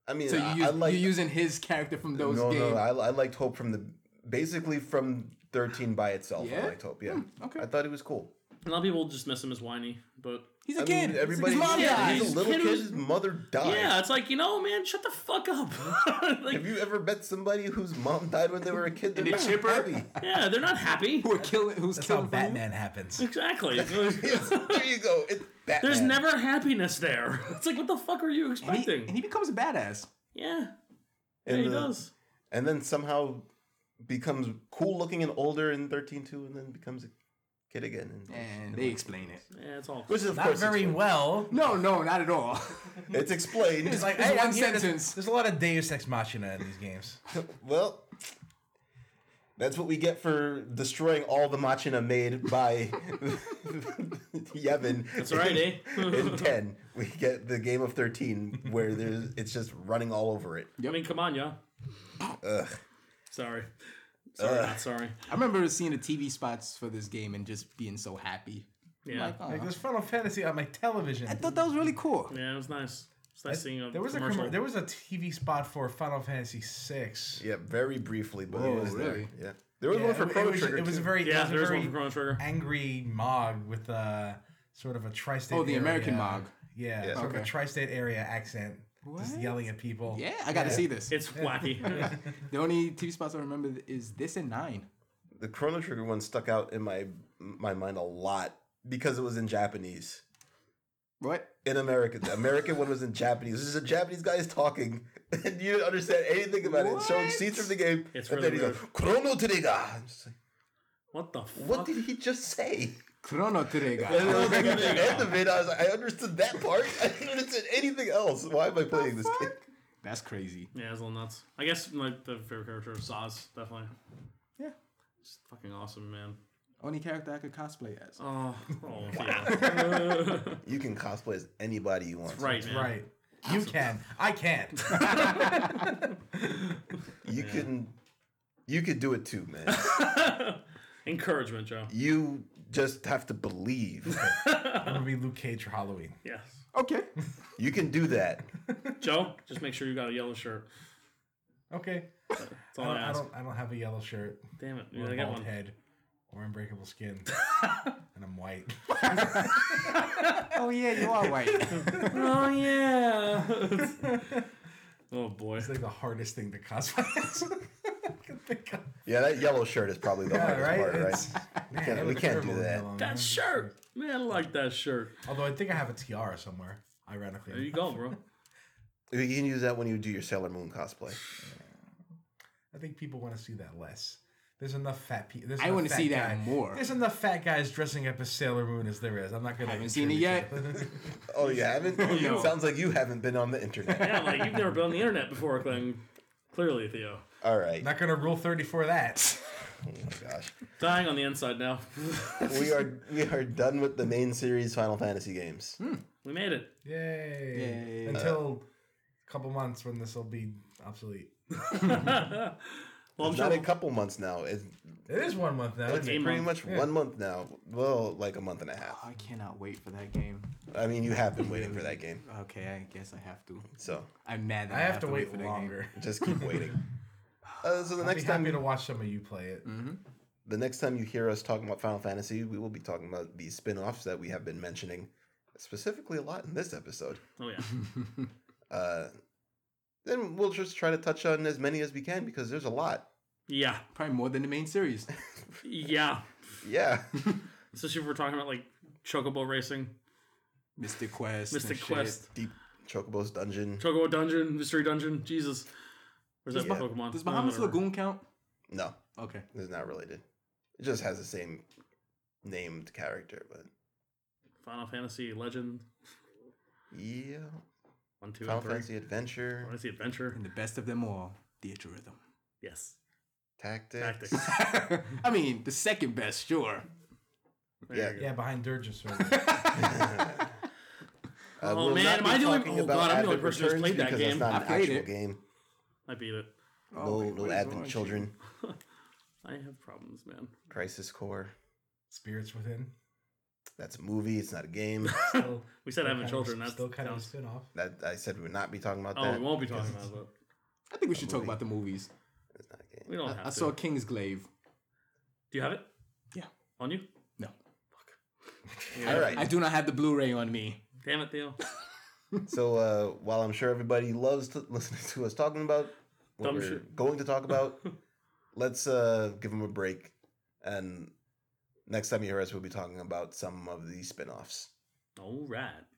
A: I mean,
B: So you
A: I,
B: use,
A: I like
B: you're using his character from those
A: no,
B: games.
A: no. I, I liked Hope from the basically from 13 by itself.
B: Yeah?
A: I liked Hope. Yeah,
B: Hmm, okay.
A: I thought it was cool.
D: A lot of people just miss him as whiny, but
B: he's a
A: I
B: kid.
A: mean, everybody.
B: his mom
D: Yeah,
B: dies.
A: he's a little
D: Kid
A: kid.
D: was-
A: His mother died.
D: yeah, it's like you know, man, shut the fuck up. like,
A: Oh, Have you ever met somebody whose mom died when they were a kid? They're
B: And they
A: not
B: chip her?
A: happy.
D: yeah, they're not happy.
B: Who are killing? Who's
C: That's how
B: killing? for who?
C: Batman happens.
D: Exactly.
A: Yes, there you go. It's Batman.
D: There's never happiness there. It's like, what the fuck are you
B: And he,
D: expecting?
B: and he becomes a badass.
D: yeah, yeah,
A: And
D: he
A: the-
D: does.
A: and then somehow becomes cool looking and older in 13 2 and then becomes a kid again and,
B: And they explain it.
D: Yeah, it's all.
A: which is of
C: Not
A: course
C: very
A: explained.
C: well.
B: No, no, not at all.
A: it's explained
C: It's like
B: It's
C: hey,
B: one
C: I'm here, there's-
B: sentence.
C: There's a lot of Deus Ex Machina in these games.
A: well that's what we get for destroying all the machina made by Yevon. That's
D: right, eh?
A: In, in 10, we get the game of 13 where there's it's just running all over it.
D: I mean, come on, yeah.
A: Ugh.
D: Sorry, sorry, not sorry.
B: I remember seeing the TV spots for this game and just being so happy. I'm
D: Yeah,
B: Like, oh,
C: Like there's Final Fantasy on my television.
B: I thought that was really cool.
D: yeah, it was nice. It's nice seeing a
C: there was a
D: commercial.
C: commer there was a TV spot for Final Fantasy VI.
A: Yeah, very briefly, but
B: Whoa,
A: it was
B: really?
A: there. Yeah. There was
C: Yeah,
A: one for
C: it-
A: Chrono
C: it was,
A: Trigger.
C: It was a
A: too.
C: very
D: yeah,
C: yeah,
D: there's
C: very
D: one for Chrono Trigger.
C: angry mog with a sort of a tri-state.
B: Oh, the
C: area-
B: American mog.
C: Yeah,
A: Yeah.
C: sort of
B: Okay.
C: a tri-state area accent, just
B: What?
C: yelling at people.
B: Yeah, I got to
C: Yeah.
B: see this.
D: It's wacky.
B: the only TV spots I remember is this and nine.
A: the Chrono Trigger one stuck out in my my mind a lot because it was in Japanese.
B: What?
A: In America, the American one was in Japanese. This is a Japanese guy is talking, and you didn't understand anything about it. It's Showing
B: What?
A: scenes from the game,
D: It's
A: and
D: really
A: then he goes Chrono Trigger. I'm just like,
D: what the fuck?
A: what did he just say?
B: Chrono
A: And then I
B: Trigger.
A: was like, at the end of it, I was like, I understood that part. I didn't understand anything else. Why am I playing this game?
B: That's crazy.
D: Yeah, it's a little nuts. I guess my the favorite character is Zaz, definitely.
B: Yeah.
D: It's fucking awesome, man.
B: Only character I could cosplay as.
D: Oh, oh yeah.
A: You can cosplay as anybody you want.
D: right, man.
C: Right. You can. I can't.
A: You can, you could do it too, man.
D: Encouragement, Joe.
A: you just have to believe.
C: I'm gonna be Luke Cage for Halloween.
D: Yes.
B: Okay.
A: You can do that.
D: Joe, just make sure you got a yellow shirt.
C: Okay.
D: That's
C: I
D: all
C: don't,
D: I,
C: I
D: ask.
C: don't. I don't have a yellow shirt
D: Damn it, you
C: or
D: gotta
C: a
D: get
C: bald
D: one.
C: head or unbreakable skin, and I'm white.
B: Oh yeah, you are white.
D: Oh yeah. oh boy.
C: It's like the hardest thing to cosplay. as. I can think of.
A: Yeah, that yellow shirt is probably the
C: Yeah,
A: hardest
C: right?
A: part, right?
C: It's- Man,
A: can't-
C: I
A: we
C: look
A: can't do
C: terrible in
A: that.
C: yellow, man.
D: That shirt, man, I like that shirt.
C: Although I think I have a tiara somewhere, ironically.
D: There you go, bro.
A: You can use that when you do your Sailor Moon cosplay.
C: I think people want to see that less. There's enough fat people.
B: I want to see that more.
C: There's enough fat guys dressing up as Sailor Moon as there is. I'm not gonna.
B: Haven't seen it yet.
C: contribute to it.
A: Oh, you haven't?
D: no.
A: Sounds like you haven't been on the internet.
D: Yeah, like you've never been on the internet before, Cling. Clearly, Theo.
A: All right.
C: not gonna rule thirty for that.
A: Oh my gosh.
D: Dying on the inside now.
A: We are we are done with the main series Final Fantasy games.
D: Hmm. we made it.
C: Yay!
B: Yay.
C: Until a couple months when this will be obsolete.
D: Well, I'm
A: It's
D: sure
A: not a
D: we'll-
A: couple months now. It's,
C: It is one month now.
A: it's
C: Isn't it?
D: game
A: pretty
D: month.
A: much one month now. Well, like a month and a half.
B: I cannot wait for that game.
A: I mean, you have been waiting for that game,
B: Okay, I guess I have to.
A: so
B: I'm mad that
C: I have to wait
B: for that
C: longer.
A: just keep waiting. Uh, so the
C: I'll be
A: next time,
C: happy to watch some of you play it.
A: the next time you hear us talking about Final Fantasy, we will be talking about the spin-offs that we have been mentioning specifically a lot in this episode.
B: Mm-hmm.
D: Oh yeah.
A: Uh, then we'll just try to touch on as many as we can because there's a lot.
D: Yeah,
B: Probably more than the main series.
D: yeah.
A: Yeah.
D: Especially if we're talking about like chocobo racing,
B: Mystic Quest. and
D: Mystic
B: shit.
D: Quest,
A: Deep Chocobo's dungeon.
D: chocobo dungeon, mystery dungeon. Jesus, where's that
A: Yeah.
D: Pokemon?
B: Does
D: Oh,
B: Bahamas
D: whatever.
B: Lagoon count?
A: No,
B: Okay.
A: it's not related. It just has the same named character, but
D: Final Fantasy Legend
A: yeah.
D: one, two,
A: Final
D: and three.
A: Fantasy Adventure,
D: Fantasy Adventure.
B: And the best of them all, Theatre Rhythm.
D: Yes.
A: Tactics.
D: Tactics.
B: I mean, the second best, sure. Oh,
D: There
A: Yeah.
D: you go.
C: Yeah, behind Durgis. Right?
A: Uh,
D: Oh,
A: we'll
D: man,
A: not
D: am
A: be
D: I the only-
A: talking
D: oh, God, I'm
A: Advent
D: the only person who's
A: Returns
D: played that
A: because
D: game. Oh,
A: It's not
B: I
A: an
B: played
A: actual
B: it.
A: game.
D: I beat it.
A: No, no Advent Children.
D: I have problems, man.
A: Crisis Core.
C: Spirits Within.
A: That's a movie. It's not a game.
C: Still,
D: We said having
C: kind
D: children.
C: Of,
D: That's
C: still kind
D: sounds-
C: of a spinoff.
A: That I said we would not be talking about
D: Oh,
A: that.
D: we won't be talking about it. but
B: I think we should talk about the movies.
A: It's not a
D: We
A: game.
D: don't have
B: I
D: to.
B: saw Kingsglaive.
D: Do you have it?
B: Yeah.
D: On you?
B: No.
A: All
B: I
A: right.
B: do not have the Blu-ray on me.
D: Damn it, Theo.
A: So uh, while I'm sure everybody loves to listening to us talking about what
D: Dumb
A: we're
D: shit.
A: going to talk about, let's uh, give them a break. And next time you hear us, we'll be talking about some of the spin-offs.
D: All right.